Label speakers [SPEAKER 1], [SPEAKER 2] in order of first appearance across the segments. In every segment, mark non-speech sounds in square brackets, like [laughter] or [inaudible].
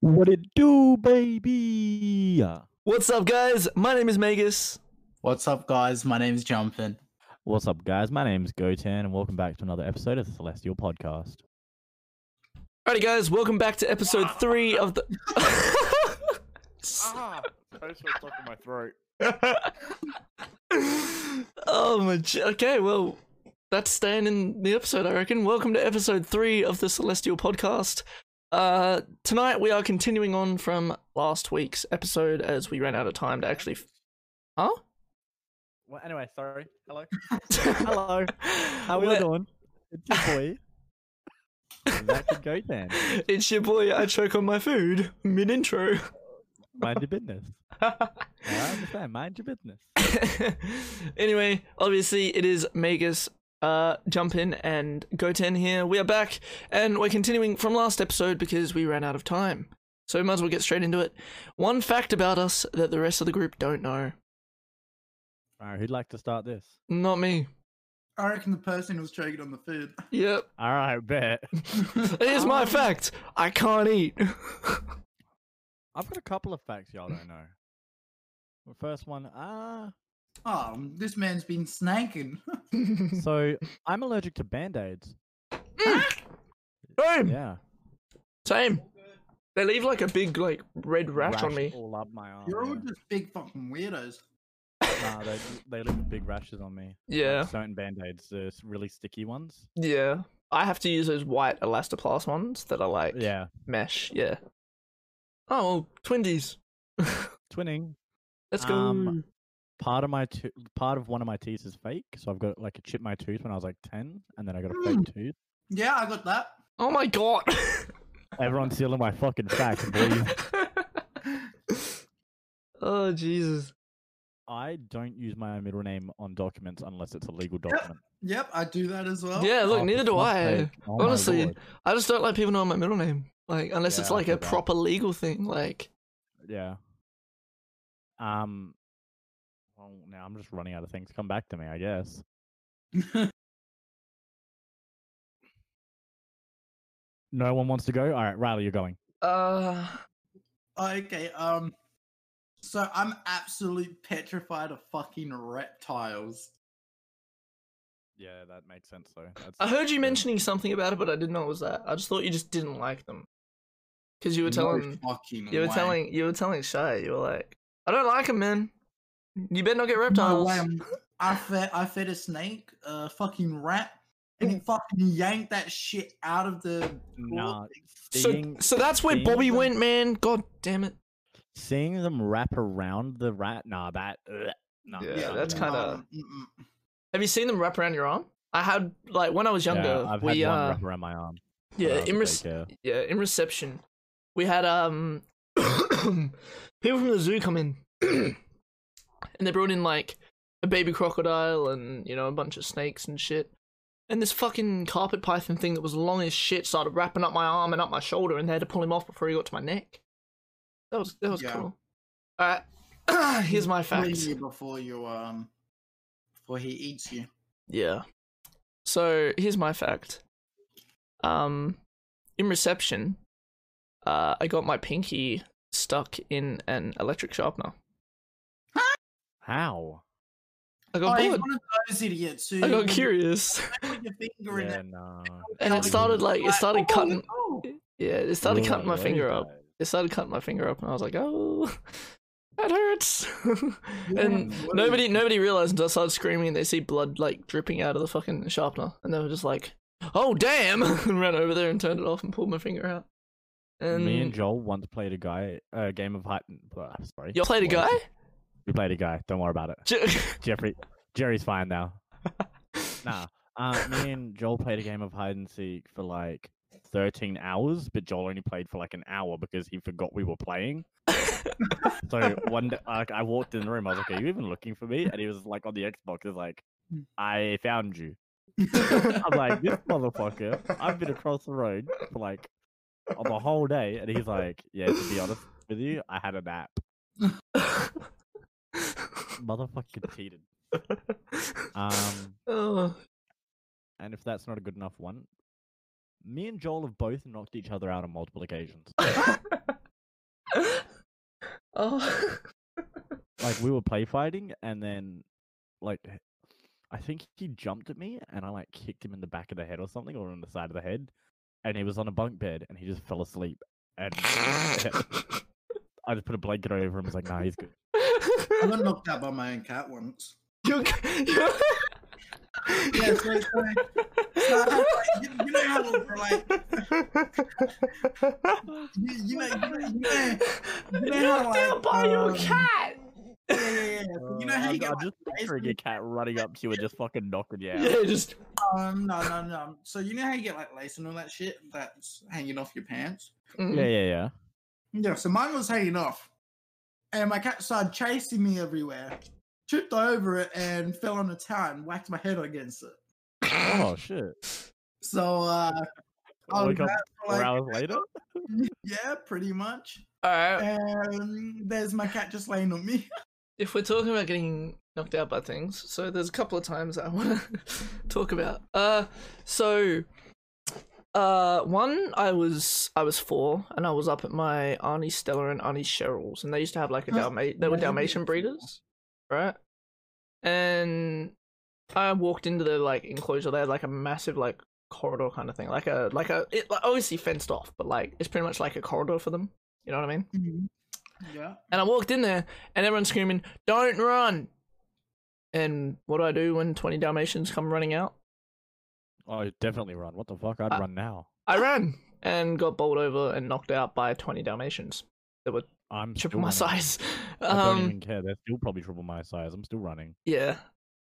[SPEAKER 1] What it do, baby? Uh,
[SPEAKER 2] What's up, guys? My name is Magus.
[SPEAKER 3] What's up, guys? My name's Jumpin.
[SPEAKER 1] What's up, guys? My name is Gotan, and welcome back to another episode of the Celestial Podcast.
[SPEAKER 2] Alrighty, guys, welcome back to episode three of the.
[SPEAKER 4] Ah, that's what stuck in my throat.
[SPEAKER 2] [laughs] oh my! j- Okay, well, that's staying in the episode, I reckon. Welcome to episode three of the Celestial Podcast. Uh, tonight we are continuing on from last week's episode as we ran out of time to actually. F- huh?
[SPEAKER 1] Well, anyway, sorry. Hello. Hello. How are
[SPEAKER 2] [laughs] We're-
[SPEAKER 1] you doing? It's your [laughs] boy. That's a Gotan.
[SPEAKER 2] It's your boy. I choke on my food mid intro.
[SPEAKER 1] Mind your business. I understand. Mind your business.
[SPEAKER 2] [laughs] anyway, obviously it is Magus, uh, Jumpin, and Goten here. We are back, and we're continuing from last episode because we ran out of time. So we might as well get straight into it. One fact about us that the rest of the group don't know.
[SPEAKER 1] All right, who'd like to start this?
[SPEAKER 2] Not me.
[SPEAKER 3] I reckon the person who's choking on the food.
[SPEAKER 2] Yep.
[SPEAKER 1] All right, bet.
[SPEAKER 2] Here's
[SPEAKER 1] Um.
[SPEAKER 2] my fact. I can't eat.
[SPEAKER 1] [laughs]
[SPEAKER 2] [laughs]
[SPEAKER 1] I've got a couple of facts y'all don't know. The first one, ah,
[SPEAKER 3] Oh, this man's been snaking.
[SPEAKER 1] so I'm allergic to band aids.
[SPEAKER 2] Same.
[SPEAKER 1] Yeah,
[SPEAKER 2] Same. They leave like a big like red rash, on me.
[SPEAKER 1] all up my arm.
[SPEAKER 3] [laughs] You're all
[SPEAKER 1] yeah.
[SPEAKER 3] just big fucking weirdos.
[SPEAKER 1] Nah, they they leave big rashes on me.
[SPEAKER 2] Yeah.
[SPEAKER 1] Like certain band aids, the s- really sticky ones.
[SPEAKER 2] Yeah. I have to use those white elastoplast ones that are like
[SPEAKER 1] Yeah,
[SPEAKER 2] mesh. Yeah. Oh, well, Twindies.
[SPEAKER 1] twinning.
[SPEAKER 2] Let's go.
[SPEAKER 1] Um, Part of my to- part of one of my teeth is fake, so I've got like a chip in my tooth when I was like ten, and then I got a
[SPEAKER 2] Mm.
[SPEAKER 1] fake tooth.
[SPEAKER 3] Yeah, I got that.
[SPEAKER 2] oh my god.
[SPEAKER 1] Everyone's stealing my fucking facts, please.
[SPEAKER 2] [laughs] oh Jesus.
[SPEAKER 1] I don't use my middle name on documents unless it's a legal document.
[SPEAKER 3] Yep, I do that as well.
[SPEAKER 2] Yeah. Look,
[SPEAKER 1] Oh, for
[SPEAKER 2] neither do
[SPEAKER 1] fuck's
[SPEAKER 2] I.
[SPEAKER 1] sake. Oh my
[SPEAKER 2] Honestly,
[SPEAKER 1] lord.
[SPEAKER 2] I just don't like people knowing my middle name. Like, unless it's
[SPEAKER 1] Yeah, I
[SPEAKER 2] like
[SPEAKER 1] feel
[SPEAKER 2] a
[SPEAKER 1] that.
[SPEAKER 2] proper legal thing. Like,
[SPEAKER 1] yeah. Um. Well, now I'm just running out of things. Come back to me, I guess. No one wants to go. All right, Riley, you're going.
[SPEAKER 2] uh,
[SPEAKER 3] [laughs] okay, um. So I'm absolutely petrified of fucking reptiles.
[SPEAKER 1] Yeah, that makes sense though. That's,
[SPEAKER 2] I heard you mentioning something about it, but I didn't know it was that. I just thought you just didn't like them. Because you were telling.
[SPEAKER 3] no fucking
[SPEAKER 2] You were
[SPEAKER 3] way.
[SPEAKER 2] telling you were telling Shy, you were like, I don't like him, man. You better not get
[SPEAKER 3] No
[SPEAKER 2] reptiles.
[SPEAKER 3] way. I'm- I fed I fed a snake, a fucking rat, and he fucking yanked that shit out of the.
[SPEAKER 1] Nah,
[SPEAKER 2] so,
[SPEAKER 1] seeing
[SPEAKER 2] so that's where
[SPEAKER 1] seeing
[SPEAKER 2] Bobby
[SPEAKER 1] them-
[SPEAKER 2] went, man. God damn it.
[SPEAKER 1] seeing them wrap around the rat. Nah, that. Ugh, nah,
[SPEAKER 2] Yeah, that's
[SPEAKER 1] nah.
[SPEAKER 2] kinda-
[SPEAKER 3] um, mm-mm.
[SPEAKER 2] Have you seen them wrap around your arm? I had like when I was younger,
[SPEAKER 1] Yeah, I've
[SPEAKER 2] we
[SPEAKER 1] had one
[SPEAKER 2] uh
[SPEAKER 1] wrap around my arm. when I
[SPEAKER 2] yeah
[SPEAKER 1] was
[SPEAKER 2] in
[SPEAKER 1] at
[SPEAKER 2] res-
[SPEAKER 1] daycare.
[SPEAKER 2] yeah in reception, we had um [coughs] people from the zoo come in, [coughs] and they brought in like a baby crocodile and you know a bunch of snakes and shit. And this fucking carpet python thing that was long as shit started wrapping up my arm and up my shoulder, and they had to pull him off before he got to my neck. That was that was
[SPEAKER 3] Yeah.
[SPEAKER 2] cool. All right, [coughs] here's my
[SPEAKER 3] Clean
[SPEAKER 2] facts.
[SPEAKER 3] you before you um before he eats you.
[SPEAKER 2] Yeah. So here's my fact. Um, in reception, uh, I got my pinky stuck in an electric sharpener.
[SPEAKER 1] How?
[SPEAKER 2] I
[SPEAKER 3] Oh,
[SPEAKER 2] got
[SPEAKER 3] he's
[SPEAKER 2] bored.
[SPEAKER 3] one of those idiots who
[SPEAKER 2] I got
[SPEAKER 3] you [laughs]
[SPEAKER 2] curious,
[SPEAKER 3] put your finger in
[SPEAKER 1] Yeah,
[SPEAKER 3] it.
[SPEAKER 1] nah.
[SPEAKER 2] and it started like it
[SPEAKER 3] Like,
[SPEAKER 2] started
[SPEAKER 3] oh,
[SPEAKER 2] cutting.
[SPEAKER 3] oh.
[SPEAKER 2] Yeah, it started
[SPEAKER 1] Ooh,
[SPEAKER 2] cutting my
[SPEAKER 1] yeah,
[SPEAKER 2] finger
[SPEAKER 1] yeah.
[SPEAKER 2] up. It started cutting my finger up, and I was like, oh, [laughs] that hurts. [laughs] [laughs]
[SPEAKER 3] Yeah,
[SPEAKER 2] and
[SPEAKER 3] what
[SPEAKER 2] nobody
[SPEAKER 3] is-
[SPEAKER 2] nobody realized until I started screaming. and They see blood like dripping out of the fucking sharpener, and they were just like, "Oh damn!" [laughs] and ran over there and turned it off and pulled my finger out. And
[SPEAKER 1] Me and Joel once played a guy a game of hide. blah, Sorry,
[SPEAKER 2] you played a guy.
[SPEAKER 1] Words. We played a guy. Don't worry about it.
[SPEAKER 2] [laughs] J-
[SPEAKER 1] Jeffrey, Jerry's fine now. Nah, uh, me and Joel played a game of hide and seek for like 13 hours, but Joel only played for like an hour because he forgot we were playing. so one day, like, I walked in the room, I was like, "Are you even looking for me?" And he was like on the Xbox, he's like, "I found you."
[SPEAKER 3] [laughs]
[SPEAKER 1] I'm like, "This motherfucker! I've been across the road for like of a whole day," and he's like, "Yeah, to be honest with you, I had a nap." Motherfucker cheated. Um.
[SPEAKER 2] [laughs] oh, [laughs]
[SPEAKER 1] And if that's not a good enough one, me and Joel have both knocked each other out on multiple occasions.
[SPEAKER 2] [laughs] Oh.
[SPEAKER 1] like we were play fighting and then like h- I think he jumped at me and I like kicked him in the back of the head or something or on the side of the head and he was on a bunk bed and he just fell asleep and [laughs] I just put a blanket over him and was like nah he's good.
[SPEAKER 3] I got knocked out by my own cat once.
[SPEAKER 2] You're- you're- [laughs]
[SPEAKER 3] Yeah, so it's like, so I had, like, you, you know how we're like, you, you know, you know, you know, you know how,
[SPEAKER 2] Knocked out
[SPEAKER 3] like,
[SPEAKER 2] by your
[SPEAKER 3] um,
[SPEAKER 2] cat.
[SPEAKER 3] yeah, yeah, yeah. [laughs] you know
[SPEAKER 1] Uh,
[SPEAKER 3] how
[SPEAKER 1] I'm,
[SPEAKER 3] you get
[SPEAKER 1] I'm
[SPEAKER 3] like,
[SPEAKER 1] just picturing a cat running up to you and just fucking knocking
[SPEAKER 3] [laughs]
[SPEAKER 1] you out.
[SPEAKER 2] Yeah, just
[SPEAKER 3] um, no, no, no. So you know how you get like lace and all that shit that's hanging off your pants.
[SPEAKER 2] mm.
[SPEAKER 1] Yeah, yeah, yeah.
[SPEAKER 3] Yeah, so mine was hanging off. And my cat started chasing me everywhere. Tripped over it and fell on a towel and whacked my head against it.
[SPEAKER 1] Oh shit.
[SPEAKER 3] So uh I was
[SPEAKER 1] Woke up
[SPEAKER 3] mad for
[SPEAKER 1] four
[SPEAKER 3] like,
[SPEAKER 1] hours later.
[SPEAKER 3] [laughs] yeah, pretty much.
[SPEAKER 2] All right.
[SPEAKER 3] And there's my cat just laying on me. [laughs]
[SPEAKER 2] If we're talking about getting knocked out by things, so there's a couple of times I want to [laughs] talk about. Uh, so, uh, one I was I was four and I was up at my auntie Stella and auntie Cheryl's, and they used to have like a
[SPEAKER 3] Huh?
[SPEAKER 2] Dalma- they were
[SPEAKER 3] Why did you
[SPEAKER 2] Dalmatian
[SPEAKER 3] get four?
[SPEAKER 2] breeders, right? And I walked into the like enclosure. They had like a massive like corridor kind of thing, like a like a it like, obviously fenced off, but like it's pretty much like a corridor for them. You know what I mean?
[SPEAKER 3] Yeah.
[SPEAKER 2] And I walked in there, and everyone's screaming, "Don't run!" And what do I do when twenty Dalmatians come running out?
[SPEAKER 1] Oh definitely run. What the fuck? I'd
[SPEAKER 2] Uh,
[SPEAKER 1] run now.
[SPEAKER 2] I ran and got bowled over and knocked out by twenty Dalmatians that were
[SPEAKER 1] I'm still
[SPEAKER 2] triple my
[SPEAKER 1] running.
[SPEAKER 2] size.
[SPEAKER 1] I don't even
[SPEAKER 2] Um,
[SPEAKER 1] care. They're still probably triple my size. I'm still running.
[SPEAKER 2] yeah.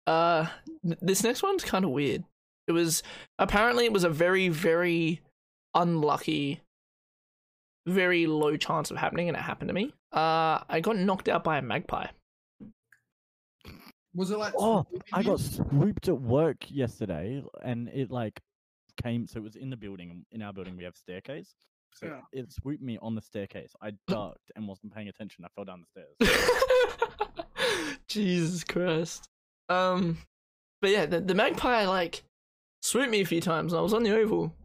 [SPEAKER 2] Uh, th- this next one's kind of weird. It was apparently it was a very very unlucky, very low chance of happening, and it happened to me. Uh, I got knocked out by a magpie.
[SPEAKER 3] Was it like
[SPEAKER 1] Oh,
[SPEAKER 3] swooping
[SPEAKER 1] I
[SPEAKER 3] you?
[SPEAKER 1] got swooped at work yesterday, and it like came. So it was in the building. and In our building, we have staircase. So
[SPEAKER 3] Yeah.
[SPEAKER 1] it swooped me on the staircase. [laughs] I ducked and wasn't paying attention. I fell down the stairs.
[SPEAKER 2] [laughs] Jesus Christ. Um, but yeah, the, the magpie like swooped me a few times, and I was on the oval,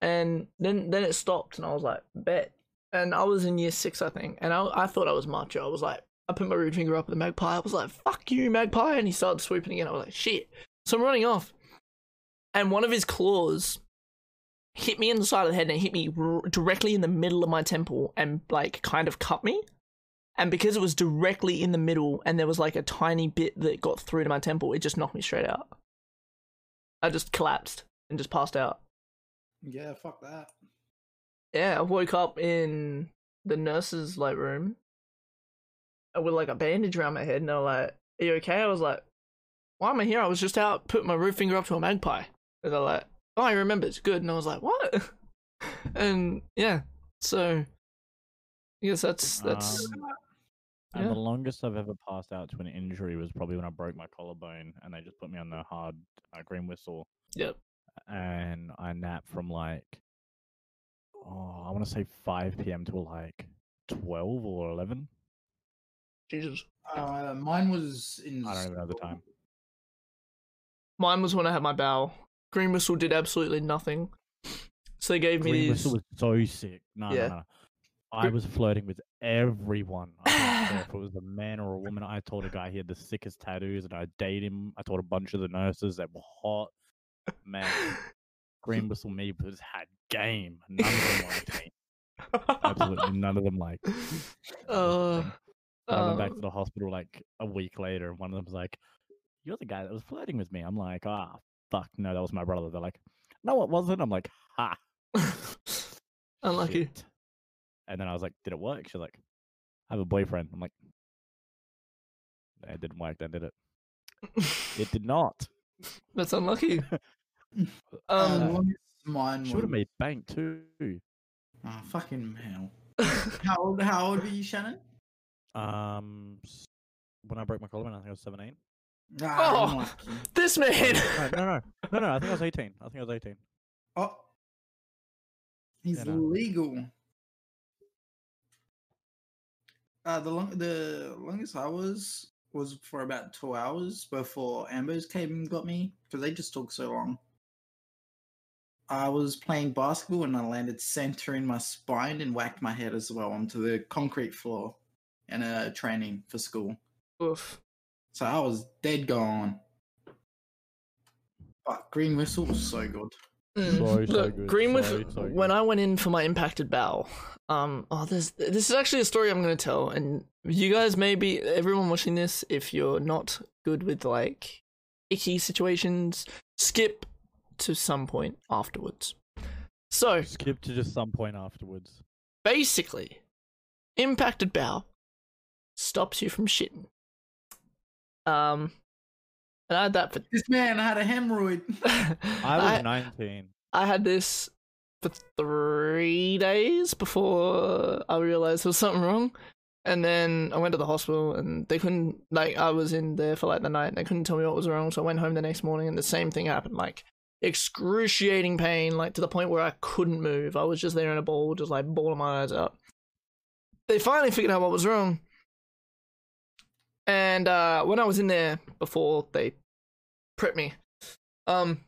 [SPEAKER 2] and then then it stopped, and I was like, bet. And I was in year six, I think, and I I thought I was macho. I was like, I put my root finger up at the magpie. I was like, fuck you, magpie, and he started swooping again. I was like, shit. So I'm running off, and one of his claws hit me in the side of the head and it hit me r- directly in the middle of my temple and like kind of cut me and because it was directly in the middle and there was like a tiny bit that got through to my temple, it just knocked me straight out. I just collapsed and just passed out.
[SPEAKER 3] Yeah, fuck that.
[SPEAKER 2] Yeah, I woke up in the nurse's like room uh, with like a bandage around my head and they were like, Are you okay? I was like, Why am I here? I was just out putting my root finger up to a magpie. And they're like, Oh, I remember it's good and I was like, What? [laughs] and yeah. So I guess that's that's
[SPEAKER 1] Um, and
[SPEAKER 2] Yeah.
[SPEAKER 1] the longest I've ever passed out to an injury was probably when I broke my collarbone, and they just put me on the hard uh, green whistle,
[SPEAKER 2] yep.
[SPEAKER 1] and I napped from like, oh, I want to say 5 p.m. till like 12 or 11.
[SPEAKER 2] Jesus.
[SPEAKER 3] Uh, mine was in
[SPEAKER 1] I don't even know the time.
[SPEAKER 2] Mine was when I had my bowel. Green Whistle did absolutely nothing. So they gave me
[SPEAKER 1] Green
[SPEAKER 2] these.
[SPEAKER 1] Whistle was so sick. No,
[SPEAKER 2] Yeah.
[SPEAKER 1] no, no. I
[SPEAKER 2] Gr-
[SPEAKER 1] was flirting with everyone. I don't care if
[SPEAKER 2] [sighs]
[SPEAKER 1] it was a man or a woman. I told a guy he had the sickest tattoos, and I dated him. I told a bunch of the nurses that were hot.
[SPEAKER 2] [laughs]
[SPEAKER 1] Man, Green Whistle me was had game. None of them liked me.
[SPEAKER 2] [laughs]
[SPEAKER 1] Absolutely none of them liked. me. That was the
[SPEAKER 2] Uh,
[SPEAKER 1] thing. And I went back
[SPEAKER 2] um,
[SPEAKER 1] to the hospital like a week later, and one of them was like, "You're the guy that was flirting with me." I'm like, "Ah, fuck, no, that was my brother." They're like, "No, it wasn't." I'm like, "Ha."
[SPEAKER 2] uh, [laughs] Unlucky.
[SPEAKER 1] shit. And then I was like, did it work? She's like, I have a boyfriend. I'm like, "Nah, it didn't work then, did it? It did not.
[SPEAKER 2] [laughs] That's
[SPEAKER 1] [laughs]
[SPEAKER 2] unlucky.
[SPEAKER 3] Uh,
[SPEAKER 2] Um,
[SPEAKER 3] longest mine
[SPEAKER 1] She would have
[SPEAKER 3] was-
[SPEAKER 1] made bank too.
[SPEAKER 3] Oh, fucking hell.
[SPEAKER 1] Uh,
[SPEAKER 3] How old, how old were you, Shannon?
[SPEAKER 1] Um, s- when I broke my collarbone, I think I was
[SPEAKER 2] [laughs]
[SPEAKER 1] 17.
[SPEAKER 3] Ah,
[SPEAKER 2] Oh.
[SPEAKER 3] you're lucky.
[SPEAKER 2] [laughs] this man.
[SPEAKER 1] [laughs] No, no, no, no, no. I think I was 18. I think I was
[SPEAKER 2] [laughs]
[SPEAKER 1] 18.
[SPEAKER 3] Oh. He's
[SPEAKER 1] no.
[SPEAKER 3] legal. Uh, the long, the longest I was was for about two hours before Ambos came and got me because they just took so long. I was playing basketball and I landed center in my spine and whacked my head as well onto the concrete floor, and a training for school.
[SPEAKER 2] Oof.
[SPEAKER 3] So I was dead gone. But Green Whistle was so good.
[SPEAKER 2] Mm.
[SPEAKER 5] Sorry, so
[SPEAKER 2] Look,
[SPEAKER 5] good.
[SPEAKER 2] Greenwood.
[SPEAKER 5] Sorry, so
[SPEAKER 2] when
[SPEAKER 5] good.
[SPEAKER 2] I went in for my impacted bowel, um, oh, this this is actually a story I'm going to tell, and you guys may be everyone watching this. If you're not good with like icky situations, skip to some point afterwards. So
[SPEAKER 5] Skip to just some point afterwards.
[SPEAKER 2] basically, impacted bowel stops you from shitting. Um, and I had that for. [laughs]
[SPEAKER 3] This man had a hemorrhoid.
[SPEAKER 5] I was 19.
[SPEAKER 2] I had this for three days before I realized there was something wrong. And then I went to the hospital and they couldn't, like, I was in there for like the night and they couldn't tell me what was wrong. So I went home the next morning and the same thing happened. Like, excruciating pain, like, to the point where I couldn't move. I was just there in a ball, just like, bawling my eyes out. They finally figured out what was wrong. And uh, when I was in there before they prepped me, um,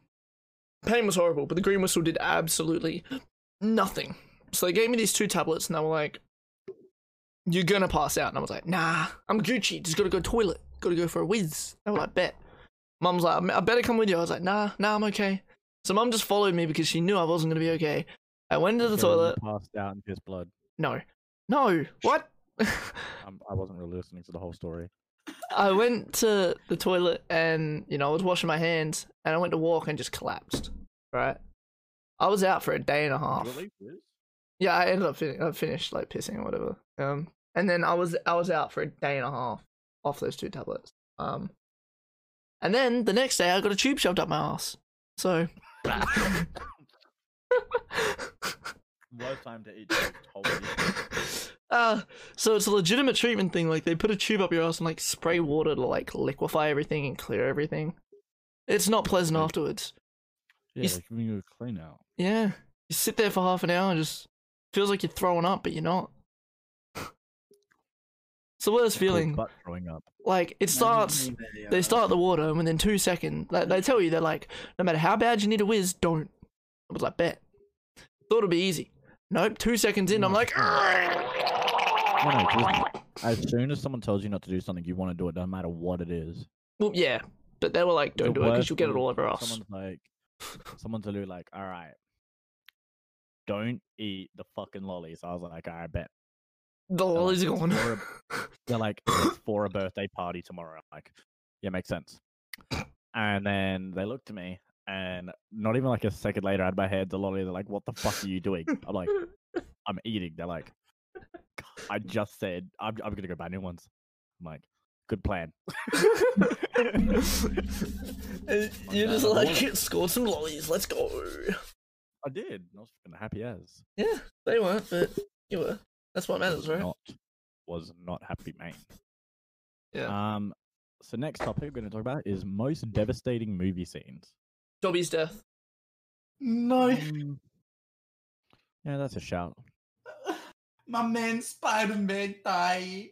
[SPEAKER 2] pain was horrible, but the green whistle did absolutely nothing. So they gave me these two tablets and they were like, You're gonna pass out. And I was like, Nah, I'm Gucci, just gotta go toilet, gotta go for a whiz. They were like, Bet. Mum's like, I better come with you. I was like, Nah, nah, I'm okay. So mum just followed me because she knew I wasn't gonna be okay. I went to the
[SPEAKER 1] So you
[SPEAKER 2] toilet.
[SPEAKER 1] Passed out and pissed blood.
[SPEAKER 2] No, no, what? [laughs]
[SPEAKER 1] I'm, I wasn't really listening to the whole story.
[SPEAKER 2] I went to the toilet and you know I was washing my hands and I went to walk and just collapsed. Right, I was out for a day and a half.
[SPEAKER 1] Really? Liz?
[SPEAKER 2] Yeah, I ended up fin- I finished like pissing or whatever. Um, and then I was I was out for a day and a half off those two tablets. Um, and then the next day I got a tube shoved up my ass. So, [laughs]
[SPEAKER 1] Worst time to eat. Jokes, holy
[SPEAKER 2] [laughs] uh, so it's a legitimate treatment thing. Like they put a tube up your ass and like spray water to like liquefy everything and clear everything. It's not pleasant afterwards.
[SPEAKER 1] [laughs] Yeah,
[SPEAKER 2] Is-
[SPEAKER 1] like giving you a clean out.
[SPEAKER 2] Yeah. You sit there for half an hour and just feels like you're throwing up, but you're not. [laughs] it's the
[SPEAKER 1] It's
[SPEAKER 2] worst
[SPEAKER 1] called
[SPEAKER 2] feeling.
[SPEAKER 1] Butt throwing up.
[SPEAKER 2] Like it starts they start the water and within two seconds like, they tell you they're like, no matter how bad you need a whiz, don't. I was like, bet. Thought it'd be easy. Nope, two seconds in, I'm like "Ah,
[SPEAKER 1] No, no, just- as soon as someone tells you not to do something, you want to do it, no matter what it is.
[SPEAKER 2] Well yeah. But they were like,
[SPEAKER 1] The
[SPEAKER 2] Don't do it because
[SPEAKER 1] worst
[SPEAKER 2] you'll get it
[SPEAKER 1] is
[SPEAKER 2] all over
[SPEAKER 1] when
[SPEAKER 2] us.
[SPEAKER 1] Someone's like, someone's literally like, all right, don't eat the fucking lollies. I was like, all right, bet.
[SPEAKER 2] The lollies are
[SPEAKER 1] it's
[SPEAKER 2] gone.
[SPEAKER 1] Oh,
[SPEAKER 2] [laughs]
[SPEAKER 1] horrible. They're like,
[SPEAKER 2] [coughs]
[SPEAKER 1] it's for a birthday party tomorrow. I'm like, yeah, makes sense. And then they looked at me, and not even like a second later, I had my head the lolly. They're like, what the fuck are you doing? I'm like, I'm eating. They're like, "God, I just said, I'm, I'm going to go buy new ones. I'm like, good
[SPEAKER 2] [laughs]
[SPEAKER 1] plan.
[SPEAKER 2] And you're just like, score some lollies, let's go.
[SPEAKER 1] I did. I was fucking happy as.
[SPEAKER 2] Yeah, they weren't, but you were. That's what matters, right?
[SPEAKER 1] Not was not happy, mate.
[SPEAKER 2] Yeah.
[SPEAKER 1] Um. So next topic we're going to talk about is most devastating movie scenes.
[SPEAKER 2] Dobby's death.
[SPEAKER 3] No,
[SPEAKER 1] Mm. Yeah, that's a shout.
[SPEAKER 3] my man Spider Man died.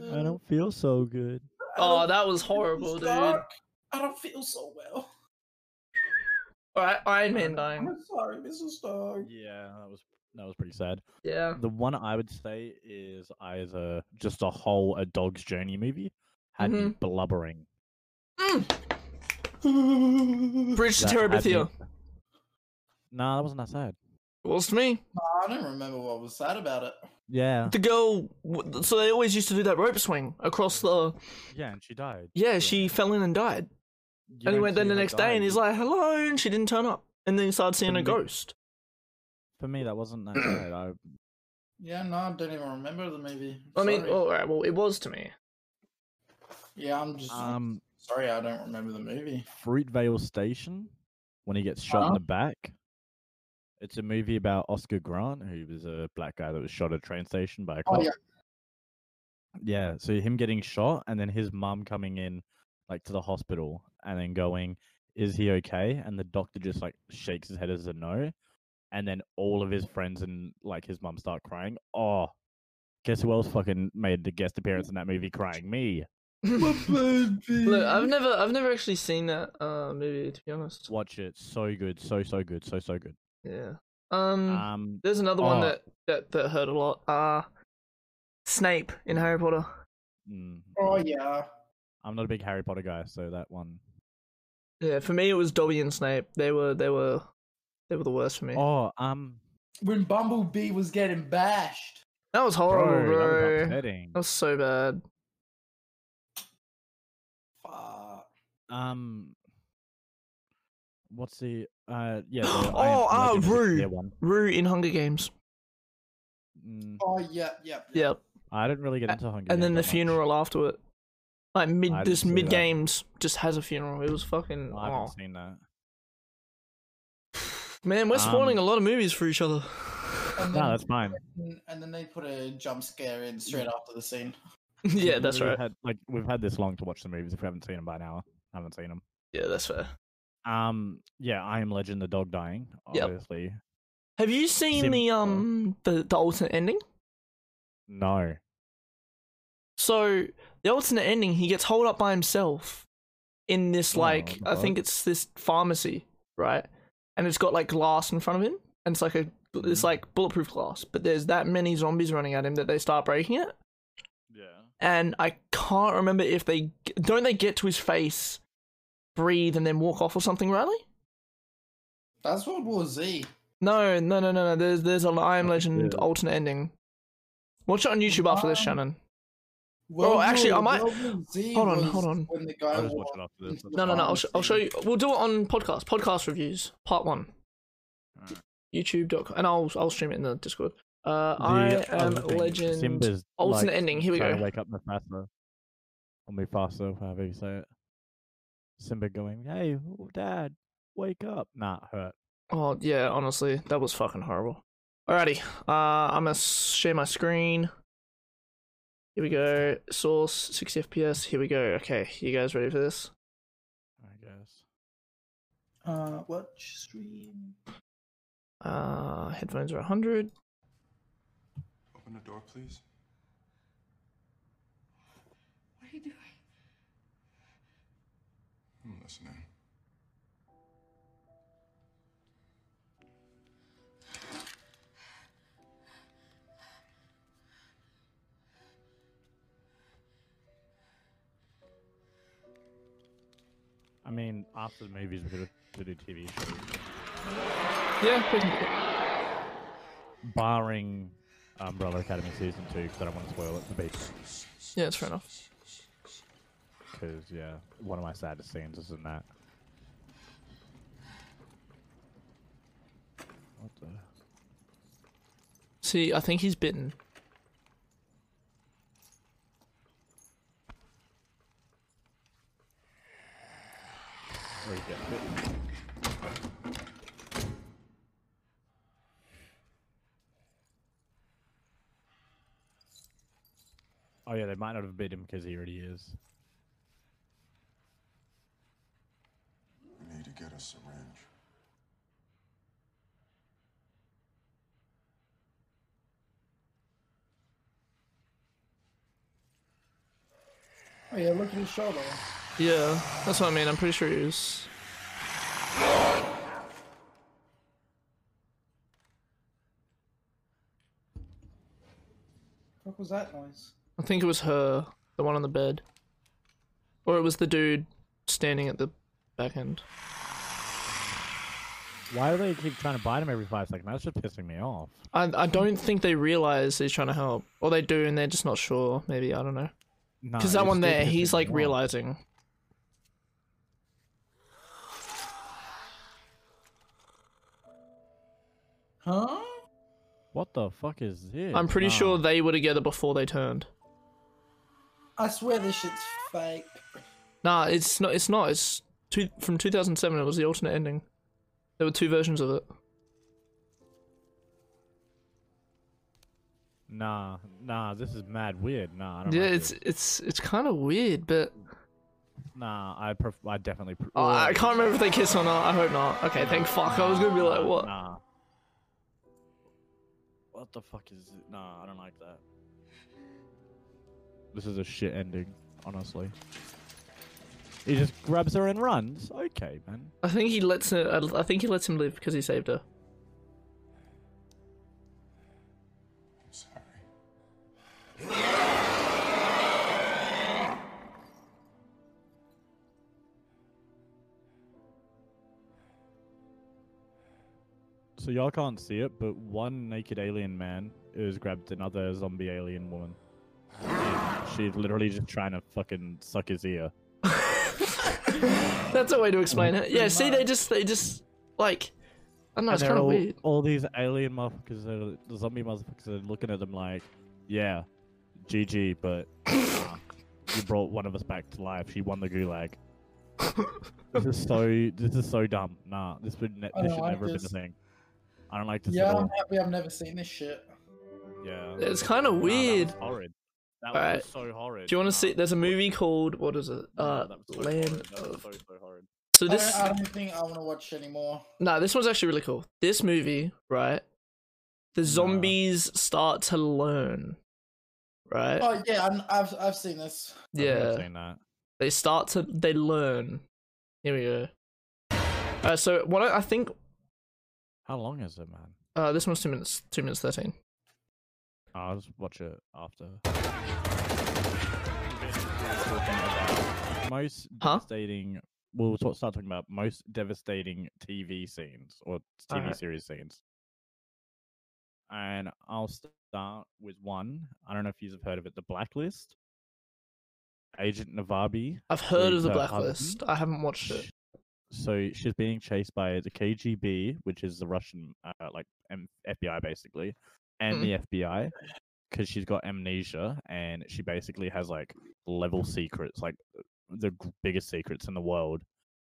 [SPEAKER 2] Mm.
[SPEAKER 1] I don't feel so good.
[SPEAKER 2] Oh, that was horrible, dude. All
[SPEAKER 3] I don't feel so well.
[SPEAKER 2] right, Iron Man dying.
[SPEAKER 3] I'm sorry, Mrs. Stark.
[SPEAKER 1] Yeah, that was that was pretty sad.
[SPEAKER 2] Yeah.
[SPEAKER 1] The one I would say is either just a whole a dog's journey movie had
[SPEAKER 2] Mm-hmm.
[SPEAKER 1] me blubbering.
[SPEAKER 2] Mm. Bridge to
[SPEAKER 1] That had me-
[SPEAKER 2] Terabithia.
[SPEAKER 1] Nah, that wasn't that sad.
[SPEAKER 2] Was to me.
[SPEAKER 3] [sighs] I don't remember what was sad about it.
[SPEAKER 1] Yeah.
[SPEAKER 2] The girl. w- So they always used to do that rope swing across the.
[SPEAKER 1] Yeah, and she died.
[SPEAKER 2] Yeah, she fell in and died. and he went then the next day and he's like, hello, and she didn't turn up. And then he started seeing a
[SPEAKER 1] Didn't-
[SPEAKER 2] ghost.
[SPEAKER 1] For me, that wasn't
[SPEAKER 2] [clears throat]
[SPEAKER 1] that sad. I,
[SPEAKER 3] Yeah, no, I don't even remember the movie.
[SPEAKER 2] I mean, oh.
[SPEAKER 3] Sorry.
[SPEAKER 2] all right, well, it was to me.
[SPEAKER 3] yeah, I'm just
[SPEAKER 1] um,
[SPEAKER 3] sorry, I don't remember the
[SPEAKER 2] [laughs]
[SPEAKER 3] movie.
[SPEAKER 1] Fruitvale Station when he gets
[SPEAKER 3] Uh-huh.
[SPEAKER 1] shot in the back. It's a movie about Oscar Grant, who was a black guy that was shot at a train station by a cop.
[SPEAKER 3] Oh, yeah.
[SPEAKER 1] Yeah, so him getting shot and then his mum coming in like to the hospital and then going, Is he okay? And the doctor just like shakes his head as a no. And then all of his friends and like his mum start crying. Oh, guess who else fucking made the guest appearance in that movie crying? Me.
[SPEAKER 2] [laughs] Look, I've never, I've never actually seen that uh, movie to be honest.
[SPEAKER 1] Watch it. So good. So, so good. So, so good.
[SPEAKER 2] Yeah.
[SPEAKER 1] Um,
[SPEAKER 2] Um,
[SPEAKER 3] Mm.
[SPEAKER 2] there's another one
[SPEAKER 1] oh.
[SPEAKER 2] that that that hurt a lot. Uh Snape in Harry Potter.
[SPEAKER 1] Mm.
[SPEAKER 3] Oh yeah.
[SPEAKER 1] I'm not a big Harry Potter guy, so that one.
[SPEAKER 2] Yeah, for me it was Dobby and Snape. They were they were they were the worst for me.
[SPEAKER 1] Oh, um,
[SPEAKER 3] When Bumblebee was getting bashed.
[SPEAKER 2] that was
[SPEAKER 1] bro,
[SPEAKER 2] horrible, Oh, bro.
[SPEAKER 1] that was
[SPEAKER 2] That was,
[SPEAKER 1] upsetting.
[SPEAKER 2] so bad.
[SPEAKER 3] Fuck.
[SPEAKER 1] Um, what's the uh? Yeah.
[SPEAKER 2] [gasps] Oh,
[SPEAKER 1] the Iron-
[SPEAKER 2] ah,
[SPEAKER 1] Legend of the
[SPEAKER 2] Rue.
[SPEAKER 1] Spear One.
[SPEAKER 2] Rue in Hunger Games.
[SPEAKER 1] Mm,
[SPEAKER 3] Oh yeah, yeah, yeah.
[SPEAKER 2] Yep.
[SPEAKER 1] I didn't really get
[SPEAKER 2] A-
[SPEAKER 1] into Hunger.
[SPEAKER 2] and then the
[SPEAKER 1] Games that much.
[SPEAKER 2] funeral after it. Like mid
[SPEAKER 1] I didn't
[SPEAKER 2] this
[SPEAKER 1] see that.
[SPEAKER 2] mid games just has a funeral. It was fucking
[SPEAKER 1] I haven't
[SPEAKER 2] oh.
[SPEAKER 1] seen
[SPEAKER 2] [laughs]
[SPEAKER 1] that.
[SPEAKER 2] Man, we're spoiling
[SPEAKER 1] Um,
[SPEAKER 2] a lot of movies for each other. [laughs]
[SPEAKER 3] And
[SPEAKER 1] No,
[SPEAKER 3] then,
[SPEAKER 1] that's fine.
[SPEAKER 3] and then they put a jump scare in straight after the scene.
[SPEAKER 2] yeah, that's
[SPEAKER 1] We've
[SPEAKER 2] right.
[SPEAKER 1] Had, like we've had this long to watch the movies if we haven't seen them by now. I haven't seen them.
[SPEAKER 2] Yeah, that's fair.
[SPEAKER 1] Um, yeah, I am Legend, the dog dying,
[SPEAKER 2] Yep.
[SPEAKER 1] obviously.
[SPEAKER 2] Have you seen
[SPEAKER 1] Sim-
[SPEAKER 2] the um the, the alternate ending?
[SPEAKER 1] No.
[SPEAKER 2] So the alternate ending, he gets holed up by himself in this
[SPEAKER 1] Oh,
[SPEAKER 2] like I
[SPEAKER 1] God.
[SPEAKER 2] think it's this pharmacy, right? And it's got like glass in front of him, and it's like a it's
[SPEAKER 1] Mhm.
[SPEAKER 2] like bulletproof glass. But there's that many zombies running at him that they start breaking it,
[SPEAKER 6] Yeah.
[SPEAKER 2] and I can't remember if they don't they get to his face, breathe, and then walk off or something, Riley.
[SPEAKER 3] That's World War Z.
[SPEAKER 2] No, no, no, no, no. There's there's an I Am
[SPEAKER 1] I think
[SPEAKER 2] Legend
[SPEAKER 1] there-
[SPEAKER 2] alternate ending. Watch it on YouTube after this,
[SPEAKER 3] Um,
[SPEAKER 2] Shannon.
[SPEAKER 3] World
[SPEAKER 2] actually, I might-
[SPEAKER 3] World War Z
[SPEAKER 2] hold on,
[SPEAKER 3] was
[SPEAKER 2] hold on.
[SPEAKER 3] When the
[SPEAKER 1] I'll
[SPEAKER 3] guy
[SPEAKER 1] just watch it
[SPEAKER 3] walked
[SPEAKER 1] after this.
[SPEAKER 3] into the
[SPEAKER 2] No, no, no. I'll, sh- I'll show
[SPEAKER 3] pharmacy.
[SPEAKER 2] you. We'll do it on podcast. Podcast reviews, part one.
[SPEAKER 6] Alright.
[SPEAKER 2] YouTube.com. And I'll, I'll stream it in the Discord. Uh,
[SPEAKER 1] The
[SPEAKER 2] I
[SPEAKER 1] other
[SPEAKER 2] am
[SPEAKER 1] thing,
[SPEAKER 2] legend. Oh,
[SPEAKER 1] Simba's,
[SPEAKER 2] alternate ending, here we
[SPEAKER 1] trying to
[SPEAKER 2] go.
[SPEAKER 1] Wake up Mufasa. Or Mufasa, however you say it. Simba going, hey, w- dad, wake up. Nah, hurt.
[SPEAKER 2] Oh, yeah, honestly. That was fucking horrible. Alrighty. Uh, I'm going to share my screen. Here we go. Source, 60 FPS. Here we go. Okay. You guys ready for this?
[SPEAKER 1] I guess.
[SPEAKER 3] Uh, watch stream.
[SPEAKER 2] Uh, headphones are 100.
[SPEAKER 7] Open the door, please.
[SPEAKER 8] What are you doing?
[SPEAKER 7] I'm listening.
[SPEAKER 1] I mean, after the movies, we could to do TV shows.
[SPEAKER 2] Yeah, we can-
[SPEAKER 1] Barring Umbrella Academy Season 2, because I don't want to spoil it for people.
[SPEAKER 2] yeah, it's fair enough.
[SPEAKER 1] Because, yeah, one of my saddest scenes is in that. What the?
[SPEAKER 2] See, I think he's bitten.
[SPEAKER 1] Where you get bitten? Oh yeah, they might not have bit him because he already is.
[SPEAKER 7] We need to get a syringe.
[SPEAKER 3] Oh yeah, look at his shoulder.
[SPEAKER 2] Yeah, that's what I mean. I'm pretty sure he was.
[SPEAKER 3] What was that noise?
[SPEAKER 2] I think it was her, the one on the bed. Or it was the dude standing at the back end.
[SPEAKER 1] Why do they keep trying to bite him every five seconds? That's just pissing me off.
[SPEAKER 2] I, I don't think they realize he's trying to help. Or they do and they're just not sure. Maybe, I don't know. Because that one there, he's like realizing.
[SPEAKER 3] Huh?
[SPEAKER 1] What the fuck is this?
[SPEAKER 2] I'm pretty
[SPEAKER 1] Nah.
[SPEAKER 2] sure they were together before they turned.
[SPEAKER 3] I swear this shit's fake.
[SPEAKER 2] Nah, it's not. It's not. It's two, from 2007, it was the alternate ending. There were two versions of it.
[SPEAKER 1] Oh Nah, nah, this is mad weird. Nah, I don't
[SPEAKER 2] Yeah,
[SPEAKER 1] like
[SPEAKER 2] it's
[SPEAKER 1] this.
[SPEAKER 2] it's it's kind of weird, but
[SPEAKER 1] nah. I pref- I definitely. Pre-
[SPEAKER 2] Oh, I
[SPEAKER 1] Ugh.
[SPEAKER 2] can't remember if they kiss or not. I hope not. Okay, thank fuck. I was gonna be like, what?
[SPEAKER 1] Nah. What the fuck is it? Nah, I don't like that. This is a shit ending, honestly. He just grabs her and runs. Okay, man.
[SPEAKER 2] I think he lets her. uh, I- I think he lets him live because he saved her.
[SPEAKER 7] I'm sorry.
[SPEAKER 1] So y'all can't see it, but one naked alien man has grabbed another zombie alien woman. And She's literally just trying to fucking suck his ear.
[SPEAKER 2] That's a way to explain it. Yeah, see, they just, they just, like, I don't know,
[SPEAKER 1] And
[SPEAKER 2] it's
[SPEAKER 1] they're
[SPEAKER 2] kind of
[SPEAKER 1] all,
[SPEAKER 2] weird.
[SPEAKER 1] all these alien motherfuckers, are, the zombie motherfuckers, are looking at them like, "Yeah, GG, but nah, you brought one of us back to life. She won the gulag. this is so. This is so dumb. Nah, this would. Ne-
[SPEAKER 3] I
[SPEAKER 1] this
[SPEAKER 3] don't
[SPEAKER 1] should
[SPEAKER 3] like
[SPEAKER 1] never have
[SPEAKER 3] this.
[SPEAKER 1] been a thing. I don't like this
[SPEAKER 3] Yeah,
[SPEAKER 1] at
[SPEAKER 3] I'm
[SPEAKER 1] all.
[SPEAKER 3] happy I've never seen this shit.
[SPEAKER 1] Yeah,
[SPEAKER 2] It's kind of
[SPEAKER 1] Nah,
[SPEAKER 2] weird.
[SPEAKER 1] That was horrid. That
[SPEAKER 2] Alright.
[SPEAKER 1] was so horrid.
[SPEAKER 2] Do you want
[SPEAKER 1] Nah.
[SPEAKER 2] to see? There's a movie called what is it?
[SPEAKER 1] Nah,
[SPEAKER 2] Uh,
[SPEAKER 1] that was so
[SPEAKER 2] Land
[SPEAKER 1] horrid. That was
[SPEAKER 2] of.
[SPEAKER 1] so, so horrid.
[SPEAKER 2] So this,
[SPEAKER 3] I, don't, I don't think I want to watch anymore.
[SPEAKER 2] nah, this one's actually really cool. This movie, right? The zombies start to learn, right?
[SPEAKER 3] Oh yeah, I'm, I've I've seen this.
[SPEAKER 1] I think I've
[SPEAKER 2] yeah,
[SPEAKER 1] seen that.
[SPEAKER 2] they start to they learn. Here we go. Uh, so what I, I think
[SPEAKER 1] How long is it, man?
[SPEAKER 2] uh, this one's two minutes, two minutes thirteen.
[SPEAKER 1] I'll just watch it after. Most
[SPEAKER 2] Huh?
[SPEAKER 1] devastating. We'll ta- start talking about most devastating TV scenes or TV
[SPEAKER 2] Alright.
[SPEAKER 1] series scenes. And I'll start with one. I don't know if you've heard of it. The Blacklist. Agent Navabi.
[SPEAKER 2] I've heard of the
[SPEAKER 1] Rita Hudson?
[SPEAKER 2] Blacklist. I haven't watched it.
[SPEAKER 1] So she's being chased by the KGB, which is the Russian, uh, like M- FBI basically, and
[SPEAKER 2] Hmm.
[SPEAKER 1] the FBI, because she's got amnesia and she basically has like level secrets, like the g- biggest secrets in the world,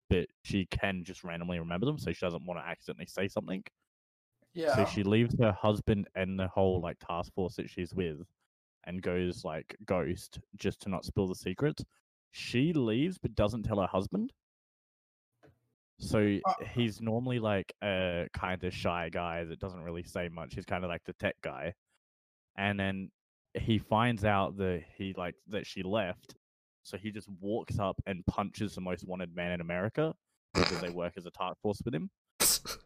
[SPEAKER 1] but she can just randomly remember them, so she doesn't want to accidentally say something.
[SPEAKER 3] Yeah.
[SPEAKER 1] So she leaves her husband and the whole like task force that she's with and goes like ghost just to not spill the secrets. She leaves but doesn't tell her husband. So
[SPEAKER 3] Uh.
[SPEAKER 1] he's normally like a kind of shy guy that doesn't really say much. He's kind of like the tech guy. And then he finds out that he like that she left. So he just walks up and punches the most wanted man in America because they work as a task force with him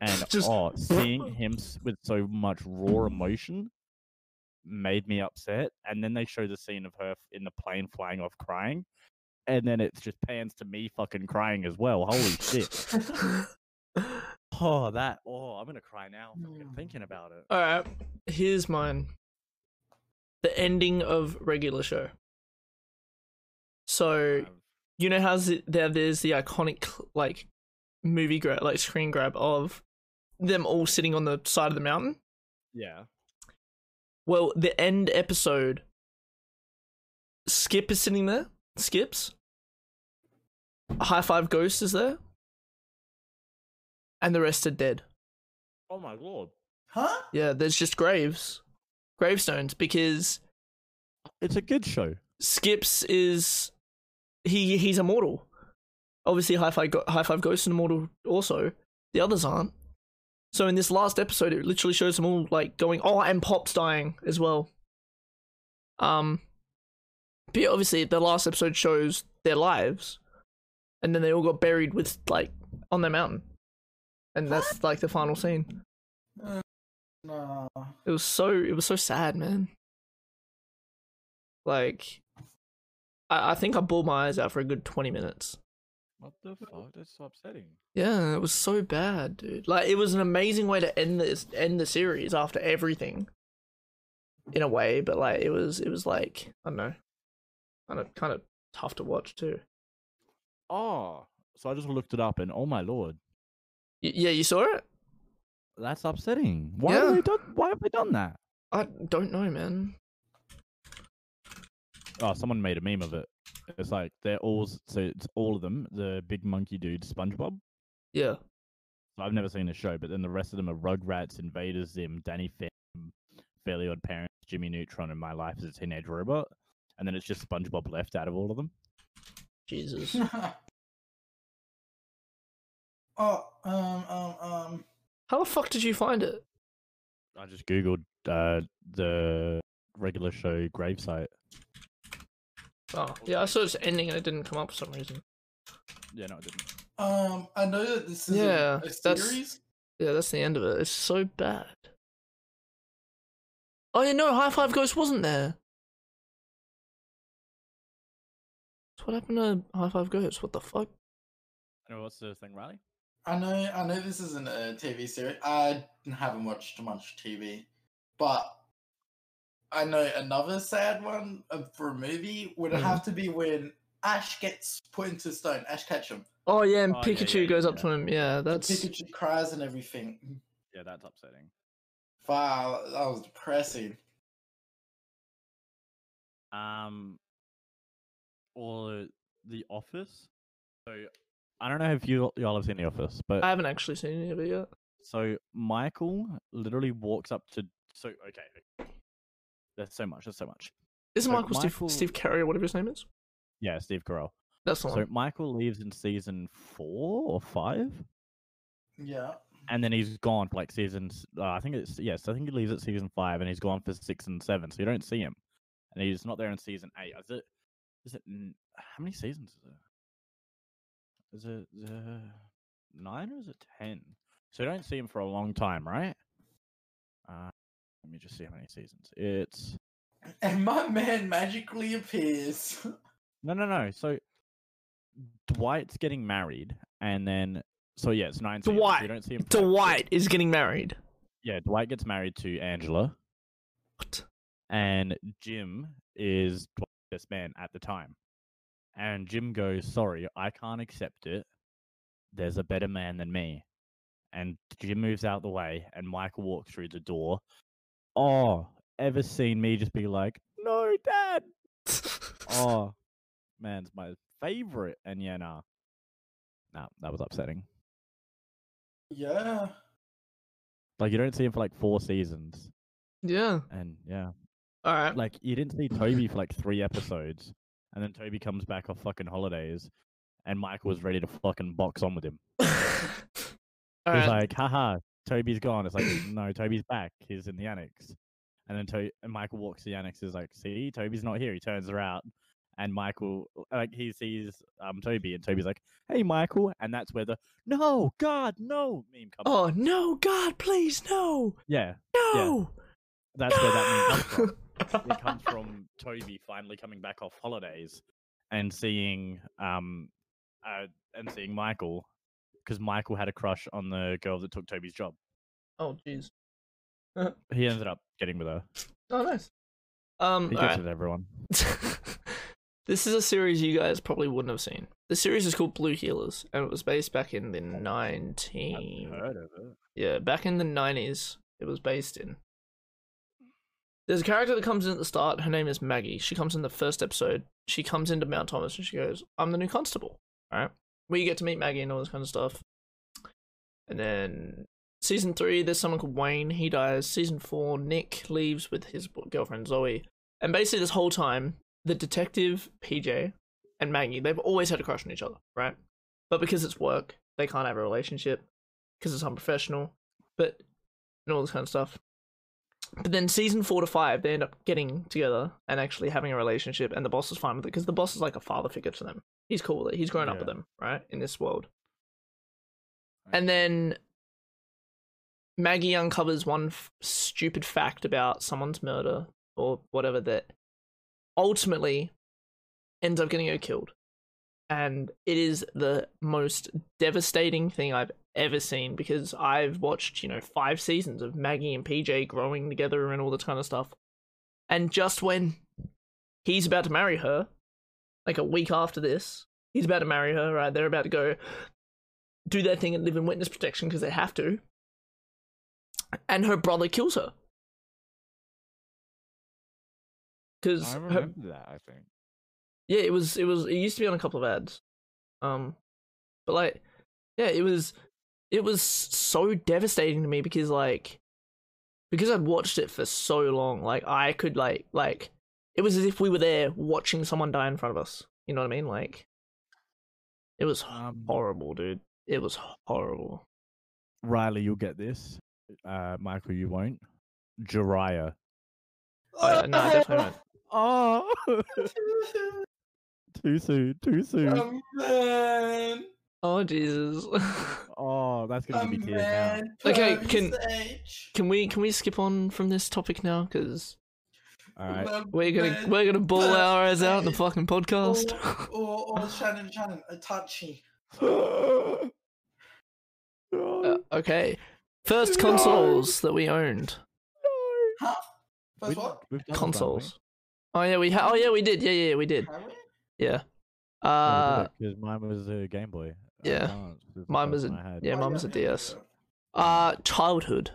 [SPEAKER 1] and
[SPEAKER 3] [laughs]
[SPEAKER 2] Just-
[SPEAKER 1] oh, seeing him s- with so much raw emotion made me upset. And then they show the scene of her f- in the plane flying off crying, and then it just pans to me fucking crying as well. [laughs] Holy shit! [laughs] Oh, that oh, I'm gonna cry now. Fucking
[SPEAKER 3] Mm.
[SPEAKER 1] thinking about it.
[SPEAKER 2] [laughs] All right, here's mine. The ending of regular show. So
[SPEAKER 1] Um,
[SPEAKER 2] you know how z- there there's the iconic cl- like movie grab, like screen grab of them all sitting on the side of the mountain.
[SPEAKER 1] yeah,
[SPEAKER 2] Well, the end episode, Skip is sitting there. Skips. High five ghost is there, and the rest are dead.
[SPEAKER 1] oh my lord,
[SPEAKER 3] huh?
[SPEAKER 2] Yeah, there's just graves, gravestones because
[SPEAKER 1] it's a good show.
[SPEAKER 2] Skips is he he's immortal. Obviously, High Five Go- High Five Ghost is immortal also. The others aren't. So in this last episode, it literally shows them all like going. Oh, and Pop's dying as well. Um, but yeah, obviously, the last episode shows their lives, and then they all got buried with like on their mountain, and that's like the final scene.
[SPEAKER 3] No.
[SPEAKER 2] It was so it was so sad, man. Like I, I think I bawled my eyes out for a good twenty minutes.
[SPEAKER 1] What the fuck? That's so upsetting.
[SPEAKER 2] Yeah, it was so bad, dude. Like it was an amazing way to end this end the series after everything. In a way, but like it was it was like I don't know. Kind of kind of tough to watch too.
[SPEAKER 1] Oh, so I just looked it up, and oh my lord,
[SPEAKER 2] Y- yeah, you saw it?
[SPEAKER 1] that's upsetting. Why have
[SPEAKER 2] Yeah.
[SPEAKER 1] they done? Why have they done that?
[SPEAKER 2] I don't know, man.
[SPEAKER 1] Oh, someone made a meme of it. It's like they're all s- so it's all of them. The big monkey dude, SpongeBob.
[SPEAKER 2] Yeah.
[SPEAKER 1] So I've never seen the show, but then the rest of them are Rugrats, Invaders, Zim, Danny Phantom, Fairly Odd Parents, Jimmy Neutron, and My Life as a Teenage Robot. And then it's just SpongeBob left out of all of them.
[SPEAKER 2] [laughs] Jesus.
[SPEAKER 3] [laughs] oh, um, um, um.
[SPEAKER 2] How the fuck did you find it?
[SPEAKER 1] I just googled uh, the regular show gravesite.
[SPEAKER 2] Oh, yeah, I saw it's ending and it didn't come up for some reason.
[SPEAKER 1] Yeah, no, it didn't.
[SPEAKER 3] Um, I know that this is a-
[SPEAKER 2] Yeah,
[SPEAKER 3] a,
[SPEAKER 2] that's-
[SPEAKER 3] series.
[SPEAKER 2] Yeah, that's the end of it. It's so bad. Oh yeah, no, High Five Ghost wasn't there. So what happened to High Five Ghost? What the fuck?
[SPEAKER 1] what's the thing, Riley?
[SPEAKER 3] I know, I know this isn't a TV series. I haven't watched much TV, but I know another sad one of- for a movie would
[SPEAKER 2] Mhm.
[SPEAKER 3] have to be when Ash gets put into stone. Ash Ketchum.
[SPEAKER 2] Oh yeah, and
[SPEAKER 1] Oh, yeah, yeah,
[SPEAKER 2] Pikachu
[SPEAKER 1] yeah,
[SPEAKER 2] goes up
[SPEAKER 1] yeah.
[SPEAKER 2] to him. Yeah, that's
[SPEAKER 3] Pikachu cries and everything.
[SPEAKER 1] Yeah, that's upsetting.
[SPEAKER 3] Wow, that was depressing.
[SPEAKER 1] Um, or The Office. So I don't know if you y'all have seen The Office, but
[SPEAKER 2] I haven't actually seen any of it yet.
[SPEAKER 1] So Michael literally walks up to so okay. okay. There's so much. There's so much.
[SPEAKER 2] Isn't
[SPEAKER 1] So
[SPEAKER 2] Michael,
[SPEAKER 1] Michael-
[SPEAKER 2] Steve Steve Carey or whatever his name is?
[SPEAKER 1] Yeah, Steve Carell.
[SPEAKER 2] That's the
[SPEAKER 1] So
[SPEAKER 2] one.
[SPEAKER 1] Michael leaves in season four or five,
[SPEAKER 3] Yeah.
[SPEAKER 1] and then he's gone for like seasons. Uh, I think it's yes. I think he leaves at season five, and he's gone for six and seven. So you don't see him, and he's not there in season eight. Is it? Is it? n- How many seasons is it? Is it uh, nine or is it ten? So you don't see him for a long time, right? Uh, let me just see how many seasons. It's
[SPEAKER 3] And my man magically appears. [laughs]
[SPEAKER 1] No, no, no. So Dwight's getting married, and then so yeah, it's nine. seasons, so
[SPEAKER 2] Dwight.
[SPEAKER 1] you don't see him. for-
[SPEAKER 2] Dwight is getting married.
[SPEAKER 1] Yeah, Dwight gets married to Angela,
[SPEAKER 2] What?
[SPEAKER 1] and Jim is Dwight's best man at the time. And Jim goes, "Sorry, I can't accept it. There's a better man than me." And Jim moves out the way, and Michael walks through the door. Oh, ever seen me just be like, "No, Dad, oh man's my favorite and yeah nah nah that was upsetting
[SPEAKER 3] Yeah.
[SPEAKER 1] like you don't see him for like four seasons
[SPEAKER 2] [laughs] Yeah.
[SPEAKER 1] and yeah [laughs]
[SPEAKER 2] All right.
[SPEAKER 1] like you didn't see toby for like three episodes and then toby comes back off fucking holidays and michael was ready to fucking box on with him
[SPEAKER 2] All
[SPEAKER 1] he's
[SPEAKER 2] right.
[SPEAKER 1] like haha toby's gone it's like no toby's back he's in the annex and then to- and michael walks to the annex is like see toby's not here he turns around and michael like he sees um toby and toby's like hey michael and that's where the no god no meme comes
[SPEAKER 2] oh no, God, please, no,
[SPEAKER 1] yeah
[SPEAKER 2] no.
[SPEAKER 1] That's where that
[SPEAKER 2] [laughs]
[SPEAKER 1] meme comes from.
[SPEAKER 2] from.
[SPEAKER 1] It comes from Toby finally coming back off holidays and seeing um uh, and seeing Michael because Michael had a crush on the girl that took Toby's job.
[SPEAKER 2] oh jeez.
[SPEAKER 1] He ended up getting with her.
[SPEAKER 2] Oh nice. Um.
[SPEAKER 1] He
[SPEAKER 2] all
[SPEAKER 1] gets
[SPEAKER 2] right.
[SPEAKER 1] with everyone.
[SPEAKER 2] [laughs] this is a series you guys probably wouldn't have seen. The series is called Blue Healers, and it was based back in the nineteen.
[SPEAKER 1] heard of it.
[SPEAKER 2] Yeah, back in the nineties, it was based in. There's a character that comes in at the start. Her name is Maggie. She comes in the first episode. She comes into Mount Thomas and she goes, "I'm the new constable." All right, where you get to meet Maggie and all this kind of stuff. And then season three, there's someone called Wayne. He dies. Season four, Nick leaves with his girlfriend Zoe. And basically, this whole time, the detective PJ and Maggie, they've always had a crush on each other, right? But because it's work, they can't have a relationship because it's unprofessional, but and all this kind of stuff. But then season four to five, they end up getting together and actually having a relationship, and the boss is fine with it because the boss is like a father figure to them. He's cool with it. He's grown up
[SPEAKER 1] Yeah.
[SPEAKER 2] with them, right, in this world. And then Maggie uncovers one f- stupid fact about someone's murder or whatever that ultimately ends up getting her killed. And it is the most devastating thing I've ever seen because I've watched, you know, five seasons of Maggie and PJ growing together and all that kind of stuff. And just when he's about to marry her, like a week after this, he's about to marry her, right? They're about to go do their thing and live in witness protection because they have to. And her brother kills her. Because
[SPEAKER 4] I
[SPEAKER 2] her,
[SPEAKER 4] remember that. I think.
[SPEAKER 2] yeah, it was it was it used to be on a couple of ads. Um but like yeah, it was it was so devastating to me because like because I'd watched it for so long, like I could like like it was as if we were there watching someone die in front of us. You know what I mean? Like it was
[SPEAKER 1] Um,
[SPEAKER 2] horrible, dude. It was horrible.
[SPEAKER 1] Riley, you'll get this. Uh, Michael, you won't. Jiraiya.
[SPEAKER 2] Oh, yeah,
[SPEAKER 3] [laughs]
[SPEAKER 2] no, I definitely won't.
[SPEAKER 1] Oh, [laughs] too soon, too soon.
[SPEAKER 4] Um,
[SPEAKER 3] I'm man.
[SPEAKER 2] [laughs] Oh Jesus. [laughs]
[SPEAKER 1] Oh, that's gonna
[SPEAKER 3] I'm
[SPEAKER 4] um,
[SPEAKER 1] be tears now.
[SPEAKER 3] man.
[SPEAKER 2] Okay,
[SPEAKER 3] Pervy
[SPEAKER 2] can-
[SPEAKER 3] sage.
[SPEAKER 2] can we can we skip on from this topic now? Because
[SPEAKER 1] All
[SPEAKER 4] [laughs]
[SPEAKER 1] right.
[SPEAKER 3] Love
[SPEAKER 2] we're gonna
[SPEAKER 3] man.
[SPEAKER 2] we're gonna ball
[SPEAKER 3] but-
[SPEAKER 2] our eyes out in the [laughs] fucking podcast. [laughs]
[SPEAKER 4] Uh,
[SPEAKER 1] [gasps]
[SPEAKER 3] Or, or, or Shannon Shannon, Itachi.
[SPEAKER 5] No.
[SPEAKER 2] Uh, okay. First consoles that we owned.
[SPEAKER 3] Huh? First
[SPEAKER 5] We-
[SPEAKER 3] what?
[SPEAKER 5] We've done this, haven't we?
[SPEAKER 2] Consoles. Oh yeah, we ha- oh yeah, we did. Yeah, [laughs] yeah, we did.
[SPEAKER 3] Have we?
[SPEAKER 2] Yeah.
[SPEAKER 5] Yeah, we
[SPEAKER 2] Uh
[SPEAKER 5] did it, 'cause mine was a Game Boy.
[SPEAKER 1] uh,
[SPEAKER 2] yeah.
[SPEAKER 5] Advance is the
[SPEAKER 2] Mine was
[SPEAKER 5] first
[SPEAKER 2] a-
[SPEAKER 5] one I had.
[SPEAKER 2] yeah,
[SPEAKER 3] Oh,
[SPEAKER 2] mine was a
[SPEAKER 3] yeah,
[SPEAKER 2] DS. uh childhood.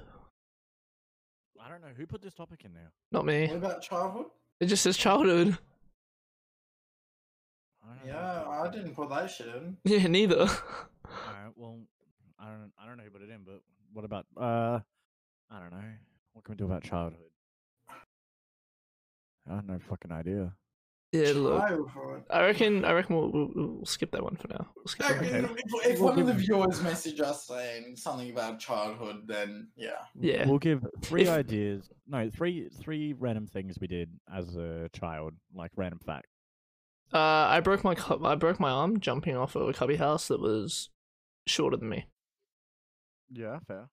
[SPEAKER 1] I don't know who put this topic in there.
[SPEAKER 2] Not
[SPEAKER 3] yeah.
[SPEAKER 2] me.
[SPEAKER 3] What about childhood?
[SPEAKER 2] It just says childhood. [laughs]
[SPEAKER 1] I don't know who
[SPEAKER 3] Yeah,
[SPEAKER 1] put
[SPEAKER 3] I
[SPEAKER 1] this in.
[SPEAKER 3] didn't put that shit in.
[SPEAKER 2] Yeah, neither.
[SPEAKER 1] Alright, well, I don't, I don't know who put it in, but what about, uh, I don't know. What can we do about childhood? I have no fucking idea.
[SPEAKER 2] [laughs] yeah, look. [laughs]
[SPEAKER 3] Childhood.
[SPEAKER 2] I reckon. I reckon we'll, we'll, we'll skip that one for now. We'll skip that one.
[SPEAKER 3] Okay, If, if one of the viewers message us saying something about childhood, then yeah.
[SPEAKER 2] Yeah.
[SPEAKER 1] We'll give three
[SPEAKER 2] If-
[SPEAKER 1] ideas. No, three, three random things we did as a child, like random fact.
[SPEAKER 2] Uh, I broke my cu- I broke my arm jumping off of a cubby house that was shorter than me. [laughs]
[SPEAKER 4] Yeah, fair.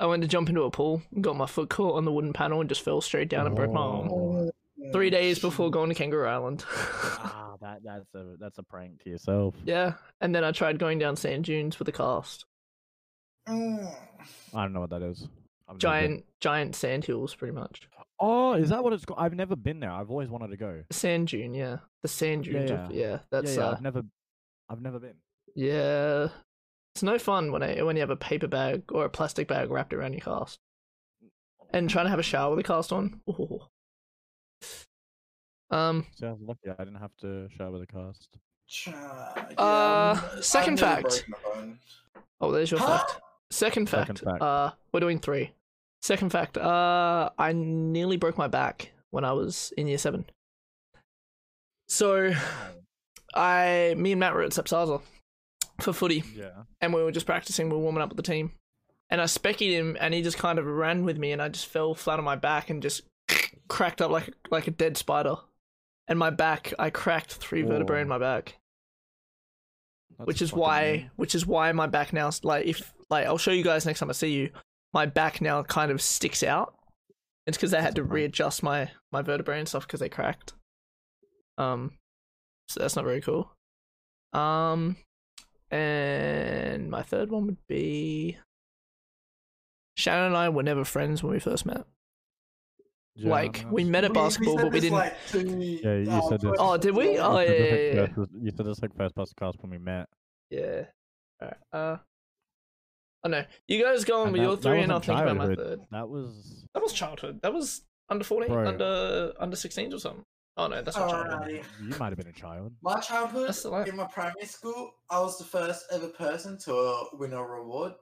[SPEAKER 2] I went to jump into a pool, got my foot caught on the wooden panel, and just fell straight down and broke my arm.
[SPEAKER 1] Oh.
[SPEAKER 2] Mm. Three days before going to Kangaroo Island. [laughs]
[SPEAKER 1] ah, that that's a that's a prank to yourself.
[SPEAKER 2] yeah, and then I tried going down sand dunes with a cast.
[SPEAKER 3] Mm.
[SPEAKER 1] I don't know what that is. I've never been.
[SPEAKER 2] Giant, giant sand hills, pretty much.
[SPEAKER 1] Oh, is that what it's called? I've never been there. I've always wanted to go.
[SPEAKER 2] Sand dune, yeah. The sand dunes, yeah. Of, yeah that's
[SPEAKER 1] yeah, yeah,
[SPEAKER 2] uh,
[SPEAKER 1] I've never, I've never been.
[SPEAKER 2] yeah. It's no fun when I when you have a paper bag or a plastic bag wrapped around your cast, and trying to have a shower with a cast on. [laughs] Ooh. Um.
[SPEAKER 1] So I was lucky. I didn't have to share with a cast.
[SPEAKER 3] Cha- yeah,
[SPEAKER 2] Uh,
[SPEAKER 3] I'm- I've
[SPEAKER 2] second
[SPEAKER 3] never
[SPEAKER 2] fact.
[SPEAKER 3] broken a bone.
[SPEAKER 2] Oh, there's your
[SPEAKER 3] Huh?
[SPEAKER 2] fact. Second
[SPEAKER 1] Second
[SPEAKER 2] fact.
[SPEAKER 1] fact.
[SPEAKER 2] Uh, we're doing three. Second fact. Uh, I nearly broke my back when I was in year seven. So, I, me and Matt were at Sepsaza for footy,
[SPEAKER 1] Yeah.
[SPEAKER 2] and we were just practicing. We were warming up with the team, and I speckied him, and he just kind of ran with me, and I just fell flat on my back and just cracked up like like a dead spider. And my back, I cracked three vertebrae in
[SPEAKER 1] Woah.
[SPEAKER 2] my back which is why which is why my back now s- like if like I'll show you guys next time I see you my back now kind of sticks out it's because they had to readjust my my vertebrae and stuff because they cracked um so that's not very cool um and my third one would be Shannon and I were never friends when we first met like we met at
[SPEAKER 3] We- we
[SPEAKER 2] basketball
[SPEAKER 3] said
[SPEAKER 2] but we
[SPEAKER 3] this,
[SPEAKER 2] didn't
[SPEAKER 3] like, two-
[SPEAKER 1] Yeah, you
[SPEAKER 3] uh,
[SPEAKER 1] said this.
[SPEAKER 2] oh did we oh yeah yeah, yeah, yeah.
[SPEAKER 1] You said this like first bus cast when we met.
[SPEAKER 2] Yeah. Alright. Uh Oh no. You guys go on
[SPEAKER 1] And
[SPEAKER 2] with
[SPEAKER 1] that-
[SPEAKER 2] your
[SPEAKER 1] that
[SPEAKER 2] three and I'll
[SPEAKER 1] wasn't
[SPEAKER 2] think about my
[SPEAKER 1] childhood.
[SPEAKER 2] third.
[SPEAKER 1] That was
[SPEAKER 2] That was childhood. That was under fourteen,
[SPEAKER 1] Bro.
[SPEAKER 2] under under sixteen or something. Oh no, that's not
[SPEAKER 1] Uh,
[SPEAKER 2] childhood.
[SPEAKER 3] Alrighty.
[SPEAKER 1] you might have been a child.
[SPEAKER 3] My childhood
[SPEAKER 2] That's the life.
[SPEAKER 3] in my primary school, I was the first ever person to uh, win a reward.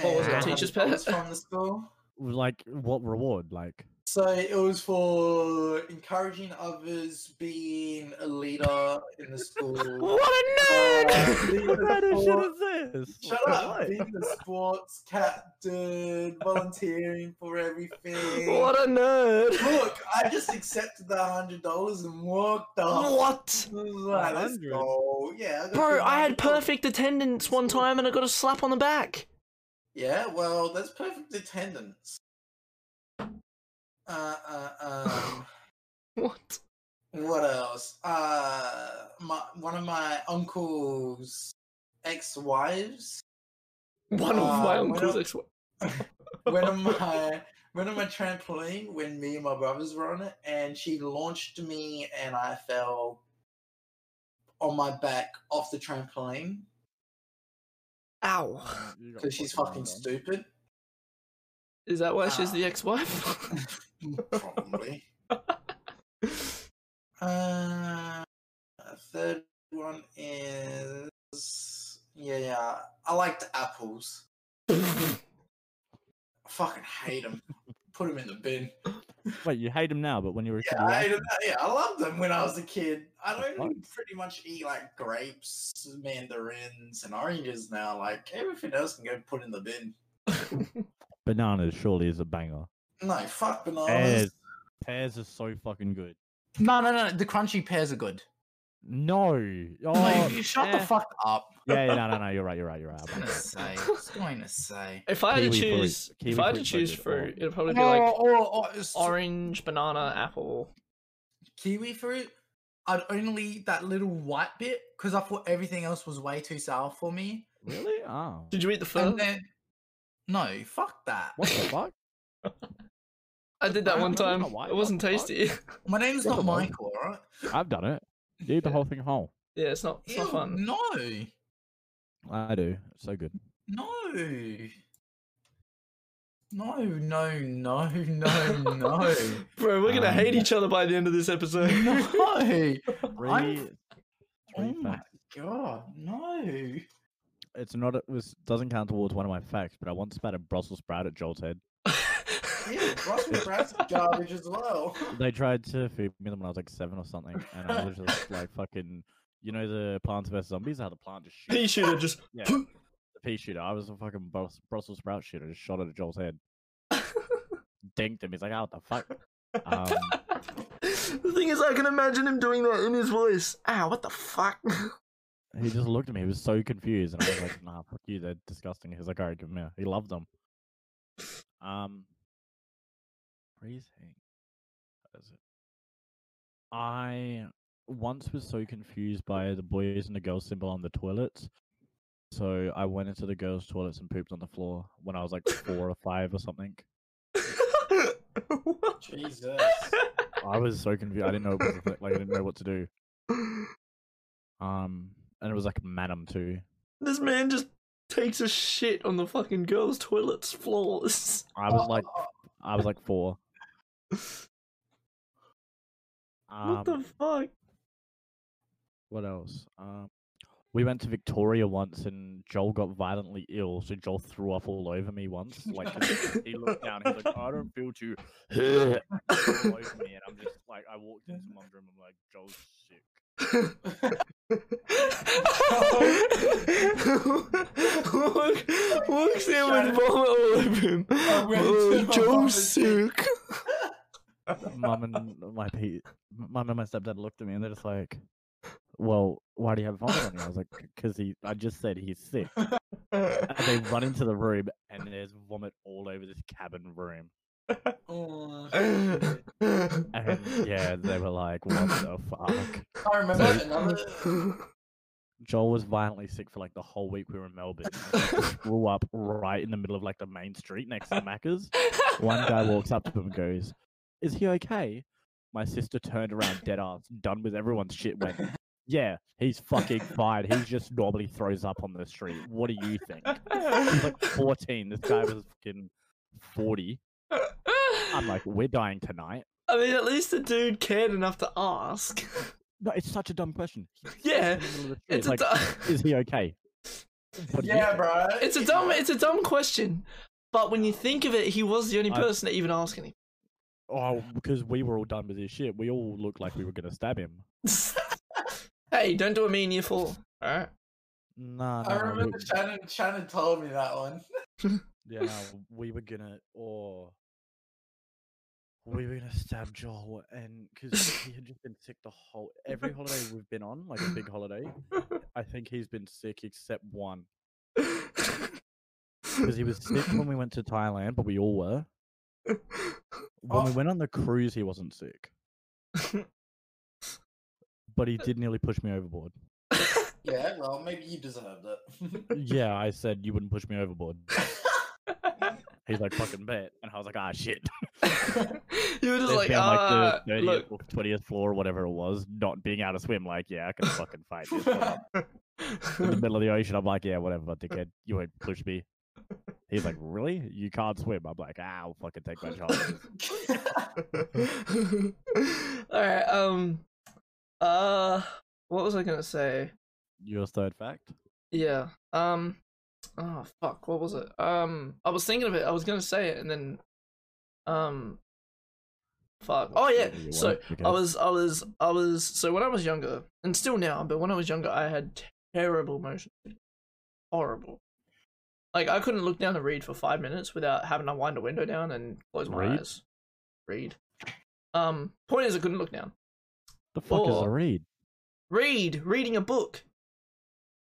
[SPEAKER 2] What was
[SPEAKER 1] it,
[SPEAKER 3] And
[SPEAKER 2] teacher's
[SPEAKER 3] I was
[SPEAKER 2] pet?
[SPEAKER 3] from the school.
[SPEAKER 1] Like what reward? Like
[SPEAKER 3] So it was for encouraging others, being a leader in the school.
[SPEAKER 2] [laughs] What [laughs] a
[SPEAKER 3] Uh,
[SPEAKER 2] nerd!
[SPEAKER 3] being
[SPEAKER 1] [laughs] what kind of shit
[SPEAKER 3] the
[SPEAKER 1] is this?
[SPEAKER 3] Shut up! Being the sports
[SPEAKER 2] [laughs]
[SPEAKER 3] captain, volunteering for everything.
[SPEAKER 2] what a nerd!
[SPEAKER 3] Look, I just accepted the hundred dollars and walked off.
[SPEAKER 2] [laughs] What?
[SPEAKER 3] I was like, let's
[SPEAKER 1] 100?
[SPEAKER 3] go. Yeah, got
[SPEAKER 2] Bro, I had
[SPEAKER 3] $200.
[SPEAKER 2] perfect attendance one time and I got a slap on the back.
[SPEAKER 3] Yeah, well, that's perfect attendance. Uh, uh, um,
[SPEAKER 2] What?
[SPEAKER 3] what else? Uh, my one of my uncle's ex-wives.
[SPEAKER 2] One of
[SPEAKER 3] Uh,
[SPEAKER 2] my
[SPEAKER 3] when
[SPEAKER 2] uncles
[SPEAKER 3] I-
[SPEAKER 2] ex
[SPEAKER 3] Went on my went on my trampoline when me and my brothers were on it, and she launched me, and I fell on my back off the trampoline
[SPEAKER 2] Ow.
[SPEAKER 3] because she's fucking stupid. [laughs]
[SPEAKER 2] Is that why she's
[SPEAKER 3] Ah.
[SPEAKER 2] the
[SPEAKER 1] [laughs]
[SPEAKER 2] ex wife?
[SPEAKER 3] Probably. Uh, third one is yeah, yeah. I liked apples. I fucking hate them. Put them in
[SPEAKER 1] [laughs]
[SPEAKER 3] the bin.
[SPEAKER 1] Wait, you hate him now, but when you were a kid,
[SPEAKER 3] Yeah,
[SPEAKER 1] you
[SPEAKER 3] I
[SPEAKER 1] liked
[SPEAKER 3] hate 'em now. Yeah, I loved them when I was a kid. I
[SPEAKER 1] The
[SPEAKER 3] don't even pretty much eat like grapes, mandarins, and oranges now. Like everything else can go put in the bin.
[SPEAKER 1] bananas surely is a banger.
[SPEAKER 3] No, fuck bananas.
[SPEAKER 1] Pears, pears are so fucking good.
[SPEAKER 3] No, no, no. The crunchy pears are good.
[SPEAKER 1] No, oh,
[SPEAKER 3] like, shut the
[SPEAKER 1] eh.
[SPEAKER 3] fuck up.
[SPEAKER 1] yeah, yeah, no, no, no, you're right, you're right, you're right.
[SPEAKER 3] [laughs] I was gonna say. I was going to say.
[SPEAKER 2] If I had to
[SPEAKER 1] Kiwi fruit.
[SPEAKER 2] choose, if
[SPEAKER 1] Kiwi
[SPEAKER 2] I had to
[SPEAKER 1] fruit's very
[SPEAKER 2] choose
[SPEAKER 1] good. Oh.
[SPEAKER 2] fruit, it'd probably be
[SPEAKER 3] [laughs] Or-
[SPEAKER 2] like
[SPEAKER 3] or- or it's
[SPEAKER 2] orange, banana, apple.
[SPEAKER 3] kiwi fruit. I'd only eat that little white bit because I thought everything else was way too sour for me.
[SPEAKER 1] Really? Oh.
[SPEAKER 2] Did you eat the fur?
[SPEAKER 3] And then, no, fuck that.
[SPEAKER 1] [laughs] What the fuck?
[SPEAKER 2] I did that
[SPEAKER 1] I
[SPEAKER 2] one
[SPEAKER 1] don't know
[SPEAKER 2] time.
[SPEAKER 1] why,
[SPEAKER 2] It wasn't
[SPEAKER 1] what the fuck?
[SPEAKER 2] tasty.
[SPEAKER 3] My name's
[SPEAKER 1] What
[SPEAKER 3] not
[SPEAKER 1] the fuck?
[SPEAKER 3] Michael, alright?
[SPEAKER 1] I've done it. You eat the
[SPEAKER 2] Yeah.
[SPEAKER 1] whole thing whole.
[SPEAKER 2] yeah, it's not. It's not
[SPEAKER 3] Ew,
[SPEAKER 2] fun.
[SPEAKER 3] No,
[SPEAKER 1] I do. It's so good.
[SPEAKER 3] no. No, no, no, no, no.
[SPEAKER 2] [laughs] Bro, we're gonna
[SPEAKER 1] Um,
[SPEAKER 2] hate each other by the end of this episode. [laughs]
[SPEAKER 3] no.
[SPEAKER 1] Three,
[SPEAKER 3] I'm- Oh
[SPEAKER 1] three
[SPEAKER 3] my
[SPEAKER 1] facts.
[SPEAKER 3] god, no.
[SPEAKER 1] It's not. It was doesn't count towards one of my facts, but I once spat a Brussels sprout at Joel's head.
[SPEAKER 3] Yeah, Brussels sprouts are garbage as well.
[SPEAKER 1] They tried to feed me them when I was like seven or something, and I was just like fucking. You know the Plants vs Zombies? How the plant just
[SPEAKER 2] Pea
[SPEAKER 1] shoots
[SPEAKER 2] shooter just.
[SPEAKER 1] Yeah. the pea shooter. I was a fucking Brus- Brussels sprout shooter. Just shot it at Joel's head. Dinked him. He's like, "Oh, what the fuck?" Um,
[SPEAKER 2] [laughs] the thing is, I can imagine him doing that in his voice. Ah, what the fuck? [laughs]
[SPEAKER 1] he just looked at me. He was so confused, and I was like, "Nah, fuck you. They're disgusting." He's like, "All right, give them here." He loved them. Um, freezing. What is it? I once was so confused by the boys and the girls symbol on the toilets. So I went into the girls' toilets and pooped on the floor when I was like four or five or something.
[SPEAKER 3] Jesus.
[SPEAKER 1] I was so confused. I didn't know what was, like I didn't know what to do. Um, and it was like madam too.
[SPEAKER 2] this man just takes a shit on the fucking girls' toilets floors. [laughs]
[SPEAKER 1] I was like,
[SPEAKER 2] oh,
[SPEAKER 1] I was like four. Um,
[SPEAKER 2] what the fuck?
[SPEAKER 1] what else? Um, we went to Victoria once, and Joel got violently ill, so Joel threw up all over me once. Like
[SPEAKER 2] [laughs]
[SPEAKER 1] he- he looked down, he's like, I don't feel too all over me, and I'm just like, I walked into mum's room, I'm like, Joel's sick.
[SPEAKER 2] Walk, walks in with
[SPEAKER 3] Shut
[SPEAKER 2] vomit all over him.
[SPEAKER 3] I went
[SPEAKER 2] Oh,
[SPEAKER 3] to my
[SPEAKER 2] Joe's
[SPEAKER 3] mama's
[SPEAKER 2] sick.
[SPEAKER 1] Mum and my pe- mum and my stepdad looked at me, and they're just like, "Well, why do you have vomit on you?" I was like, "Cause he, I just said he's sick." And they
[SPEAKER 2] [laughs]
[SPEAKER 1] run into the room, and there's vomit all over this cabin room.
[SPEAKER 3] Oh, shit.
[SPEAKER 1] And
[SPEAKER 2] [laughs]
[SPEAKER 1] yeah, they
[SPEAKER 3] [laughs]
[SPEAKER 1] were like, what the fuck?
[SPEAKER 3] I remember another.
[SPEAKER 1] Joel was violently sick for like the whole week we were in Melbourne. and he
[SPEAKER 2] [laughs]
[SPEAKER 1] just threw up right in the middle of like the main street next to Macca's. One guy walks up to him and goes, Is he okay? My sister turned around dead ass, done with everyone's shit, went, Yeah, he's fucking fine. He just normally throws up on the street. What do you think? He's like 14. This guy was fucking 40. I'm like, We're dying tonight.
[SPEAKER 2] I mean, at least the dude cared enough to ask.
[SPEAKER 1] No, it's such a dumb question.
[SPEAKER 2] Yeah,
[SPEAKER 1] In the middle of the street,
[SPEAKER 2] it's a
[SPEAKER 1] like,
[SPEAKER 2] du-
[SPEAKER 1] is he okay? What do you
[SPEAKER 3] Yeah,
[SPEAKER 1] think?
[SPEAKER 3] bro.
[SPEAKER 2] [laughs] it's a dumb it's a dumb question. But when you think of it, he was the only
[SPEAKER 1] I-
[SPEAKER 2] person to even ask anything.
[SPEAKER 1] Oh, because we were all done with his shit. We all looked like we were gonna stab him.
[SPEAKER 2] [laughs] hey, don't do a me in year four. All right.
[SPEAKER 1] Nah,
[SPEAKER 3] I remember Shannon. Shannon told me that one. [laughs]
[SPEAKER 1] yeah, no, we were gonna, or we were gonna stab Joel, and because he had just been sick the whole every holiday we've been on, like a big holiday. I think he's been sick except one because he was sick when we went to Thailand, but we all were. When we
[SPEAKER 3] Oh.
[SPEAKER 1] went on the cruise, he wasn't
[SPEAKER 3] [laughs]
[SPEAKER 1] sick, but he did nearly push me overboard.
[SPEAKER 3] Yeah, well, maybe you deserved it.
[SPEAKER 1] Yeah, I said you wouldn't push me overboard. He's like fucking bet, and I was like, ah, shit.
[SPEAKER 2] [laughs] [laughs] you were just
[SPEAKER 1] They'd
[SPEAKER 2] like,
[SPEAKER 1] be on,
[SPEAKER 2] ah,
[SPEAKER 1] the 30th
[SPEAKER 2] look, [laughs]
[SPEAKER 1] or 20th floor or whatever it was, not being able to swim. Like, yeah, I can
[SPEAKER 2] [laughs]
[SPEAKER 1] fucking fight this. whatever." In the middle of the ocean, I'm like, yeah, whatever, dickhead. You won't push me. He's like, really? You can't swim? I'm like, ah, I'll fucking take my chances.
[SPEAKER 2] [laughs] all right. Um, uh, what was I gonna say?
[SPEAKER 1] Your third fact?
[SPEAKER 2] Yeah. Um. Oh fuck. What was it? Um. I was thinking of it. I was gonna say it, and then, um. Fuck. Oh yeah.
[SPEAKER 1] Whatever you
[SPEAKER 2] So
[SPEAKER 1] want, okay.
[SPEAKER 2] I was. I was. I was. So when I was younger, and still now, but when I was younger, I had terrible motion. sickness. Horrible. Like I couldn't look down and read for five minutes without having to wind a window down and close my
[SPEAKER 1] Read?
[SPEAKER 2] eyes. Read. Um. Point is, I couldn't look down.
[SPEAKER 1] the fuck is a
[SPEAKER 2] or-
[SPEAKER 1] read?
[SPEAKER 2] Read. Reading a book.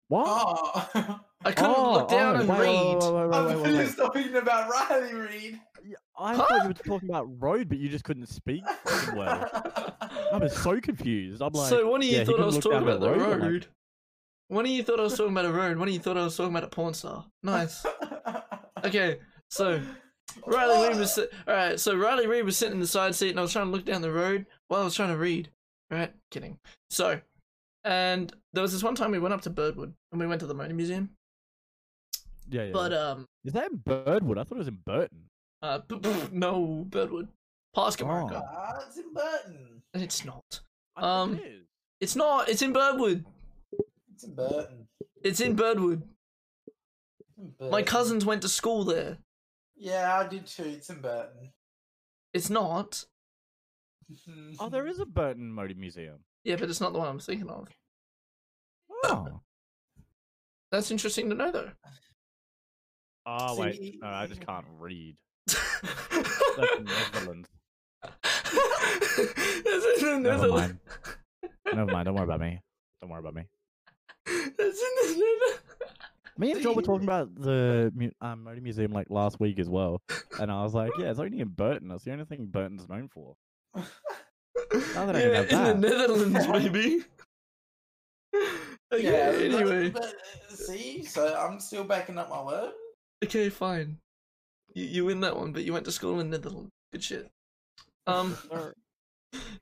[SPEAKER 1] What?
[SPEAKER 3] [laughs] oh,
[SPEAKER 2] I couldn't
[SPEAKER 1] Oh,
[SPEAKER 2] look down
[SPEAKER 1] oh,
[SPEAKER 2] and
[SPEAKER 1] wait, wait,
[SPEAKER 2] read.
[SPEAKER 1] wait, wait, wait,
[SPEAKER 3] I'm
[SPEAKER 1] wait, wait, wait.
[SPEAKER 3] finished talking about Riley Reed.
[SPEAKER 1] Yeah, I
[SPEAKER 2] Huh?
[SPEAKER 1] thought you were talking about road, but you just couldn't speak fucking
[SPEAKER 2] [laughs]
[SPEAKER 3] [laughs]
[SPEAKER 1] well. I was so confused. I'm like,
[SPEAKER 2] so what do you
[SPEAKER 1] yeah, he
[SPEAKER 2] thought I
[SPEAKER 1] can
[SPEAKER 2] was
[SPEAKER 1] look
[SPEAKER 2] talking
[SPEAKER 1] down the
[SPEAKER 2] about the
[SPEAKER 1] road,
[SPEAKER 2] road?
[SPEAKER 1] but, like,
[SPEAKER 2] One of you thought I was talking about a road. One of you thought I was talking about a porn star. Nice. Okay, so Riley Reed was sit- all right. So Riley Reed was sitting in the side seat, and I was trying to look down the road while I was trying to read. Right, kidding. So, and there was this one time we went up to Birdwood and we went to the Mona Museum.
[SPEAKER 1] Yeah, yeah.
[SPEAKER 2] But um,
[SPEAKER 1] Is that in Birdwood? I thought it was in Burton.
[SPEAKER 2] uh, [laughs] p- p- no Birdwood, Park America.
[SPEAKER 1] Oh.
[SPEAKER 3] Ah, it's in Burton.
[SPEAKER 2] It's not.
[SPEAKER 1] I thought
[SPEAKER 2] Um,
[SPEAKER 1] it is.
[SPEAKER 2] It's not. It's in Birdwood.
[SPEAKER 3] It's in Burton.
[SPEAKER 2] It's in Birdwood.
[SPEAKER 3] It's in
[SPEAKER 2] My
[SPEAKER 3] Burton.
[SPEAKER 2] cousins went to school there.
[SPEAKER 3] Yeah, I did too. It's in Burton. [laughs]
[SPEAKER 2] It's not.
[SPEAKER 1] Oh, there is a Burton Motor Museum.
[SPEAKER 2] Yeah, but it's not the one I'm thinking of.
[SPEAKER 1] Oh.
[SPEAKER 2] That's interesting to know, though.
[SPEAKER 1] Oh wait,
[SPEAKER 3] See-
[SPEAKER 1] no,
[SPEAKER 2] [laughs]
[SPEAKER 1] I just can't read. That's Netherlands.
[SPEAKER 2] That's in the
[SPEAKER 1] Never
[SPEAKER 2] Netherlands.
[SPEAKER 1] mind. Never mind. Don't worry about me. Don't worry about me.
[SPEAKER 2] That's in the Netherlands.
[SPEAKER 1] Me and Joel were talking about the mu- um, Motor Museum like last week as well, and I was like, "Yeah, it's only in Burton. That's the only thing Burton's known for." Now that I
[SPEAKER 2] yeah,
[SPEAKER 1] know that.
[SPEAKER 2] in
[SPEAKER 1] [laughs]
[SPEAKER 2] the Netherlands, maybe. okay,
[SPEAKER 3] Yeah, but-
[SPEAKER 2] anyway.
[SPEAKER 3] but, uh, see, so I'm still backing up my word.
[SPEAKER 2] Okay, fine. You, you win that one, but you went to school in Netherlands. Good shit. [laughs] Um.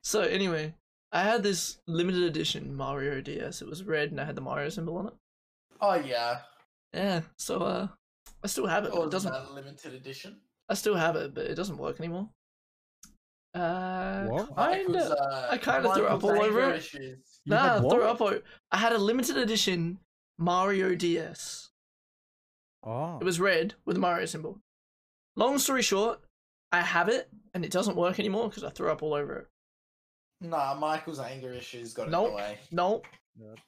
[SPEAKER 2] So anyway, I had this limited edition Mario DS. It was red, and I had the Mario symbol on it.
[SPEAKER 3] Oh yeah,
[SPEAKER 2] Yeah. So uh, I still have it.
[SPEAKER 3] it
[SPEAKER 2] But Oh, it
[SPEAKER 3] was
[SPEAKER 2] doesn't.
[SPEAKER 3] a limited edition.
[SPEAKER 2] I still have it, but it doesn't work anymore. Uh,
[SPEAKER 1] What?
[SPEAKER 3] Mine
[SPEAKER 2] kinda.
[SPEAKER 3] was, uh,
[SPEAKER 2] I kinda
[SPEAKER 3] mine
[SPEAKER 2] threw up
[SPEAKER 3] was
[SPEAKER 2] all
[SPEAKER 3] anger
[SPEAKER 2] over it.
[SPEAKER 3] issues.
[SPEAKER 1] You had
[SPEAKER 2] Nah,
[SPEAKER 1] what?
[SPEAKER 2] throw up. o- I had a limited edition Mario DS.
[SPEAKER 1] Oh,
[SPEAKER 2] It was red with a Mario symbol. Long story short, I have it and it doesn't work anymore because I threw up all over it.
[SPEAKER 3] Nah, Michael's anger issues got
[SPEAKER 2] Nope.
[SPEAKER 3] in the way.
[SPEAKER 2] No,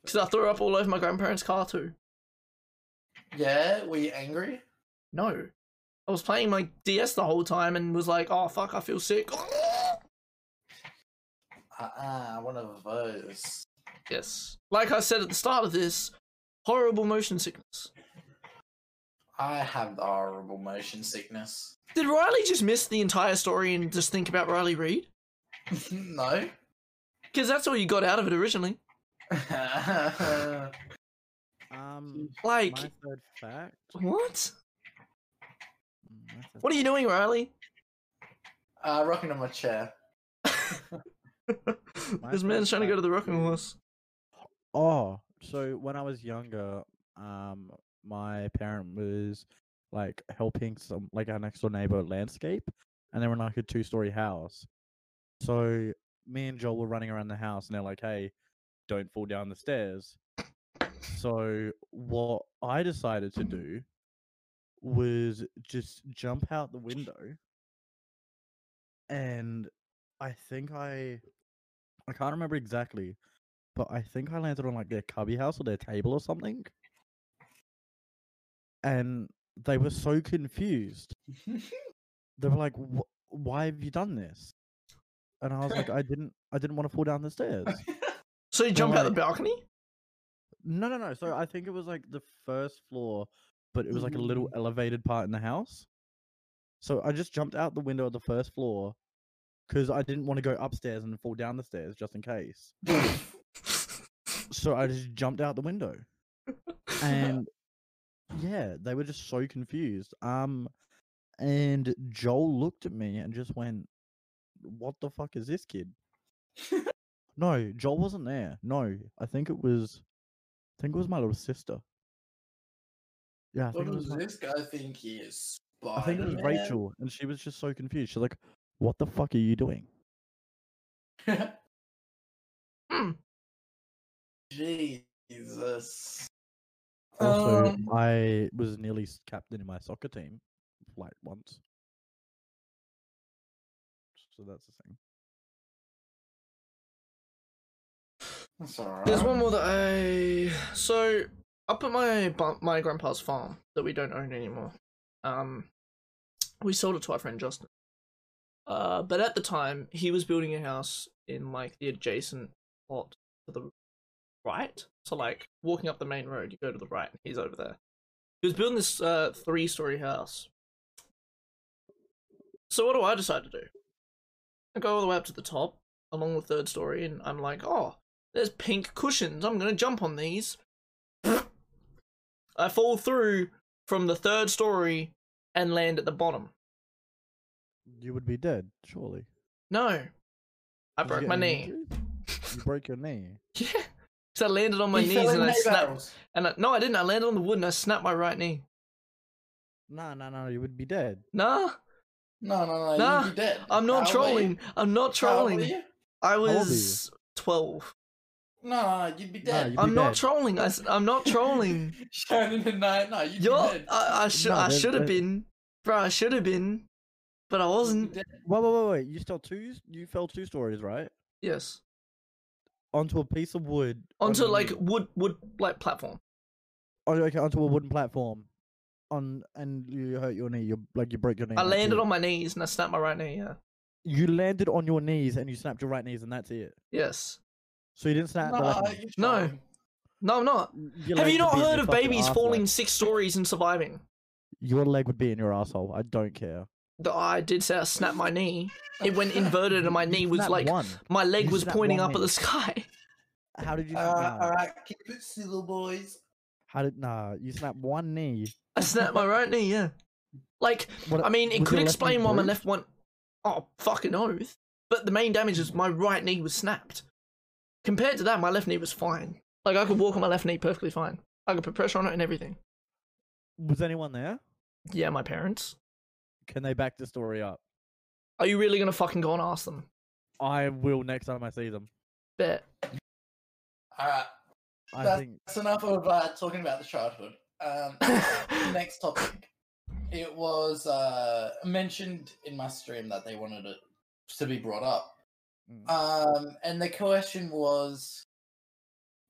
[SPEAKER 2] because I threw up all over my grandparents' car too.
[SPEAKER 3] Yeah, were you angry?
[SPEAKER 2] No, I was playing my DS the whole time and was like, "Oh fuck, I feel sick." [gasps]
[SPEAKER 3] Ah, uh one of those.
[SPEAKER 2] yes, like I said at the start of this, horrible motion sickness.
[SPEAKER 3] I have the horrible motion sickness. [laughs]
[SPEAKER 2] Did Riley just miss the entire story and just think about Riley Reed?
[SPEAKER 3] no. [laughs]
[SPEAKER 2] Because that's all you got out of it originally.
[SPEAKER 3] Uh,
[SPEAKER 1] um,
[SPEAKER 2] Like,
[SPEAKER 1] my third fact.
[SPEAKER 2] what?
[SPEAKER 1] Mm, my third-
[SPEAKER 2] What are you doing, Riley?
[SPEAKER 3] uh, rocking on my chair.
[SPEAKER 2] [laughs] this man's trying to go to the rocking horse.
[SPEAKER 1] Oh, so when I was younger, um, my parent was like helping some like our next door neighbor landscape, and they were in like a two story house. So me and Joel were running around the house, and they're like, "Hey, don't fall down the stairs." So what I decided to do was just jump out the window, and I think I I can't remember exactly but I think I landed on like their cubby house or their table or something. And they were so confused. They were like, "Wh- "Why have you done this?" And I was like, "I didn't. I didn't want to fall down the stairs."
[SPEAKER 2] So you
[SPEAKER 1] No,
[SPEAKER 2] jump out the
[SPEAKER 1] wait.
[SPEAKER 2] balcony?
[SPEAKER 1] no, no, no. So I think it was like the first floor, but it was like a little elevated part in the house. So I just jumped out the window of the first floor because I didn't want to go upstairs and fall down the stairs just in case. So I just jumped out the window. and yeah, they were just so confused. Um, and Joel looked at me and just went, "What the fuck is this
[SPEAKER 3] [laughs]
[SPEAKER 1] kid?" no, Joel wasn't there. No, I think it was, I think it was my little sister. Yeah, I
[SPEAKER 3] What Oh,
[SPEAKER 1] think it was.
[SPEAKER 3] does
[SPEAKER 1] my-
[SPEAKER 3] this guy think he is?
[SPEAKER 1] I think it was
[SPEAKER 3] Spider-Man?
[SPEAKER 1] Rachel, and she was just so confused. She's like, "What the fuck are you doing?"
[SPEAKER 3] [laughs]
[SPEAKER 2] Hmm.
[SPEAKER 3] Jesus.
[SPEAKER 1] Also,
[SPEAKER 3] Um,
[SPEAKER 1] I was nearly s- captain in my soccer team, like once. So that's the thing.
[SPEAKER 3] that's alright.
[SPEAKER 2] There's one more that I. So up at my bu- my grandpa's farm that we don't own anymore, um, we sold it to our friend Justin. Uh, but at the time he was building a house in like the adjacent plot to the right. So like walking up the main road, you go to the right, and he's over there. He was building this uh, three-story house. So what do I decide to do? I go all the way up to the top, along the third story, and I'm like, oh, there's pink cushions. I'm gonna jump on these. I fall through from the third story and land at the bottom.
[SPEAKER 1] You would be dead, surely.
[SPEAKER 2] No, I
[SPEAKER 1] Did you
[SPEAKER 2] broke
[SPEAKER 1] get
[SPEAKER 2] my
[SPEAKER 1] any
[SPEAKER 2] knee.
[SPEAKER 1] injuries? [laughs] You broke your knee.
[SPEAKER 2] [laughs] Yeah, so I landed on my
[SPEAKER 3] He fell
[SPEAKER 2] knees
[SPEAKER 3] in
[SPEAKER 2] and I
[SPEAKER 3] hay
[SPEAKER 2] snapped.
[SPEAKER 3] bales.
[SPEAKER 2] And I, no, I didn't. I landed on the wood and I snapped my right knee.
[SPEAKER 1] No, no, no. You would be dead.
[SPEAKER 2] Nah,
[SPEAKER 3] No, no, no.
[SPEAKER 2] Nah,
[SPEAKER 3] you'd be dead.
[SPEAKER 2] I'm not
[SPEAKER 3] How old were
[SPEAKER 2] trolling.
[SPEAKER 3] you?
[SPEAKER 2] I'm not
[SPEAKER 3] How old were
[SPEAKER 2] trolling.
[SPEAKER 3] you?
[SPEAKER 2] I
[SPEAKER 1] old are
[SPEAKER 2] was twelve.
[SPEAKER 3] No, no, you'd be
[SPEAKER 1] No,
[SPEAKER 3] dead.
[SPEAKER 1] you'd be
[SPEAKER 2] I'm not
[SPEAKER 1] dead.
[SPEAKER 2] trolling. I, am not [laughs] trolling.
[SPEAKER 3] Shannon and I, no, [laughs] you'd
[SPEAKER 2] You're.
[SPEAKER 3] be dead.
[SPEAKER 2] I, I should.
[SPEAKER 1] No,
[SPEAKER 2] I
[SPEAKER 1] there's-
[SPEAKER 2] should have
[SPEAKER 1] there-
[SPEAKER 2] been, bro. I should have been, but I
[SPEAKER 3] You'd
[SPEAKER 2] wasn't.
[SPEAKER 3] be dead.
[SPEAKER 1] Wait, wait, wait, wait. You fell two. You fell two stories, right?
[SPEAKER 2] Yes.
[SPEAKER 1] Onto a piece of wood.
[SPEAKER 2] Onto
[SPEAKER 1] on your
[SPEAKER 2] like
[SPEAKER 1] knee.
[SPEAKER 2] wood, wood like platform.
[SPEAKER 1] Oh, okay, onto a wooden platform. On and you hurt your knee. You like you broke your knee.
[SPEAKER 2] I
[SPEAKER 1] that's
[SPEAKER 2] landed
[SPEAKER 1] it.
[SPEAKER 2] on my knees and I snapped my right knee. Yeah.
[SPEAKER 1] You landed on your knees and you snapped your right knees and that's it.
[SPEAKER 2] Yes.
[SPEAKER 1] So you didn't snap. the left
[SPEAKER 3] No,
[SPEAKER 1] knee.
[SPEAKER 3] you're
[SPEAKER 2] No.
[SPEAKER 3] trolling.
[SPEAKER 2] No, I'm not.
[SPEAKER 1] Y- your
[SPEAKER 2] Have
[SPEAKER 1] leg would
[SPEAKER 2] you not
[SPEAKER 1] be in
[SPEAKER 2] heard
[SPEAKER 1] your
[SPEAKER 2] of
[SPEAKER 1] fucking
[SPEAKER 2] babies
[SPEAKER 1] arsehole.
[SPEAKER 2] falling six stories and surviving?
[SPEAKER 1] Your leg would be in your asshole. I don't care.
[SPEAKER 2] The, I did say I snapped my knee. It went
[SPEAKER 3] [laughs]
[SPEAKER 2] inverted and my
[SPEAKER 1] You
[SPEAKER 2] knee was
[SPEAKER 1] snapped
[SPEAKER 2] like
[SPEAKER 1] one.
[SPEAKER 2] my leg
[SPEAKER 1] You
[SPEAKER 2] was
[SPEAKER 1] snapped
[SPEAKER 2] pointing
[SPEAKER 1] one
[SPEAKER 2] up at
[SPEAKER 1] knee.
[SPEAKER 2] the sky.
[SPEAKER 1] How
[SPEAKER 2] [laughs]
[SPEAKER 1] did you? snap?
[SPEAKER 3] Uh,
[SPEAKER 1] nah.
[SPEAKER 3] all right, keep it civil, boys.
[SPEAKER 1] How did? Nah. You snapped one knee.
[SPEAKER 2] I snapped my right knee. Yeah. Like
[SPEAKER 1] What,
[SPEAKER 2] I mean, it
[SPEAKER 1] was
[SPEAKER 2] could
[SPEAKER 1] your left
[SPEAKER 2] explain
[SPEAKER 1] knee
[SPEAKER 2] why my
[SPEAKER 1] bruised?
[SPEAKER 2] left one oh fucking oath. But the main damage is my right knee was snapped. Compared to that, my left knee was fine. Like I could walk on my left knee perfectly fine. I could put pressure on it and everything.
[SPEAKER 1] Was anyone there?
[SPEAKER 2] Yeah, my parents.
[SPEAKER 1] Can they back the story up?
[SPEAKER 2] Are you really gonna fucking go and ask them?
[SPEAKER 1] I will next time I see them.
[SPEAKER 2] Bet.
[SPEAKER 3] [laughs] All right,
[SPEAKER 1] I
[SPEAKER 3] That's-
[SPEAKER 1] think
[SPEAKER 3] that's enough of uh, talking about the childhood. Um,
[SPEAKER 2] [laughs]
[SPEAKER 3] next topic. It was uh, mentioned in my stream that they wanted it to be brought up.
[SPEAKER 1] Mm.
[SPEAKER 3] Um, and the question was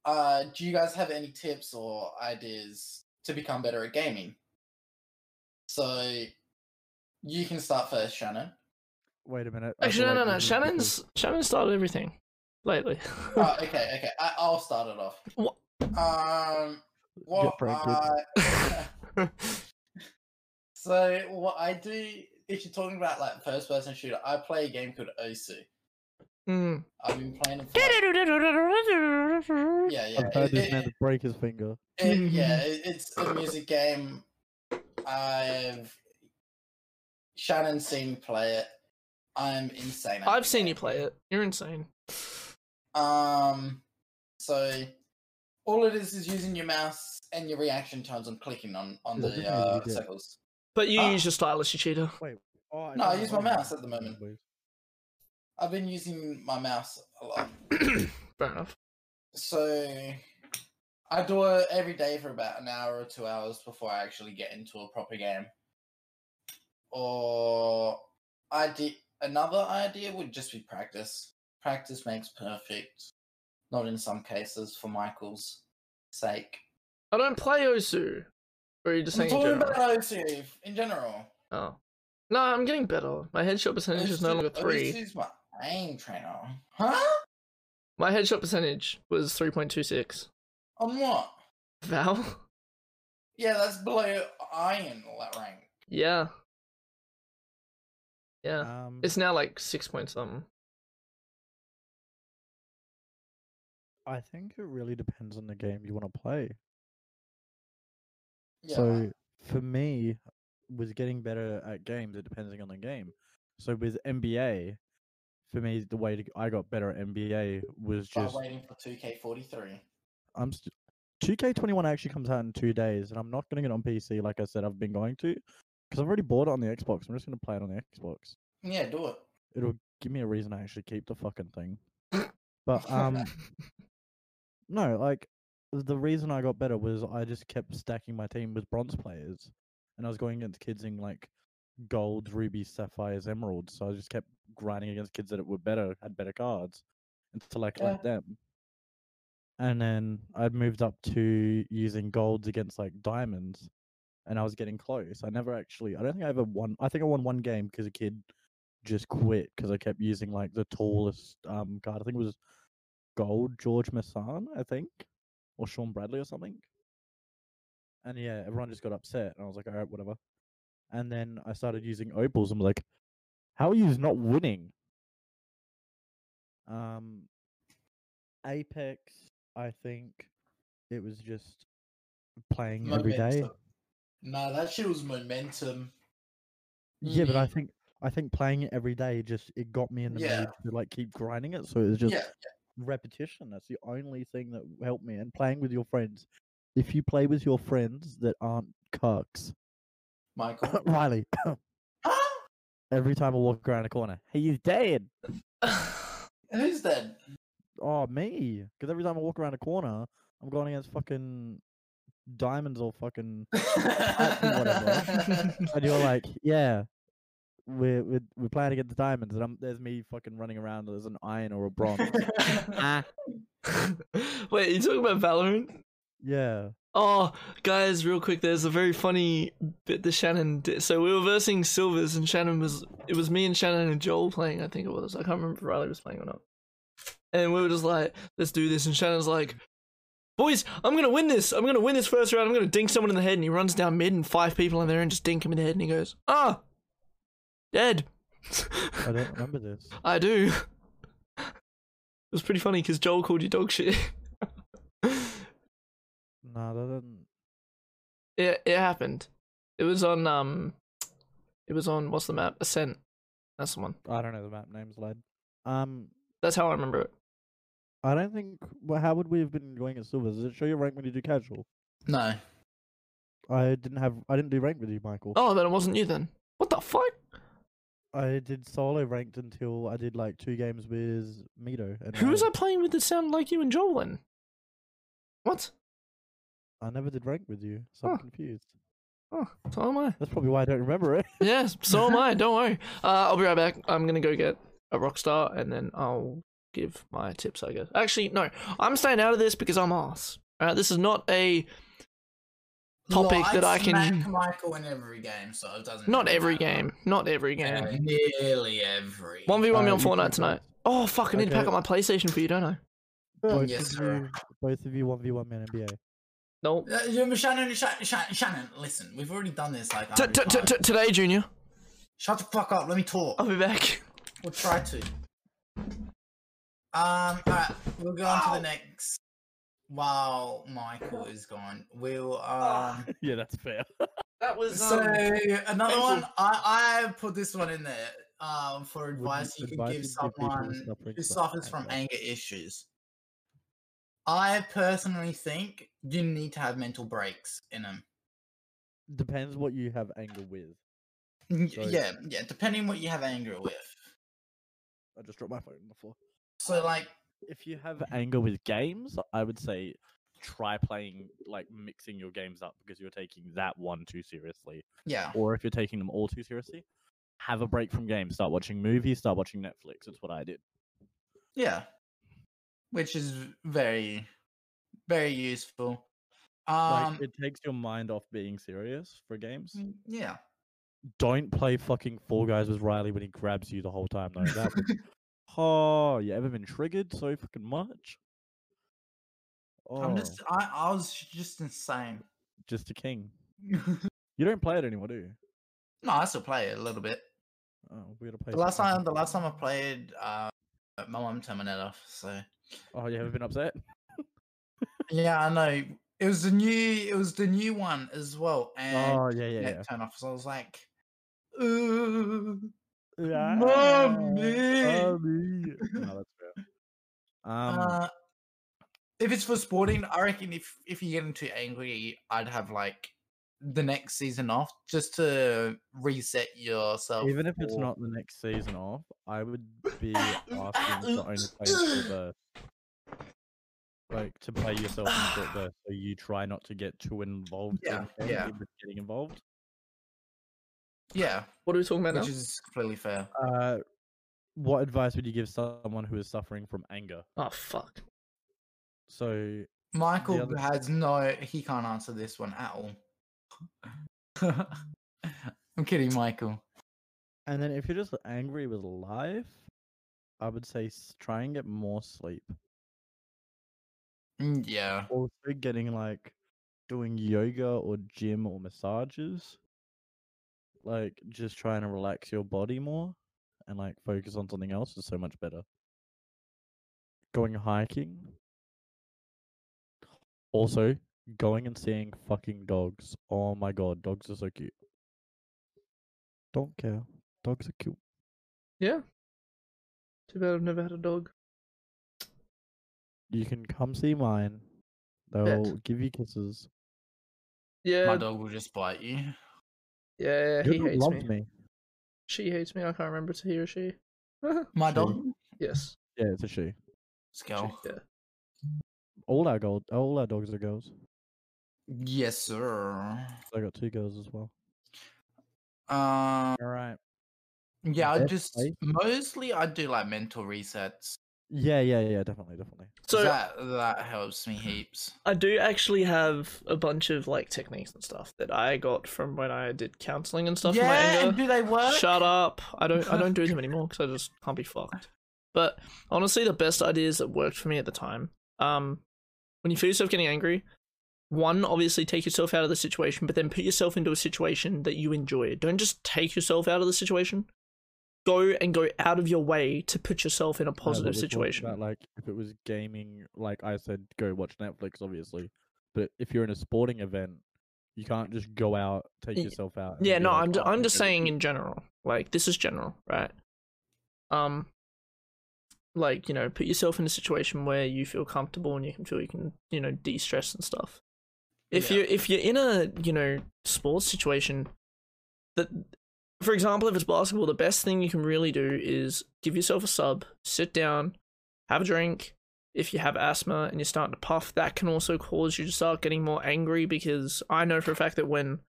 [SPEAKER 3] uh, Do you guys have any tips or ideas to become better at gaming? So you can start first, Shannon.
[SPEAKER 1] Wait a minute. I
[SPEAKER 2] Actually, no,
[SPEAKER 1] feel
[SPEAKER 2] no,
[SPEAKER 1] like
[SPEAKER 2] no.
[SPEAKER 1] this is because-
[SPEAKER 2] Shannon's Shannon started everything lately. [laughs]
[SPEAKER 3] oh, okay, okay. I, I'll start it off.
[SPEAKER 2] Wha-
[SPEAKER 3] Um, what
[SPEAKER 1] pranked with-
[SPEAKER 3] I- [laughs] so what I do, if you're talking about like first person shooter, I play a game called Osu. [laughs]
[SPEAKER 2] Mm.
[SPEAKER 3] I've been playing it for like, yeah, yeah.
[SPEAKER 1] I've heard
[SPEAKER 3] it-
[SPEAKER 1] this
[SPEAKER 3] it-
[SPEAKER 1] man break his finger. [laughs]
[SPEAKER 3] it- yeah, it, it's a music game. I've Shannon's seen me play it. I'm insane. at
[SPEAKER 2] I've
[SPEAKER 3] the
[SPEAKER 2] seen you
[SPEAKER 3] game.
[SPEAKER 2] play it. You're insane.
[SPEAKER 3] Um, so all it is is using your mouse and your reaction times and clicking on on
[SPEAKER 1] Is it
[SPEAKER 3] the
[SPEAKER 1] different or you
[SPEAKER 3] uh,
[SPEAKER 1] did?
[SPEAKER 3] circles.
[SPEAKER 2] But you
[SPEAKER 3] Ah.
[SPEAKER 2] use your stylus, you cheater.
[SPEAKER 1] Oh,
[SPEAKER 3] No, I use my mouse at the moment. I've been using my mouse a lot,
[SPEAKER 2] Fair enough.
[SPEAKER 3] so I do it every day for about an hour or two hours before I actually get into a proper game. Or I did another idea would just be practice. Practice makes perfect. Not in some cases, for Michael's sake.
[SPEAKER 2] I don't play Osu. Or are you just
[SPEAKER 3] I'm
[SPEAKER 2] saying in
[SPEAKER 3] talking
[SPEAKER 2] general?
[SPEAKER 3] about OC in general.
[SPEAKER 2] Oh. No, I'm getting better. My headshot percentage is no
[SPEAKER 3] OC
[SPEAKER 2] longer three.
[SPEAKER 3] OC's my aim trainer. Huh?
[SPEAKER 2] My headshot percentage was three point two six.
[SPEAKER 3] On what?
[SPEAKER 2] Val?
[SPEAKER 3] Yeah, that's below iron that rank.
[SPEAKER 2] Yeah. Yeah.
[SPEAKER 1] Um,
[SPEAKER 2] It's now like six point something. [laughs]
[SPEAKER 1] I think it really depends on the game you want to play.
[SPEAKER 3] Yeah.
[SPEAKER 1] So for me, was getting better at games. It depending on the game. So with NBA, for me, the way to, g- I got better at NBA was
[SPEAKER 3] by
[SPEAKER 1] just
[SPEAKER 3] waiting for 2K43.
[SPEAKER 1] I'm. St- 2K21 actually comes out in two days, and I'm not getting it on PC like I said I've been going to, because I've already bought it on the Xbox. I'm just going to play it on the Xbox.
[SPEAKER 3] Yeah, do it.
[SPEAKER 1] it'll give me a reason to actually keep the fucking thing. But um no, like the reason I got better was I just kept stacking my team with bronze players. And I was going against kids in like golds, rubies, sapphires, emeralds. So I just kept grinding against kids that were better, had better cards. And to like
[SPEAKER 3] Yeah.
[SPEAKER 1] like them. And then I'd moved up to using golds against like diamonds. And I was getting close. I never actually I don't think I ever won I think I won one game because a kid just quit because I kept using like the tallest um card. I think it was Gold George Masson, I think, or Sean Bradley or something. And yeah, everyone just got upset, and I was like, all right, whatever. And then I started using opals. I'm like, how are you not winning? Um, Apex, I think it was just playing every day.
[SPEAKER 3] Nah, that shit was momentum.
[SPEAKER 1] Yeah, but I think I think playing it every day just it got me in the
[SPEAKER 3] Mm-hmm. Yeah.
[SPEAKER 1] mood to like keep grinding it. So it was just
[SPEAKER 3] yeah,
[SPEAKER 1] repetition. That's the only thing that helped me. And playing with your friends. If you play with your friends that aren't cucks, [coughs] [laughs]
[SPEAKER 3] Michael.
[SPEAKER 1] Riley, [coughs]
[SPEAKER 3] Huh?
[SPEAKER 1] every time I walk around a corner, hey, you dead.
[SPEAKER 3] Who's that?
[SPEAKER 1] Oh, me. Because every time I walk around a corner, I'm going against fucking diamonds or fucking.
[SPEAKER 2] whatever.
[SPEAKER 1] And you're
[SPEAKER 3] [coughs]
[SPEAKER 1] like, yeah, we're, we're, we're playing against the diamonds. And I'm, there's me fucking running around. There's an iron or a bronze.
[SPEAKER 3] [laughs]
[SPEAKER 2] Wait, you talking about Valorant?
[SPEAKER 1] yeah.
[SPEAKER 2] Oh, guys, real quick, there's a very funny bit that Shannon did. So we were versing Silvers, and Shannon was. It was me and Shannon and Joel playing, I think it was. I can't remember if Riley was playing or not. And we were just like, let's do this. And Shannon's like, boys, I'm going to win this. I'm going to win this first round. I'm going to dink someone in the head. And he runs down mid, and five people in there and just dink him in the head. And he goes, ah, dead. [laughs]
[SPEAKER 1] I don't remember this.
[SPEAKER 2] I do. [laughs] It was pretty funny because Joel called you dog shit. [laughs]
[SPEAKER 1] No, that didn't.
[SPEAKER 2] it it happened. It was on um, it was on what's the map? Ascent. That's the one.
[SPEAKER 1] I don't know the map names, lad. Um,
[SPEAKER 2] That's how I remember it.
[SPEAKER 1] I don't think. Well, how would we have been going at silver? Does it show your rank when you do casual?
[SPEAKER 3] no.
[SPEAKER 1] I didn't have. I didn't do rank with you, Michael.
[SPEAKER 2] Oh, then it wasn't you then. What the fuck?
[SPEAKER 1] I did solo ranked until I did like two games with Mito. And
[SPEAKER 2] Who was I
[SPEAKER 1] Ryan.
[SPEAKER 2] playing with that sounded like you and Joel then? What?
[SPEAKER 1] I never did rank with you, so
[SPEAKER 2] Huh.
[SPEAKER 1] I'm confused.
[SPEAKER 2] Oh, so am I.
[SPEAKER 1] That's probably why I don't remember it.
[SPEAKER 2] Yes, so am I. Don't worry. Uh, I'll be right back. I'm gonna go get a rock star and then I'll give my tips. I guess. Actually, no. I'm staying out of this because I'm ass. All right, this is not a topic
[SPEAKER 3] Well,
[SPEAKER 2] that I
[SPEAKER 3] I'd
[SPEAKER 2] can.
[SPEAKER 3] smack Michael in every game, so it doesn't.
[SPEAKER 2] Not
[SPEAKER 3] really
[SPEAKER 2] every
[SPEAKER 3] matter.
[SPEAKER 2] game. Not every game.
[SPEAKER 3] Yeah, nearly every.
[SPEAKER 2] One v one me
[SPEAKER 1] Uh,
[SPEAKER 2] on
[SPEAKER 1] you
[SPEAKER 2] Fortnite
[SPEAKER 1] can
[SPEAKER 2] tonight. Oh fuck! I need to
[SPEAKER 1] Okay.
[SPEAKER 2] pack up my PlayStation for you, don't I?
[SPEAKER 1] Both
[SPEAKER 3] yes,
[SPEAKER 1] of you,
[SPEAKER 3] sir.
[SPEAKER 1] both of you, one v one man NBA.
[SPEAKER 2] [laughs] No.
[SPEAKER 3] Uh, yeah, but Shannon, Sha- Sha- Shannon, listen, we've already done this. Like, a
[SPEAKER 2] T-
[SPEAKER 3] hundred
[SPEAKER 2] t- t-
[SPEAKER 3] times.
[SPEAKER 2] t- Today, Junior.
[SPEAKER 3] shut the fuck up. Let me talk.
[SPEAKER 2] I'll be back.
[SPEAKER 3] We'll try to. Um, alright, we'll go on to the next. While Michael is gone, we'll um.
[SPEAKER 1] [laughs] yeah, that's fair.
[SPEAKER 2] That was um,
[SPEAKER 3] So another
[SPEAKER 2] painful.
[SPEAKER 3] one, I I put this one in there. Um, for [laughs] advice you can
[SPEAKER 1] advise
[SPEAKER 3] give
[SPEAKER 1] you to give people
[SPEAKER 3] someone
[SPEAKER 1] suffering
[SPEAKER 3] who
[SPEAKER 1] from
[SPEAKER 3] suffers from anger issues. I personally think you need to have mental breaks in them.
[SPEAKER 1] Depends what you have anger with. So-
[SPEAKER 3] Yeah, yeah, depending what you have anger with.
[SPEAKER 1] I just dropped my phone on the floor.
[SPEAKER 3] So like,
[SPEAKER 9] If you have anger with games, I would say try playing like mixing your games up because you're taking that one too seriously.
[SPEAKER 3] yeah,
[SPEAKER 9] Or if you're taking them all too seriously, have a break from games. Start watching movies. Start watching Netflix. It's what I did.
[SPEAKER 3] yeah, which is very, very useful. Um,
[SPEAKER 9] like it takes your mind off being serious for games.
[SPEAKER 3] mm, yeah.
[SPEAKER 1] Don't play fucking Fall Guys with Riley when he grabs you the whole time though. That
[SPEAKER 3] [laughs]
[SPEAKER 1] would- oh, you ever been triggered so fucking much? Oh,
[SPEAKER 3] I'm just, I, I was just insane. [laughs]
[SPEAKER 1] just a king.
[SPEAKER 3] no,
[SPEAKER 1] You don't play it anymore, do you?
[SPEAKER 3] I still play it a little bit.
[SPEAKER 1] Oh, we're gonna play.
[SPEAKER 3] The last
[SPEAKER 1] something.
[SPEAKER 3] time, the last time I played, uh, my mom turned my net off. So
[SPEAKER 1] Oh, you haven't been upset?
[SPEAKER 3] yeah, I know it was the new, it was the new one as well,
[SPEAKER 1] [laughs]
[SPEAKER 3] and
[SPEAKER 1] Oh, yeah, yeah,
[SPEAKER 3] net
[SPEAKER 1] yeah.
[SPEAKER 3] turned off. So I was like, ooh,
[SPEAKER 1] Yeah.
[SPEAKER 3] Mommy!
[SPEAKER 1] Mommy. No, [laughs] that's fair. Um,
[SPEAKER 3] uh, if it's for sporting, I reckon if if you get too angry, I'd have like the next season off just to reset yourself.
[SPEAKER 1] even if it's
[SPEAKER 3] for-
[SPEAKER 1] not the next season off, I would be asking to only play
[SPEAKER 3] [coughs]
[SPEAKER 1] short bursts. Like to play yourself in short
[SPEAKER 3] [sighs]
[SPEAKER 1] bursts, so you try not to get too involved.
[SPEAKER 3] Yeah,
[SPEAKER 1] in
[SPEAKER 3] yeah.
[SPEAKER 1] with Getting involved. [laughs]
[SPEAKER 3] yeah,
[SPEAKER 2] What are we talking about
[SPEAKER 3] which
[SPEAKER 2] now?
[SPEAKER 3] is completely fair.
[SPEAKER 1] Uh, what advice would you give someone who is suffering from anger?
[SPEAKER 2] Oh fuck.
[SPEAKER 1] So
[SPEAKER 3] Michael
[SPEAKER 1] other-
[SPEAKER 3] has no. He can't answer this one at all. [laughs] I'm kidding, Michael.
[SPEAKER 1] And then if you're just angry with life, I would say s- try and get more sleep.
[SPEAKER 3] Mm, Yeah.
[SPEAKER 1] Also, getting like doing yoga or gym or massages. Like just trying to relax your body more and like focus on something else is so much better. Going hiking. Also, Going and seeing fucking dogs. Oh my god, dogs are so cute. Don't care. Dogs are cute.
[SPEAKER 2] Yeah. Too bad I've never had a dog.
[SPEAKER 1] You can come see mine. They'll give you kisses.
[SPEAKER 2] Yeah.
[SPEAKER 3] My dog will just bite you.
[SPEAKER 2] Yeah,
[SPEAKER 1] Your
[SPEAKER 2] he
[SPEAKER 1] dog
[SPEAKER 2] hates
[SPEAKER 1] loves
[SPEAKER 2] me. She hates me. I can't remember to he or she.
[SPEAKER 3] My
[SPEAKER 1] Shit.
[SPEAKER 3] dog?
[SPEAKER 2] yes.
[SPEAKER 1] Yeah, it's a she.
[SPEAKER 3] Let's
[SPEAKER 2] she-
[SPEAKER 3] go.
[SPEAKER 2] Yeah.
[SPEAKER 1] All our gold, all our dogs are girls.
[SPEAKER 3] Yes, sir.
[SPEAKER 1] I got two girls as well.
[SPEAKER 3] Um,
[SPEAKER 1] All right.
[SPEAKER 3] yeah, I
[SPEAKER 1] Best
[SPEAKER 3] just
[SPEAKER 1] place?
[SPEAKER 3] mostly I do like mental resets.
[SPEAKER 1] Yeah, yeah, yeah, definitely, definitely. Uh,
[SPEAKER 2] So
[SPEAKER 3] that that helps me heaps.
[SPEAKER 2] I do actually have a bunch of like techniques and stuff that I got from when I did counseling and stuff. for my
[SPEAKER 3] yeah,
[SPEAKER 2] anger.
[SPEAKER 3] and do they work?
[SPEAKER 2] Shut
[SPEAKER 3] [laughs]
[SPEAKER 2] up! I don't I don't do them anymore because I just can't be fucked. But honestly, the best ideas that worked for me at the time, um, when you feel yourself getting angry, one obviously take yourself out of the situation, but then put yourself into a situation that you enjoy. Don't just take yourself out of the situation. Go and go out of your way to put yourself in a
[SPEAKER 1] No, but
[SPEAKER 2] positive
[SPEAKER 1] we're talking
[SPEAKER 2] situation.
[SPEAKER 1] About, like if it was gaming, like I said, go watch Netflix, obviously. But if you're in a sporting event, you can't just go out, take
[SPEAKER 2] Y-
[SPEAKER 1] yourself out. and
[SPEAKER 2] Yeah,
[SPEAKER 1] be
[SPEAKER 2] no,
[SPEAKER 1] like,
[SPEAKER 2] I'm, ju-
[SPEAKER 1] "Oh,
[SPEAKER 2] I'm just
[SPEAKER 1] gonna
[SPEAKER 2] saying
[SPEAKER 1] eat."
[SPEAKER 2] in general. Like, this is general, right? Um, like, you know, put yourself in a situation where you feel comfortable and you can feel you can, you know, de stress and stuff. If
[SPEAKER 3] Yeah.
[SPEAKER 2] you're if you're in a, you know, sports situation that for example, if it's basketball, the best thing you can really do is give yourself a sub, sit down, have a drink. If you have asthma and you're starting to puff, that can also cause you to start getting more angry because I know for a fact that when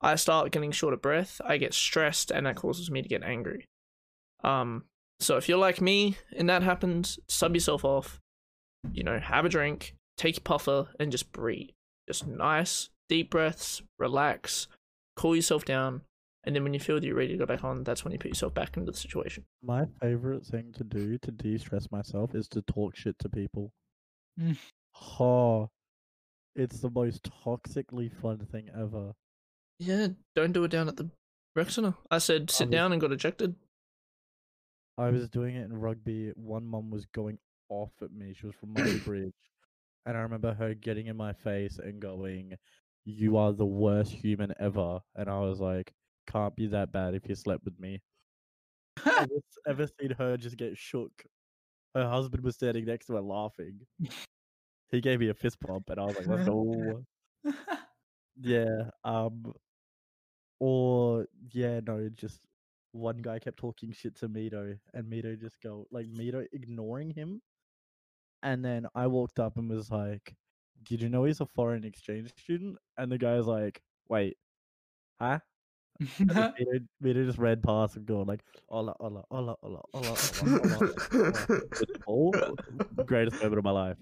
[SPEAKER 2] I start getting short of breath, I get stressed and that causes me to get angry. Um, so if you're like me and that happens, sub yourself off, you know, have a drink, take your puffer and just breathe. Just nice, deep breaths, relax, cool yourself down, and then when you feel that you're ready to go back on, that's when you put yourself back into the situation.
[SPEAKER 1] My favorite thing to do to de-stress myself is to talk shit to people.
[SPEAKER 3] Mm.
[SPEAKER 1] oh, it's the most toxically fun thing ever.
[SPEAKER 2] Yeah, don't do it down at the rec center. I said sit
[SPEAKER 1] Obvious-
[SPEAKER 2] down and got ejected.
[SPEAKER 1] I was doing it in rugby. One mum was going off at me. She was from Murray Bridge. And I remember her getting in my face and going, You are the worst human ever. And I was like, Can't be that bad if you slept with me. ever, ever seen her just get shook? Her husband was standing next to her laughing. He gave me a fist bump, and I was like, Let's go. Yeah. Um. Or yeah, no. Just one guy kept talking shit to Mito, and Mito just go like Mito ignoring him, and then I walked up and was like, "Did you know he's a foreign exchange student?" And the guy's like,
[SPEAKER 2] [laughs]
[SPEAKER 1] "Wait, huh?" And then Mito, Mito just ran past him, going like, "Hola, hola, hola, hola, hola, hola, hola." hola." It's all greatest moment of my
[SPEAKER 2] [laughs]
[SPEAKER 1] life.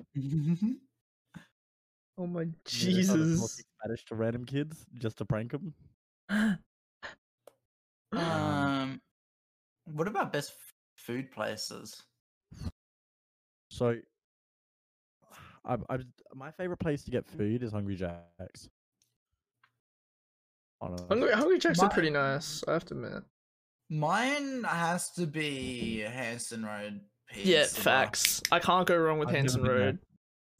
[SPEAKER 2] oh my
[SPEAKER 1] Mito started talking
[SPEAKER 2] Jesus.
[SPEAKER 1] Spanish to random kids just to prank them.
[SPEAKER 2] [gasps]
[SPEAKER 3] um, what about best f- food places?
[SPEAKER 1] So, [sighs] I, I, my favorite place to get food is Hungry Jack's. Honestly.
[SPEAKER 2] Hungry, Hungry Jacks are
[SPEAKER 3] My-
[SPEAKER 2] pretty nice, I have to admit.
[SPEAKER 3] Mine has to be Hanson Road.
[SPEAKER 2] Yeah,
[SPEAKER 3] pizza.
[SPEAKER 2] facts. I can't go wrong with
[SPEAKER 1] I've never
[SPEAKER 2] Hanson
[SPEAKER 1] been there.
[SPEAKER 2] Road.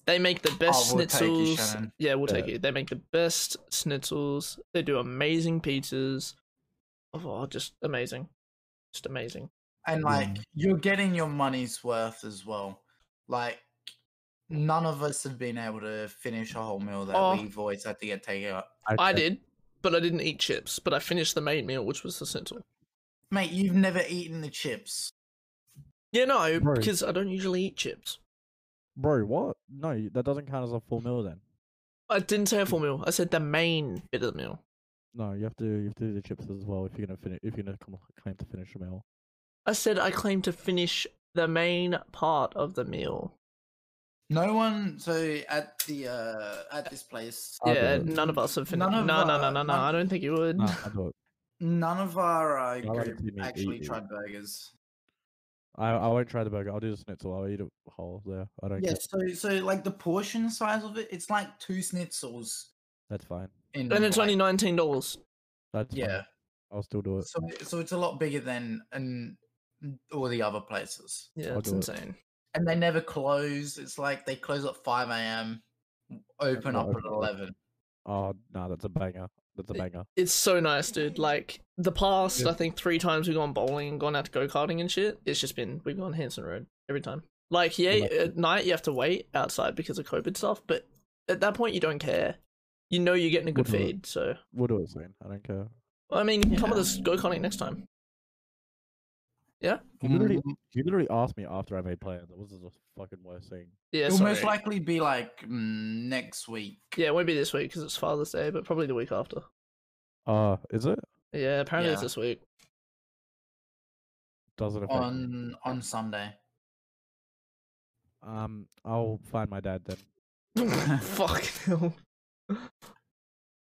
[SPEAKER 2] They make the best
[SPEAKER 3] we'll take you,
[SPEAKER 2] schnitzels.
[SPEAKER 3] Oh, Shannon.
[SPEAKER 2] yeah, we'll take
[SPEAKER 1] Yeah.
[SPEAKER 2] it. They make the best schnitzels. They do amazing pizzas. Oh, just amazing. Just amazing.
[SPEAKER 3] And like you're getting your money's worth as well. Like none of us have been able to finish a whole meal that
[SPEAKER 2] Oh.
[SPEAKER 3] we've always had to get takeout.
[SPEAKER 2] I did, but I didn't eat chips, but I finished the main meal, which was the schnitzel.
[SPEAKER 3] Mate, you've never eaten the chips.
[SPEAKER 2] Yeah, no,
[SPEAKER 1] Bro.
[SPEAKER 2] because I don't usually eat chips.
[SPEAKER 1] Bro, what? No, y- that doesn't count as a full meal then.
[SPEAKER 2] I didn't say a full meal. I said the main bit of the meal.
[SPEAKER 1] No, you have to you have to do the chips as well if you're gonna finish if you're gonna com- claim to finish a meal.
[SPEAKER 2] I said I claim to finish the main part of the meal.
[SPEAKER 3] No one so at the uh at this place
[SPEAKER 1] I'll do
[SPEAKER 2] yeah,
[SPEAKER 1] it.
[SPEAKER 2] none of us have finished.
[SPEAKER 3] None
[SPEAKER 2] No,
[SPEAKER 3] of
[SPEAKER 2] no, no,
[SPEAKER 3] our-
[SPEAKER 2] no, no.
[SPEAKER 3] none-
[SPEAKER 2] I don't think you would. [laughs]
[SPEAKER 1] Nah, I do it.
[SPEAKER 3] none of our uh,
[SPEAKER 1] I like
[SPEAKER 3] group
[SPEAKER 1] to see me
[SPEAKER 3] actually
[SPEAKER 1] eat it.
[SPEAKER 3] tried burgers.
[SPEAKER 1] I, I won't try the burger. I'll do the schnitzel. I'll eat it whole there. I don't
[SPEAKER 3] Yeah,
[SPEAKER 1] care.
[SPEAKER 3] so so like the portion size of it, it's like two schnitzels
[SPEAKER 1] That's fine.
[SPEAKER 3] in
[SPEAKER 2] and it's
[SPEAKER 3] like-
[SPEAKER 2] only nineteen dollars.
[SPEAKER 1] That's fine.
[SPEAKER 3] Yeah.
[SPEAKER 1] I'll still do it.
[SPEAKER 3] So so it's a lot bigger than and all the other places.
[SPEAKER 2] Yeah,
[SPEAKER 1] I'll
[SPEAKER 2] it's
[SPEAKER 1] do it.
[SPEAKER 2] insane.
[SPEAKER 3] and they never close. It's like they close at five a.m. open
[SPEAKER 1] not
[SPEAKER 3] up at
[SPEAKER 1] open up.
[SPEAKER 3] 11.
[SPEAKER 1] Oh no, that's a banger. That's a
[SPEAKER 2] It-
[SPEAKER 1] banger.
[SPEAKER 2] It's so nice, dude. Like the past, I think three times we've gone bowling and gone out to go karting and shit. It's just been we've gone Hanson Road every time. Like yeah,
[SPEAKER 1] Yeah.
[SPEAKER 2] at night you have to wait outside because of COVID stuff, but at that point you don't care. You know you're getting a good
[SPEAKER 1] Wouldn't it?
[SPEAKER 2] feed, so
[SPEAKER 1] We'll do it soon. I don't care.
[SPEAKER 2] I mean, you can come with us go karting next time.
[SPEAKER 1] You
[SPEAKER 3] Mm.
[SPEAKER 1] literally, you literally asked me after I made plans. That was the fucking worst thing.
[SPEAKER 2] Yeah,
[SPEAKER 3] It'll most
[SPEAKER 2] sorry.
[SPEAKER 3] likely be like mm, next week.
[SPEAKER 2] yeah, it won't be this week because it's Father's Day, but probably the week after.
[SPEAKER 1] Uh, is it?
[SPEAKER 2] Yeah, apparently it's
[SPEAKER 3] Yeah.
[SPEAKER 2] this
[SPEAKER 3] [laughs]
[SPEAKER 2] week.
[SPEAKER 1] Does it affect? me?
[SPEAKER 3] on on Sunday.
[SPEAKER 1] Um, I'll find my dad then.
[SPEAKER 2] Fuck hell. Mm.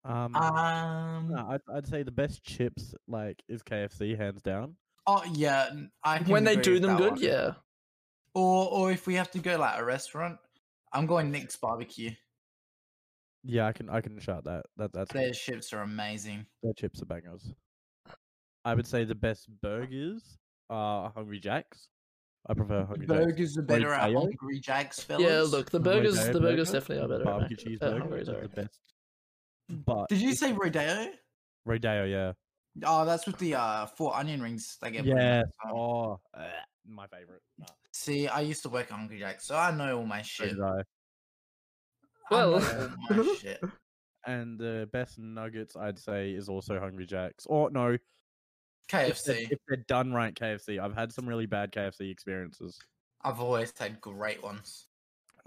[SPEAKER 1] Um,
[SPEAKER 3] Um.
[SPEAKER 2] Ah.
[SPEAKER 1] no, I'd, I'd say the best chips like is KFC hands down.
[SPEAKER 3] Oh yeah, n-
[SPEAKER 2] [laughs]
[SPEAKER 3] I can
[SPEAKER 2] When they
[SPEAKER 3] agree
[SPEAKER 2] do
[SPEAKER 3] with
[SPEAKER 2] them
[SPEAKER 3] that
[SPEAKER 2] good,
[SPEAKER 3] one.
[SPEAKER 2] yeah.
[SPEAKER 3] Or or if we have to go like a restaurant, I'm going Nick's Barbecue.
[SPEAKER 1] Yeah, I can I can shout that. That that's
[SPEAKER 3] Their
[SPEAKER 1] good.
[SPEAKER 3] chips are amazing.
[SPEAKER 1] their chips are bangers. I would say the best burgers are Hungry Jacks. I prefer Hungry
[SPEAKER 3] [laughs]
[SPEAKER 1] Jacks.
[SPEAKER 3] Burgers are better at
[SPEAKER 1] Rodeo?
[SPEAKER 3] Hungry Jack's, fellas.
[SPEAKER 2] Yeah, look, the burgers,
[SPEAKER 1] Rodeo
[SPEAKER 2] the burgers
[SPEAKER 1] burger,
[SPEAKER 2] definitely are better. at Mac-
[SPEAKER 1] Barbecue
[SPEAKER 2] at
[SPEAKER 1] cheeseburger
[SPEAKER 2] Hungry's,
[SPEAKER 1] is the
[SPEAKER 2] sorry.
[SPEAKER 1] best. But
[SPEAKER 3] Did you
[SPEAKER 1] if-
[SPEAKER 3] say Rodeo?
[SPEAKER 1] Rodeo? Yeah.
[SPEAKER 3] Oh, that's with the uh four onion rings they get. put in
[SPEAKER 1] Yeah.
[SPEAKER 3] at the time.
[SPEAKER 1] Oh, eh, my favorite. Nah,
[SPEAKER 3] See, I used to work at Hungry Jack's, so I know all my
[SPEAKER 1] so
[SPEAKER 3] shit.
[SPEAKER 1] did I.
[SPEAKER 3] I know
[SPEAKER 2] [laughs] Well.
[SPEAKER 3] all my shit.
[SPEAKER 1] And the best nuggets I'd say is also Hungry Jacks. Or no, if they're,
[SPEAKER 3] KFC.
[SPEAKER 1] if they're done right, KFC. I've had some really bad KFC experiences.
[SPEAKER 3] I've always had great ones.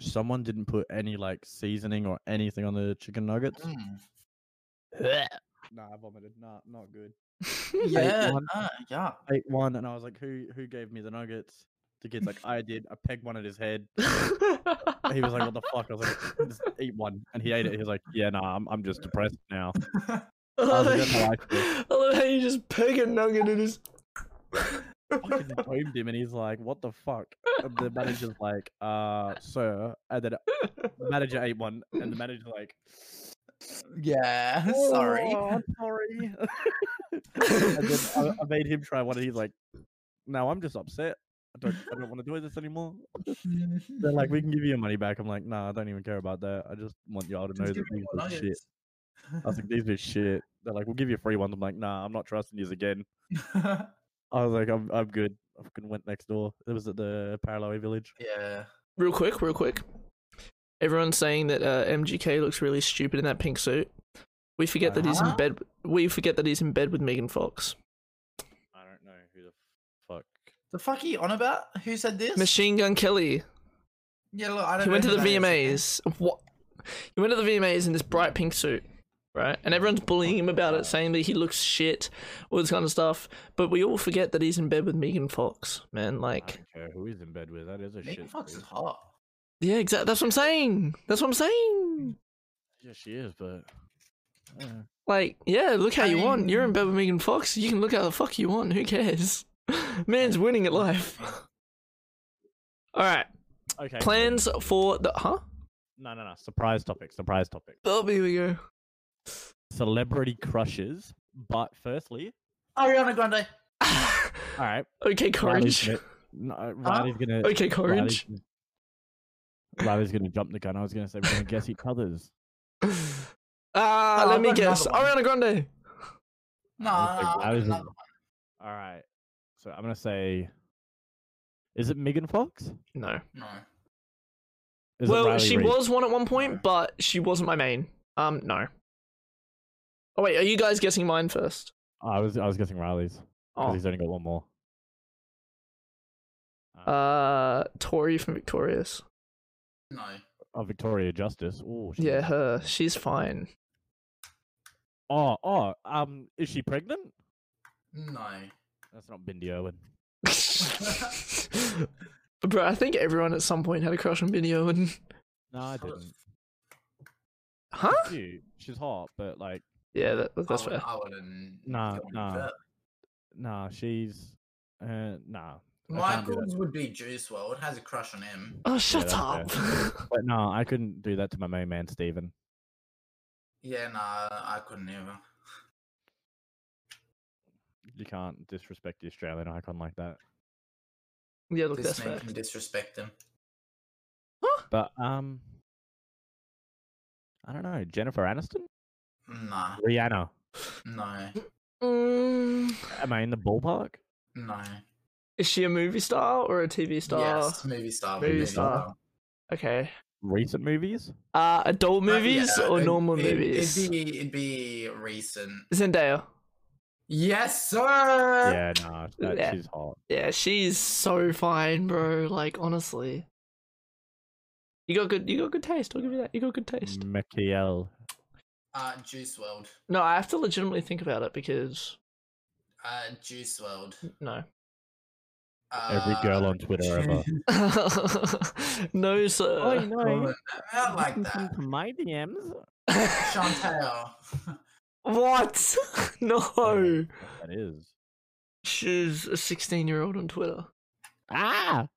[SPEAKER 1] Someone didn't put any like seasoning or anything on the chicken nuggets.
[SPEAKER 3] Mm.
[SPEAKER 1] Nah, I vomited. Nah, not good.
[SPEAKER 3] Yeah, ah,
[SPEAKER 1] one.
[SPEAKER 3] nah, yeah.
[SPEAKER 1] ate one and I was like, who who gave me the nuggets? The kid's like, I did. I pegged one at his head. He was like,
[SPEAKER 2] [laughs]
[SPEAKER 1] what the fuck? I was like,
[SPEAKER 3] [laughs]
[SPEAKER 1] just eat one. And he ate it. He was like, yeah, nah, I'm, I'm just depressed
[SPEAKER 3] [laughs]
[SPEAKER 1] now.
[SPEAKER 2] I love,
[SPEAKER 1] I was
[SPEAKER 2] how
[SPEAKER 1] like,
[SPEAKER 2] you- I love how you just peg a nugget in his.
[SPEAKER 1] Fucking blamed him and he's like, what the fuck? And the manager's like, uh, sir. And then the manager ate one and the manager's like,
[SPEAKER 3] Yeah, [laughs] sorry.
[SPEAKER 1] "Oh, I'm sorry. [laughs] and then I, I made him try one and he's like, no, I'm just upset. I don't, I don't want to do this anymore. They're like, we can give you your money back. I'm like, nah, I don't even care about that. I just want y'all to know
[SPEAKER 3] Just
[SPEAKER 1] that
[SPEAKER 3] give me
[SPEAKER 1] these
[SPEAKER 3] more
[SPEAKER 1] are shit.
[SPEAKER 3] nuggets.
[SPEAKER 1] I was like, these are shit. They're like, we'll give you free ones. I'm like, nah, I'm not trusting these again. I was like, I'm, I'm good. I fucking went next door. It was at the Paraloe village.
[SPEAKER 3] yeah.
[SPEAKER 2] [laughs] Real quick, real quick. Everyone's saying that uh, MGK looks really stupid in that pink suit. We forget that he's in
[SPEAKER 3] Uh-huh.
[SPEAKER 2] bed. We forget that he's in bed with Megan Fox.
[SPEAKER 1] I don't know who the fuck.
[SPEAKER 3] The fuck are you on about? Who said this?
[SPEAKER 2] Machine Gun Kelly.
[SPEAKER 3] Yeah, look, I don't
[SPEAKER 2] He
[SPEAKER 3] know
[SPEAKER 2] went to
[SPEAKER 3] who
[SPEAKER 2] the
[SPEAKER 3] that is, okay?
[SPEAKER 2] VMAs. What? He went to the VMAs in this bright pink suit, right? And everyone's bullying him about it, saying that he looks shit, all this kind of stuff. But we all forget that he's in bed with Megan Fox, man.
[SPEAKER 10] I
[SPEAKER 2] Like,
[SPEAKER 10] don't care who he's in bed with. That is a
[SPEAKER 3] Megan
[SPEAKER 10] shit.
[SPEAKER 3] Fox is
[SPEAKER 10] dude.
[SPEAKER 3] hot.
[SPEAKER 2] yeah, exactly. That's what I'm saying. That's what I'm saying.
[SPEAKER 10] Yeah, she is, but uh,
[SPEAKER 2] Like, yeah, look how
[SPEAKER 3] I
[SPEAKER 2] you want. You're in
[SPEAKER 3] mean-
[SPEAKER 2] bed with Megan Fox. You can look how the fuck you want. Who cares? [laughs] Man's winning at life. [laughs] all right.
[SPEAKER 10] okay. cool.
[SPEAKER 2] Plans for the huh?
[SPEAKER 10] No, no, no. Surprise topic. Surprise topic.
[SPEAKER 2] Oh, here we go.
[SPEAKER 10] Celebrity crushes. But firstly,
[SPEAKER 3] Ariana Grande.
[SPEAKER 10] all right.
[SPEAKER 2] [laughs] okay,
[SPEAKER 10] Riley's
[SPEAKER 2] courage.
[SPEAKER 10] gonna- No, Riley's gonna.
[SPEAKER 2] Okay, courage.
[SPEAKER 10] Riley's gonna- Riley's gonna jump the gun. I was gonna say we're gonna guess each other's.
[SPEAKER 2] Ah,
[SPEAKER 3] Oh,
[SPEAKER 2] let
[SPEAKER 3] I've
[SPEAKER 2] me
[SPEAKER 3] got another
[SPEAKER 2] guess.
[SPEAKER 3] one.
[SPEAKER 2] Ariana Grande.
[SPEAKER 10] I
[SPEAKER 3] No, no,
[SPEAKER 10] was like,
[SPEAKER 3] no,
[SPEAKER 10] Riley's in-
[SPEAKER 3] another one.
[SPEAKER 10] All right. So I'm gonna say, is it Megan Fox?
[SPEAKER 2] No.
[SPEAKER 3] no.
[SPEAKER 10] Is it
[SPEAKER 2] well,
[SPEAKER 10] Riley
[SPEAKER 2] she
[SPEAKER 10] Reid?
[SPEAKER 2] was one at one point, but she wasn't my main. Um, no. Oh wait, are you guys guessing mine first?
[SPEAKER 10] Oh, I was. I was guessing Riley's because
[SPEAKER 2] Oh.
[SPEAKER 10] he's only got one more.
[SPEAKER 2] Uh, Tori from Victorious.
[SPEAKER 3] No.
[SPEAKER 10] Oh, Victoria Justice. Oh,
[SPEAKER 2] Yeah, her. She's fine. [laughs]
[SPEAKER 10] Oh, oh. Um, is she pregnant?
[SPEAKER 3] No.
[SPEAKER 10] That's not Bindi Owen.
[SPEAKER 2] Bro, I think everyone at some point had a crush on Vinny Owen.
[SPEAKER 10] No, I
[SPEAKER 3] Shut the
[SPEAKER 10] didn't.
[SPEAKER 2] Huh?
[SPEAKER 10] She's cute. She's hot, but like,
[SPEAKER 2] Yeah, that, that's
[SPEAKER 3] I
[SPEAKER 2] fair.
[SPEAKER 3] wouldn't- I wouldn't.
[SPEAKER 10] Nah,
[SPEAKER 3] go any
[SPEAKER 10] nah.
[SPEAKER 3] further.
[SPEAKER 10] nah, she's, uh, nah. I can't do that.
[SPEAKER 3] Michael's would be Juice World. Has a crush on him.
[SPEAKER 2] Oh, shut
[SPEAKER 10] that's
[SPEAKER 2] up. [laughs]
[SPEAKER 10] But no, I couldn't do that to my main man Steven.
[SPEAKER 3] Yeah, nah, I couldn't either.
[SPEAKER 10] You can't disrespect the Australian icon like that.
[SPEAKER 2] yeah, look,
[SPEAKER 3] this
[SPEAKER 2] that's
[SPEAKER 3] man
[SPEAKER 2] fair.
[SPEAKER 3] can disrespect him.
[SPEAKER 10] But um,
[SPEAKER 1] I don't know. Jennifer Aniston?
[SPEAKER 3] Nah,
[SPEAKER 1] Rihanna.
[SPEAKER 3] no,
[SPEAKER 2] Mm,
[SPEAKER 1] Am I in the ballpark?
[SPEAKER 3] no.
[SPEAKER 2] is she a movie star or a TV star?
[SPEAKER 3] Yes, movie star.
[SPEAKER 2] Movie star. Okay.
[SPEAKER 1] Recent movies?
[SPEAKER 2] Uh, adult
[SPEAKER 3] Uh,
[SPEAKER 2] movies
[SPEAKER 3] yeah,
[SPEAKER 2] or
[SPEAKER 3] it-
[SPEAKER 2] normal
[SPEAKER 3] it-
[SPEAKER 2] movies?
[SPEAKER 3] It'd be, it'd be recent.
[SPEAKER 2] Zendaya.
[SPEAKER 3] Yes, sir.
[SPEAKER 1] yeah, nah. That,
[SPEAKER 2] yeah.
[SPEAKER 1] She's hot.
[SPEAKER 2] Yeah, she's so fine, bro. Like honestly, you got good. You got good taste. I'll give you that. You got good taste.
[SPEAKER 1] Michael.
[SPEAKER 3] Uh, Juice World.
[SPEAKER 2] No, I have to legitimately think about it because
[SPEAKER 3] Uh, Juice World.
[SPEAKER 2] no, [laughs]
[SPEAKER 1] Every
[SPEAKER 3] Uh,
[SPEAKER 1] girl on Twitter ever.
[SPEAKER 2] no, [laughs]
[SPEAKER 3] Oh,
[SPEAKER 2] sir.
[SPEAKER 3] Well, Not like that.
[SPEAKER 1] My DMs?
[SPEAKER 3] Chantel. [laughs]
[SPEAKER 2] what? [laughs] no,
[SPEAKER 1] That is.
[SPEAKER 2] she's a sixteen-year-old on Twitter.
[SPEAKER 1] Ah!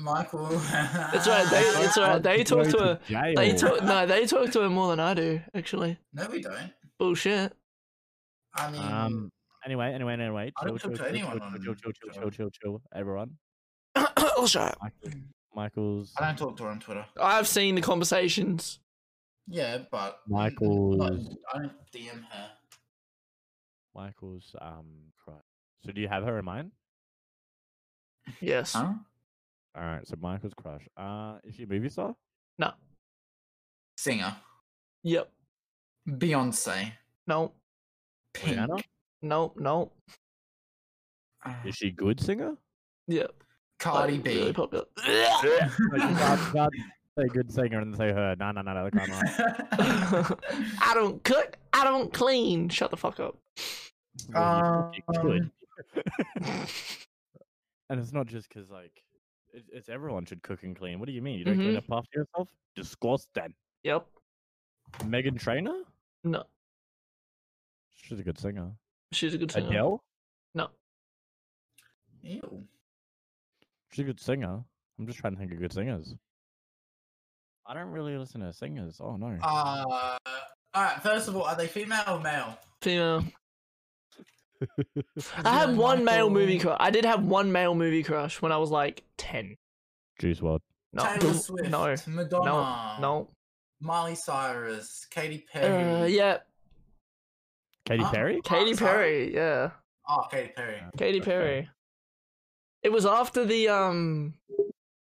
[SPEAKER 3] Michael.
[SPEAKER 2] It's alright.
[SPEAKER 3] [laughs]
[SPEAKER 2] They, it's alright. They
[SPEAKER 1] Go
[SPEAKER 2] talk to
[SPEAKER 1] to
[SPEAKER 2] her.
[SPEAKER 1] jail.
[SPEAKER 2] They
[SPEAKER 3] Oh.
[SPEAKER 2] talk. No, they talk to her more than I do. Actually,
[SPEAKER 3] No, we don't. [coughs]
[SPEAKER 2] bullshit.
[SPEAKER 3] I mean,
[SPEAKER 1] Um, anyway, anyway, anyway.
[SPEAKER 3] I
[SPEAKER 1] Chill,
[SPEAKER 3] don't
[SPEAKER 1] chill,
[SPEAKER 3] talk to
[SPEAKER 1] chill, chill,
[SPEAKER 3] anyone
[SPEAKER 1] chill, chill,
[SPEAKER 3] on
[SPEAKER 1] chill, chill,
[SPEAKER 3] Twitter.
[SPEAKER 1] chill, chill, chill, everyone.
[SPEAKER 2] I'll shut up.
[SPEAKER 1] Michael, Michael's.
[SPEAKER 3] I don't talk to her on Twitter.
[SPEAKER 2] I've seen the conversations.
[SPEAKER 3] Yeah, but
[SPEAKER 1] Michael's.
[SPEAKER 3] Not- I don't DM her.
[SPEAKER 1] Michael's. Um. Christ. So do you have her in mind?
[SPEAKER 2] Yes.
[SPEAKER 3] Huh?
[SPEAKER 1] All right. So Michael's crush. Uh, is she a movie star?
[SPEAKER 3] Singer.
[SPEAKER 2] Yep.
[SPEAKER 3] Beyonce.
[SPEAKER 2] No.
[SPEAKER 3] Pink.
[SPEAKER 1] Rihanna?
[SPEAKER 2] No. No.
[SPEAKER 3] Uh,
[SPEAKER 1] Is she a good singer?
[SPEAKER 2] Yep.
[SPEAKER 3] Cardi
[SPEAKER 2] Like,
[SPEAKER 3] B.
[SPEAKER 2] really popular. [laughs]
[SPEAKER 1] Like, you can't-
[SPEAKER 3] [laughs]
[SPEAKER 1] you can't say good singer and say her. No, no, no, no. That can't lie.
[SPEAKER 2] I don't cook. I don't clean. Shut the fuck up.
[SPEAKER 1] Well, you- you could. [laughs]
[SPEAKER 3] Um,
[SPEAKER 1] and it's not just because like it, it's everyone should cook and clean. What do you mean? You don't clean
[SPEAKER 2] Mhm.
[SPEAKER 1] up
[SPEAKER 3] Mm-hmm.
[SPEAKER 1] after yourself? Disgusting.
[SPEAKER 2] Yep.
[SPEAKER 1] Megan Trainor?
[SPEAKER 2] No.
[SPEAKER 1] She's a good singer.
[SPEAKER 2] She's a good singer.
[SPEAKER 1] Adele?
[SPEAKER 2] No.
[SPEAKER 3] [laughs] Ew.
[SPEAKER 1] She's a good singer. I'm just trying to think of good singers. I don't really listen to singers. Oh no.
[SPEAKER 3] Uh, Alright, first of all, are they female or male?
[SPEAKER 2] Female. I
[SPEAKER 3] Yeah,
[SPEAKER 2] had one male
[SPEAKER 3] Michael.
[SPEAKER 2] movie crush. I did have one male movie crush when I was like ten.
[SPEAKER 1] Juice World.
[SPEAKER 2] [laughs] No.
[SPEAKER 3] Taylor Swift,
[SPEAKER 2] No.
[SPEAKER 3] Madonna,
[SPEAKER 2] No.
[SPEAKER 3] Miley Cyrus, Katy Perry.
[SPEAKER 2] Uh, yeah.
[SPEAKER 1] Katy
[SPEAKER 3] Uh,
[SPEAKER 1] Perry?
[SPEAKER 2] Katy
[SPEAKER 3] Miley Cyrus?
[SPEAKER 2] Perry. Yeah.
[SPEAKER 3] Oh, Katy Perry.
[SPEAKER 1] Uh,
[SPEAKER 2] Katy
[SPEAKER 1] that's fair.
[SPEAKER 2] Perry. It was after the um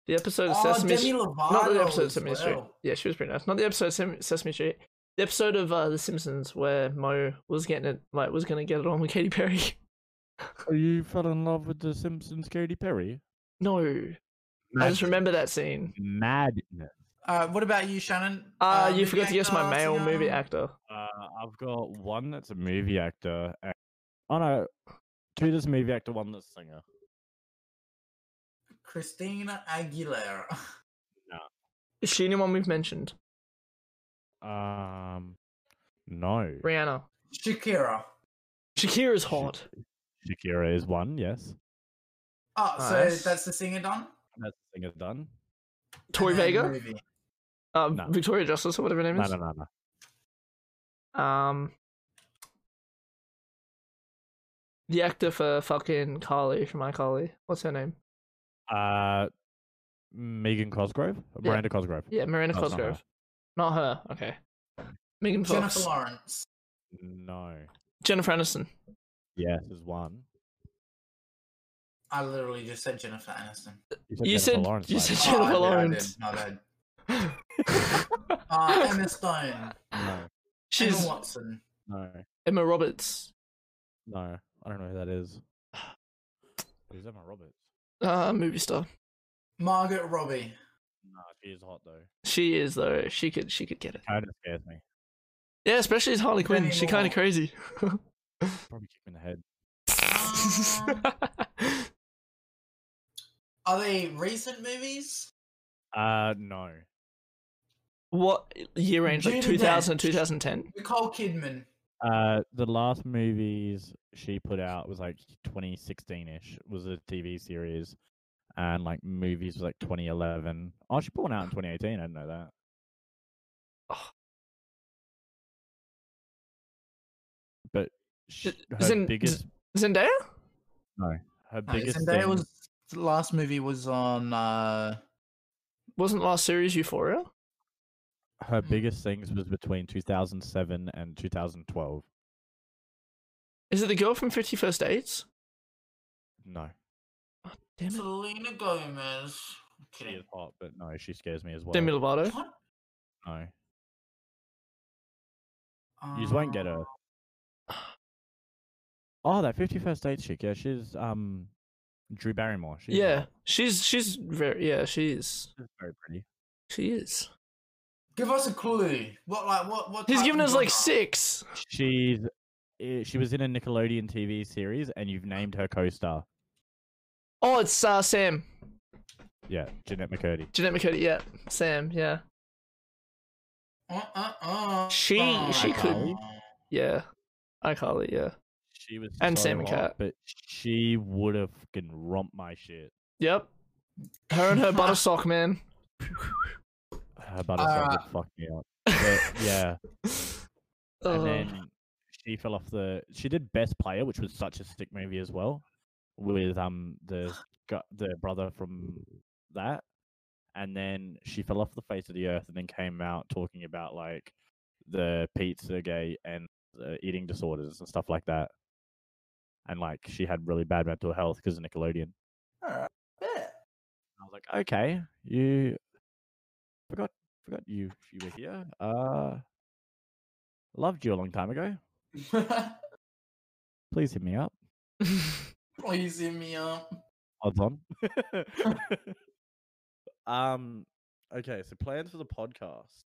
[SPEAKER 2] the episode of
[SPEAKER 3] Oh,
[SPEAKER 2] Sesame
[SPEAKER 3] Demi
[SPEAKER 2] Street.
[SPEAKER 3] Lovato.
[SPEAKER 2] Not the episode of
[SPEAKER 3] as
[SPEAKER 2] Sesame Street.
[SPEAKER 3] well.
[SPEAKER 2] Yeah, she was pretty nice. Not the episode of Sem- Sesame Street. The episode of uh, The Simpsons where Mo was getting it, like was gonna get it on with Katy Perry. [laughs]
[SPEAKER 1] Oh, you fell in love with the Simpsons Katy Perry?
[SPEAKER 2] no, I just remember that scene.
[SPEAKER 1] Madness.
[SPEAKER 3] Uh, what about you, Shannon?
[SPEAKER 2] Uh, you
[SPEAKER 3] movie
[SPEAKER 2] forgot to guess my
[SPEAKER 3] actor,
[SPEAKER 2] male
[SPEAKER 3] singer?
[SPEAKER 2] movie actor.
[SPEAKER 1] Uh, I've got one that's a movie actor. And... Oh no. Two that's a movie actor, one that's a singer.
[SPEAKER 3] Christina Aguilera. [laughs]
[SPEAKER 2] Is she anyone we've mentioned?
[SPEAKER 1] Um, no.
[SPEAKER 2] Rihanna.
[SPEAKER 3] Shakira.
[SPEAKER 2] Shakira's hot.
[SPEAKER 1] Shakira is one, yes.
[SPEAKER 3] Oh,
[SPEAKER 2] Nice.
[SPEAKER 3] so that's the singer done?
[SPEAKER 1] That's the singer done.
[SPEAKER 2] Tori
[SPEAKER 3] And then
[SPEAKER 2] Vega.
[SPEAKER 3] movie.
[SPEAKER 2] Um,
[SPEAKER 1] No.
[SPEAKER 2] Victoria Justice or whatever her name
[SPEAKER 1] No,
[SPEAKER 2] is.
[SPEAKER 1] no, no, no.
[SPEAKER 2] Um, the actor for fucking Carly from iCarly. What's her name?
[SPEAKER 1] Uh, Megan Cosgrove,
[SPEAKER 2] Yeah.
[SPEAKER 1] Miranda Cosgrove.
[SPEAKER 2] Yeah, Miranda
[SPEAKER 1] No, Oh, it's not her.
[SPEAKER 2] Cosgrove. Not her. Okay. Megan Fox.
[SPEAKER 3] Jennifer Lawrence.
[SPEAKER 1] No.
[SPEAKER 2] Jennifer Aniston.
[SPEAKER 1] Yes, is one.
[SPEAKER 3] I literally just said Jennifer Aniston.
[SPEAKER 1] Jennifer
[SPEAKER 2] You said- you
[SPEAKER 1] right?
[SPEAKER 2] said
[SPEAKER 3] Oh,
[SPEAKER 2] [laughs] Jennifer
[SPEAKER 3] I did, I did,
[SPEAKER 2] Lawrence.
[SPEAKER 3] My bad. Uh, Emma Stone.
[SPEAKER 1] No,
[SPEAKER 2] [laughs] She's
[SPEAKER 3] Emma Watson.
[SPEAKER 1] no,
[SPEAKER 2] Emma Roberts.
[SPEAKER 1] no. I don't know who that is. Who's Emma Roberts?
[SPEAKER 2] Uh, movie star. [laughs]
[SPEAKER 3] Margaret Robbie.
[SPEAKER 1] Nah, she is hot though.
[SPEAKER 2] She is though. She could. She could get it.
[SPEAKER 1] Kind of scares me.
[SPEAKER 2] Yeah, especially as Harley Quinn. She kind
[SPEAKER 3] Anymore.
[SPEAKER 2] of crazy. [laughs]
[SPEAKER 1] Probably kick me in the head.
[SPEAKER 3] Um, are they recent movies?
[SPEAKER 1] Uh, no.
[SPEAKER 2] what year range? Like
[SPEAKER 3] Judi
[SPEAKER 2] 2000
[SPEAKER 3] Dench.
[SPEAKER 2] 2010.
[SPEAKER 3] Nicole Kidman.
[SPEAKER 1] Uh, the last movies she put out was like 2016ish. Was a TV series, and like movies was like 2011. Oh, she put one out in 2018. I didn't know that. But she,
[SPEAKER 2] Z-
[SPEAKER 1] her
[SPEAKER 2] Zen- Z-
[SPEAKER 1] biggest,
[SPEAKER 2] Zendaya.
[SPEAKER 1] her
[SPEAKER 3] No,
[SPEAKER 1] biggest
[SPEAKER 3] Zendaya
[SPEAKER 1] thing-
[SPEAKER 3] was the last movie was on uh
[SPEAKER 2] Wasn't last series Euphoria?
[SPEAKER 1] her
[SPEAKER 2] Hmm.
[SPEAKER 1] biggest things was between 2007 and 2012.
[SPEAKER 2] Is it the girl from Fifty First Dates?
[SPEAKER 1] No,
[SPEAKER 2] Damn it.
[SPEAKER 11] Selena Gomez. I'm
[SPEAKER 1] she
[SPEAKER 11] kidding.
[SPEAKER 1] is hot, but no, she scares me as well.
[SPEAKER 2] Demi Lovato.
[SPEAKER 11] What?
[SPEAKER 1] No,
[SPEAKER 11] Uh,
[SPEAKER 1] you just won't get
[SPEAKER 2] Ah.
[SPEAKER 1] her. Oh, that 51st date chick. Yeah, she's um, Drew Barrymore. She's
[SPEAKER 2] Yeah, she's she's very yeah she is
[SPEAKER 1] she's very pretty.
[SPEAKER 2] she is.
[SPEAKER 11] Give us a clue. What like what what?
[SPEAKER 2] He's
[SPEAKER 11] type
[SPEAKER 2] given
[SPEAKER 11] of
[SPEAKER 2] us like
[SPEAKER 11] genre?
[SPEAKER 2] six.
[SPEAKER 1] She's eh, she was in a Nickelodeon TV series, and you've named her co-star.
[SPEAKER 2] Oh, it's uh, Sam
[SPEAKER 1] Yeah, Jeanette McCurdy.
[SPEAKER 2] Jeanette McCurdy. Yeah, Sam. Yeah,
[SPEAKER 11] Uh, uh, uh.
[SPEAKER 2] She-
[SPEAKER 11] Uh,
[SPEAKER 2] she
[SPEAKER 1] could-
[SPEAKER 2] yeah. iCarly. Yeah.
[SPEAKER 1] She was
[SPEAKER 2] And
[SPEAKER 1] so
[SPEAKER 2] Sam and
[SPEAKER 1] hot,
[SPEAKER 2] Cat.
[SPEAKER 1] but she would have fucking romped my shit.
[SPEAKER 2] Yep. Her and her [laughs]
[SPEAKER 11] [laughs]
[SPEAKER 2] buttersock man.
[SPEAKER 1] Her butterfly
[SPEAKER 2] Uh,
[SPEAKER 11] Alright.
[SPEAKER 1] would fuck me up. But, yeah,
[SPEAKER 2] Oh.
[SPEAKER 1] and then she fell off the. She did Best Player, which was such a sick movie as well, with um the gu- the brother from that, and then she fell off the face of the earth, and then came out talking about like the pizza gay and uh, eating disorders and stuff like that, and like she had really bad mental health because of Nickelodeon.
[SPEAKER 3] Alright, bet.
[SPEAKER 1] I was like, okay, you forgot forgot you you were here. Uh, loved you a long time ago.
[SPEAKER 11] [laughs]
[SPEAKER 1] Please hit me up.
[SPEAKER 3] Please hit me up.
[SPEAKER 1] Odds on. [laughs] um. Okay, so plans for the podcast.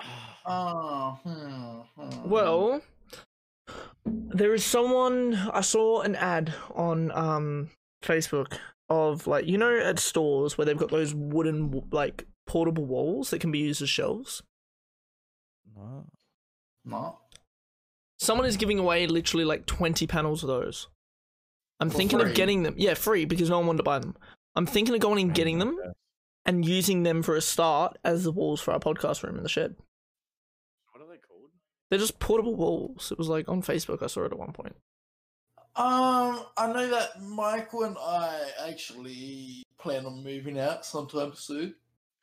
[SPEAKER 1] Ah, [sighs]
[SPEAKER 11] Oh, hmm, hmm.
[SPEAKER 2] [laughs] Well, there is someone I saw an ad on um Facebook of like you know at stores where they've got those wooden w- like portable walls that can be used as shelves.
[SPEAKER 1] No.
[SPEAKER 11] Not.
[SPEAKER 2] Someone is giving away literally like twenty panels of those. I'm
[SPEAKER 11] For
[SPEAKER 2] thinking
[SPEAKER 11] free?
[SPEAKER 2] of getting them. Yeah, free because no one wanted to buy them. I'm thinking of going and getting them and using them for a start as the walls for our podcast room in the shed.
[SPEAKER 1] What are they called?
[SPEAKER 2] They're just portable walls. It was like on Facebook. I saw it at one point.
[SPEAKER 3] Um, I know that Michael and I actually plan on moving out sometime soon.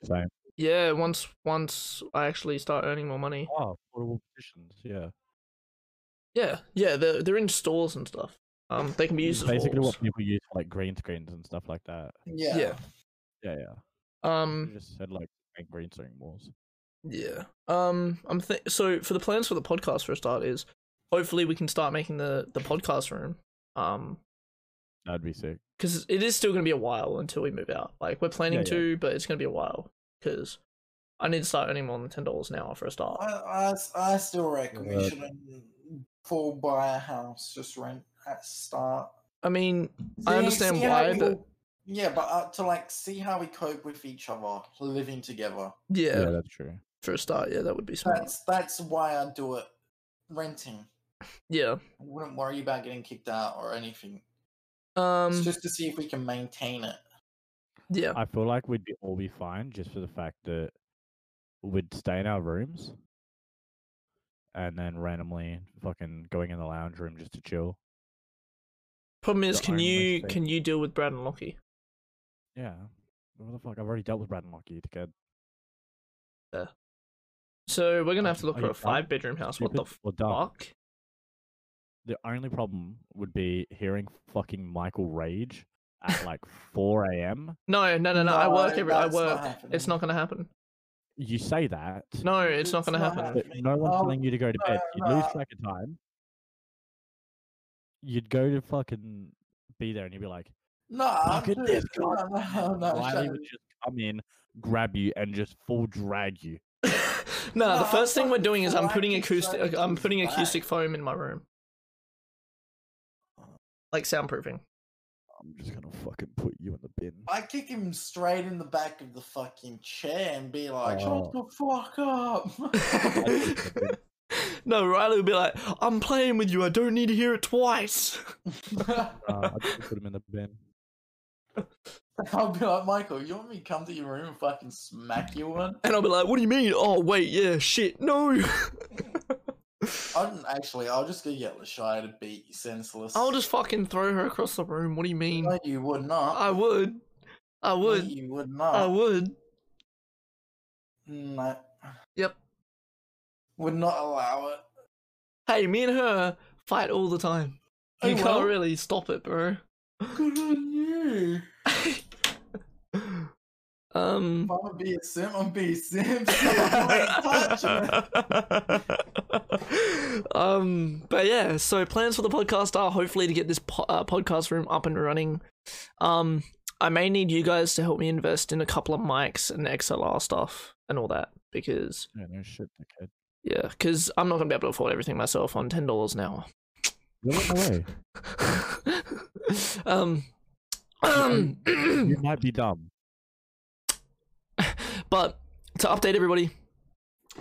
[SPEAKER 1] Same.
[SPEAKER 2] Yeah, once once I actually start earning more money.
[SPEAKER 1] Oh, portable petitions. Yeah.
[SPEAKER 2] Yeah, yeah, they're they're in stores and stuff. Um, they can be used as
[SPEAKER 1] Basically,
[SPEAKER 2] walls.
[SPEAKER 1] what people use for like green screens and stuff like that.
[SPEAKER 3] Yeah.
[SPEAKER 2] Yeah.
[SPEAKER 1] Yeah, yeah. You
[SPEAKER 2] Um,
[SPEAKER 1] just said like make green screen walls.
[SPEAKER 2] yeah. Um, I'm th- so for the plans for the podcast for a start is hopefully we can start making the the podcast room. Um,
[SPEAKER 1] That'd be sick.
[SPEAKER 2] because it is still going to be a while until we move out. Like we're planning
[SPEAKER 1] Yeah, yeah.
[SPEAKER 2] to, but it's going to be a while because I need to start earning more than ten dollars an hour for a start.
[SPEAKER 3] I, I, s- I still reckon we
[SPEAKER 1] Yeah.
[SPEAKER 3] should full buy a house, just rent at the start.
[SPEAKER 2] I mean,
[SPEAKER 3] See-
[SPEAKER 2] I understand
[SPEAKER 3] see how
[SPEAKER 2] why,
[SPEAKER 3] we
[SPEAKER 2] but
[SPEAKER 3] all- yeah, but uh, to like see how we cope with each other living together.
[SPEAKER 2] yeah,
[SPEAKER 1] yeah that's true.
[SPEAKER 2] for a start, yeah, that would be smart.
[SPEAKER 3] That's that's why I do it. Renting.
[SPEAKER 2] Yeah.
[SPEAKER 3] I wouldn't worry about getting kicked out or anything.
[SPEAKER 2] Um.
[SPEAKER 3] it's just to see if we can maintain it.
[SPEAKER 2] yeah.
[SPEAKER 1] I feel like we'd be all be fine just for the fact that we'd stay in our rooms and then randomly fucking going in the lounge room just to chill.
[SPEAKER 2] Problem is,
[SPEAKER 1] the
[SPEAKER 2] can
[SPEAKER 1] only
[SPEAKER 2] you
[SPEAKER 1] thing-
[SPEAKER 2] can you deal with Brad and Lockie?
[SPEAKER 1] Yeah. What the fuck? I've already dealt with Brad and Lockie to get
[SPEAKER 2] So we're
[SPEAKER 1] Are
[SPEAKER 2] gonna have
[SPEAKER 1] you-
[SPEAKER 2] to look
[SPEAKER 1] are
[SPEAKER 2] for
[SPEAKER 1] you
[SPEAKER 2] a
[SPEAKER 1] dumb?
[SPEAKER 2] five bedroom house. What the
[SPEAKER 1] stupid or dumb.
[SPEAKER 2] fuck?
[SPEAKER 1] The only problem would be hearing fucking Michael rage at like 4 a.m.
[SPEAKER 2] No, no, no, no. I work every. I
[SPEAKER 3] that's not
[SPEAKER 2] work. it's
[SPEAKER 3] happening.
[SPEAKER 2] not gonna happen.
[SPEAKER 1] You say that,
[SPEAKER 2] No, it's not gonna
[SPEAKER 3] It's not
[SPEAKER 2] happen.
[SPEAKER 1] but
[SPEAKER 3] happening.
[SPEAKER 1] no one's
[SPEAKER 3] Oh,
[SPEAKER 1] telling you to go to bed. You'd lose
[SPEAKER 3] no.
[SPEAKER 1] track of time. You'd go to fucking be there and you'd be like,
[SPEAKER 3] No, I'm
[SPEAKER 1] Look at
[SPEAKER 3] good. [laughs]
[SPEAKER 1] this
[SPEAKER 3] No,
[SPEAKER 1] guy.
[SPEAKER 3] no, no, no,
[SPEAKER 1] Riley
[SPEAKER 3] shut
[SPEAKER 1] would just come in, grab you, and just full drag you.
[SPEAKER 2] [laughs] no,
[SPEAKER 3] No,
[SPEAKER 2] the
[SPEAKER 3] I'm
[SPEAKER 2] first thing we're
[SPEAKER 3] fucking
[SPEAKER 2] doing is I'm putting
[SPEAKER 3] flying
[SPEAKER 2] acoustic.
[SPEAKER 3] straight
[SPEAKER 2] I'm
[SPEAKER 3] to
[SPEAKER 2] putting
[SPEAKER 3] his
[SPEAKER 2] acoustic
[SPEAKER 3] back.
[SPEAKER 2] foam in my room, like soundproofing. [laughs]
[SPEAKER 1] I'm just gonna fucking put you in the bin.
[SPEAKER 3] [laughs] I kick him straight in the back of the fucking chair and be like,
[SPEAKER 1] Oh.
[SPEAKER 3] "Shut the fuck up!"
[SPEAKER 2] no, Riley would be like, "I'm playing with you. I don't need to hear it twice."
[SPEAKER 1] Uh, I just put him in the bin.
[SPEAKER 3] [laughs] I'll be like, "Michael, you want me to come to your room and fucking smack you one?"
[SPEAKER 2] And I'll be like, "What do you mean? Oh, wait, yeah, shit, no."
[SPEAKER 3] I didn't actually. I'll just go get Lashaya to beat you senseless.
[SPEAKER 2] I'll just fucking throw her across the room. What do you mean?
[SPEAKER 3] No, you would not.
[SPEAKER 2] I would. I
[SPEAKER 3] No,
[SPEAKER 2] would.
[SPEAKER 3] you would not.
[SPEAKER 2] I would.
[SPEAKER 3] No.
[SPEAKER 2] Yep.
[SPEAKER 3] Would not allow it.
[SPEAKER 2] Hey, me and her fight all the time.
[SPEAKER 3] Oh,
[SPEAKER 2] you
[SPEAKER 3] well.
[SPEAKER 2] can't really stop it, bro.
[SPEAKER 3] Good on you.
[SPEAKER 2] um.
[SPEAKER 3] [laughs] If I'm gonna be a sim, I'm be a sim. [laughs]
[SPEAKER 2] [laughs]
[SPEAKER 3] I ain't touching it.
[SPEAKER 2] um, but yeah, so plans for the podcast are hopefully to get this po- uh, podcast room up and running. Um, I may need you guys to help me invest in a couple of mics and XLR stuff and all that because
[SPEAKER 1] Yeah, no shit, dickhead.
[SPEAKER 2] yeah, because I'm not gonna be able to afford everything myself on ten dollars an hour. [laughs]
[SPEAKER 1] You're in the way.
[SPEAKER 2] um, [clears throat] Hmm.
[SPEAKER 1] you might be dumb.
[SPEAKER 2] But to update everybody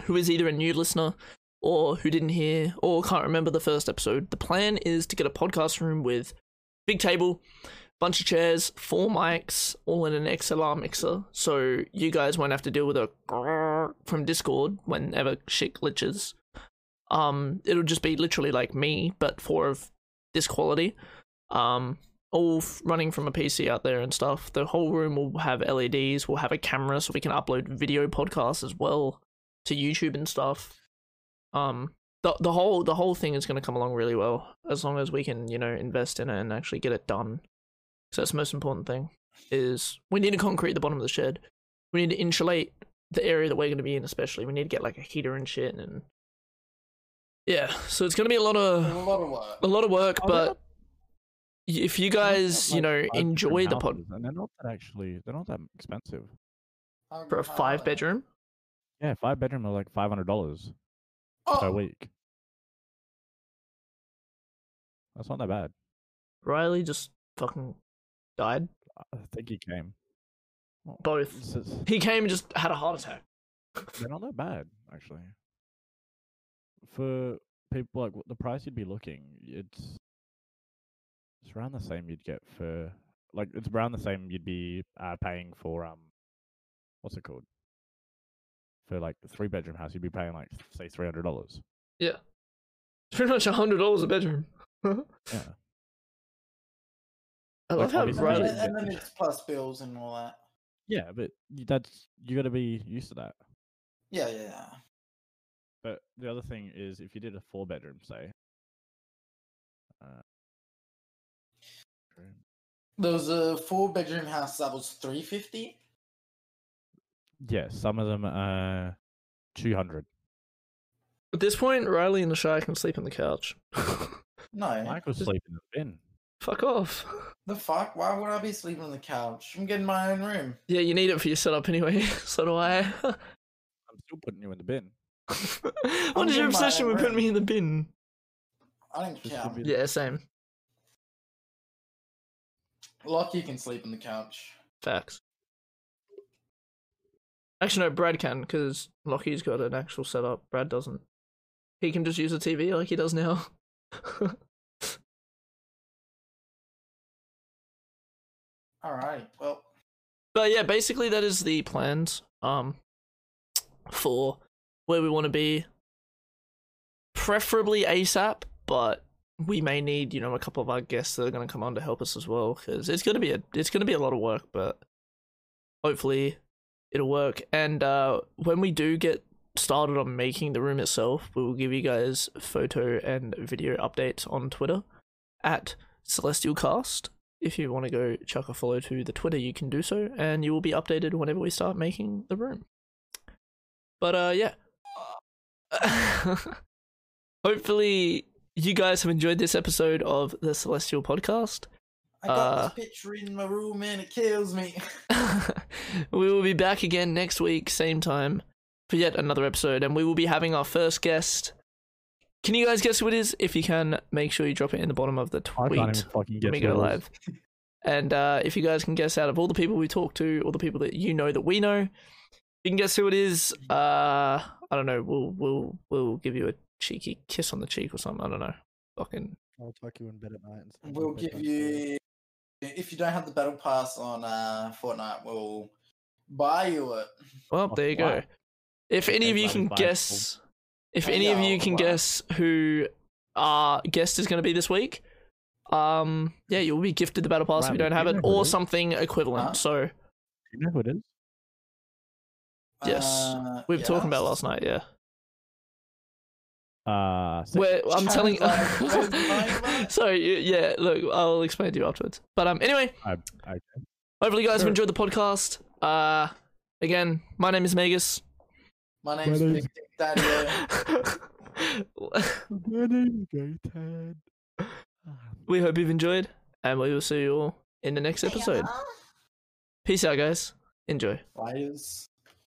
[SPEAKER 2] who is either a new listener or who didn't hear or can't remember the first episode, the plan is to get a podcast room with big table, bunch of chairs, four mics, all in an XLR mixer. So you guys won't have to deal with a [clears throat] grrrr from Discord whenever shit glitches. Um, it'll just be literally like me, but four of this quality. Um, all f- running from a PC out there and stuff. The whole room will have LEDs. We'll have a camera so we can upload video podcasts as well to YouTube and stuff. Um, the the whole the whole thing is going to come along really well as long as we can you know invest in it and actually get it done. So that's the most important thing. Is we need to concrete the bottom of the shed. We need to insulate the area that we're going to be in, especially. We need to get like a heater and shit and. Yeah, so it's gonna be a lot
[SPEAKER 3] A
[SPEAKER 2] of
[SPEAKER 3] lot of work.
[SPEAKER 2] a lot of work,
[SPEAKER 1] Oh, they're
[SPEAKER 2] but y- if you
[SPEAKER 1] I've got,
[SPEAKER 2] guys, you
[SPEAKER 1] like,
[SPEAKER 2] know,
[SPEAKER 1] five different
[SPEAKER 2] enjoy the pod
[SPEAKER 1] houses, and they're not that actually. They're not that expensive.
[SPEAKER 3] I'll
[SPEAKER 2] for a
[SPEAKER 3] retire
[SPEAKER 2] five
[SPEAKER 3] that.
[SPEAKER 2] bedroom,
[SPEAKER 1] Yeah, five bedroom are like five hundred dollars per
[SPEAKER 3] Oh,
[SPEAKER 1] week. That's not that bad.
[SPEAKER 2] Riley just fucking died.
[SPEAKER 1] I think he came. Well,
[SPEAKER 2] Both.
[SPEAKER 1] it's- it's-
[SPEAKER 2] He came and just had a heart attack. [laughs]
[SPEAKER 1] they're not that bad actually. For people like the price you'd be looking, it's it's around the same you'd get for like it's around the same you'd be uh, paying for um what's it called for like a three bedroom house you'd be paying like say three hundred dollars.
[SPEAKER 2] It's pretty much a hundred dollars a bedroom. [laughs]
[SPEAKER 1] Yeah.
[SPEAKER 2] I
[SPEAKER 1] Like,
[SPEAKER 2] love how
[SPEAKER 1] obviously-
[SPEAKER 3] and
[SPEAKER 2] Riley.
[SPEAKER 3] then, and then it's plus bills and all that.
[SPEAKER 1] Yeah, but y- that's you got to be used to that.
[SPEAKER 3] Yeah, yeah, yeah.
[SPEAKER 1] But the other thing is, if you did a four bedroom, say, uh,
[SPEAKER 3] There was a four bedroom house that was three fifty.
[SPEAKER 1] yeah, some of them are two hundred.
[SPEAKER 2] At this point, Riley and the Shire can sleep on the couch. [laughs]
[SPEAKER 3] No,
[SPEAKER 1] Mike was sleeping in the bin.
[SPEAKER 2] Fuck off.
[SPEAKER 3] the fuck? Why would I be sleeping on the couch? I'm getting my own room.
[SPEAKER 2] Yeah, you need it for your setup anyway. [laughs] so do I.
[SPEAKER 1] I'm still putting you in the bin.
[SPEAKER 2] what is
[SPEAKER 3] in my
[SPEAKER 2] your obsession with putting
[SPEAKER 3] room.
[SPEAKER 2] me in the bin?
[SPEAKER 3] I don't
[SPEAKER 1] Just
[SPEAKER 3] care.
[SPEAKER 1] give me
[SPEAKER 2] Yeah, same.
[SPEAKER 3] Lucky can sleep on the couch.
[SPEAKER 2] Facts. Actually, no, Brad can because Lockie's got an actual setup. Brad doesn't. He can just use the TV like he does now. [laughs]
[SPEAKER 3] All right. Well,
[SPEAKER 2] but yeah, basically that is the plans. Um, for where we want to be. Preferably ASAP, but we may need you know a couple of our guests that are going to come on to help us as well because it's going to be a it's going to be a lot of work, but hopefully it'll work. And uh, when we do get started on making the room itself, we will give you guys photo and video updates on Twitter at CelestialCast. If you want to go chuck a follow to the Twitter, you can do so, and you will be updated whenever we start making the room. But uh, yeah. [laughs] Hopefully, you guys have enjoyed this episode of the Celestial Podcast. [laughs]
[SPEAKER 3] I got
[SPEAKER 2] Uh,
[SPEAKER 3] this picture in my room and it kills me.
[SPEAKER 2] we will be back again next week, same time, for yet another episode, and we will be having our first guest. Can you guys guess who it is? If you can, make sure you drop it in the bottom of the
[SPEAKER 1] I
[SPEAKER 2] tweet
[SPEAKER 1] can't even fucking
[SPEAKER 2] when
[SPEAKER 1] get
[SPEAKER 2] we go
[SPEAKER 1] yours.
[SPEAKER 2] live. And uh, if you guys can guess out of all the people we talk to, all the people that you know that we know, if you can guess who it is. Uh, I don't know. We'll we'll we'll give you a cheeky kiss on the cheek or something. I don't know. Fucking
[SPEAKER 1] I'll tuck you in bed at night. And sleep
[SPEAKER 3] We'll
[SPEAKER 1] on the
[SPEAKER 3] give
[SPEAKER 1] bed.
[SPEAKER 3] you if you don't have the battle pass on uh, Fortnite, we'll buy you it.
[SPEAKER 2] well,
[SPEAKER 1] Oh,
[SPEAKER 2] there you
[SPEAKER 1] wow.
[SPEAKER 2] go. If any of you
[SPEAKER 1] Everybody
[SPEAKER 2] can
[SPEAKER 1] buys
[SPEAKER 2] guess, if
[SPEAKER 3] Hey,
[SPEAKER 2] any of you
[SPEAKER 3] yo,
[SPEAKER 2] can
[SPEAKER 3] wow.
[SPEAKER 2] guess who our guest is going to be this week, um, yeah, you'll be gifted the battle pass if you
[SPEAKER 1] Riley,
[SPEAKER 2] don't have
[SPEAKER 1] you
[SPEAKER 2] it
[SPEAKER 1] know who it
[SPEAKER 2] or
[SPEAKER 1] is.
[SPEAKER 2] something equivalent.
[SPEAKER 3] Huh?
[SPEAKER 2] So
[SPEAKER 1] Do you know who it is?
[SPEAKER 2] Yes.
[SPEAKER 11] Uh,
[SPEAKER 2] We were
[SPEAKER 11] yeah,
[SPEAKER 2] talking about
[SPEAKER 11] that's-
[SPEAKER 2] last night, yeah.
[SPEAKER 1] Uh, so-
[SPEAKER 2] Where I'm telling.
[SPEAKER 3] Challenge
[SPEAKER 2] [laughs]
[SPEAKER 3] line, line, line.
[SPEAKER 2] Sorry, you- yeah. Look, I'll explain to you afterwards. But um, anyway,
[SPEAKER 1] I, I,
[SPEAKER 2] hopefully, you guys have
[SPEAKER 11] Sure.
[SPEAKER 2] enjoyed the podcast. Uh, again, my name is Magus.
[SPEAKER 3] My name's
[SPEAKER 5] name's-
[SPEAKER 3] Big Dick Daddy.
[SPEAKER 5] My name's Gated.
[SPEAKER 2] [laughs] we hope you've enjoyed, and we will see you all in the next episode. Peace out, guys. Enjoy.
[SPEAKER 3] Fighters.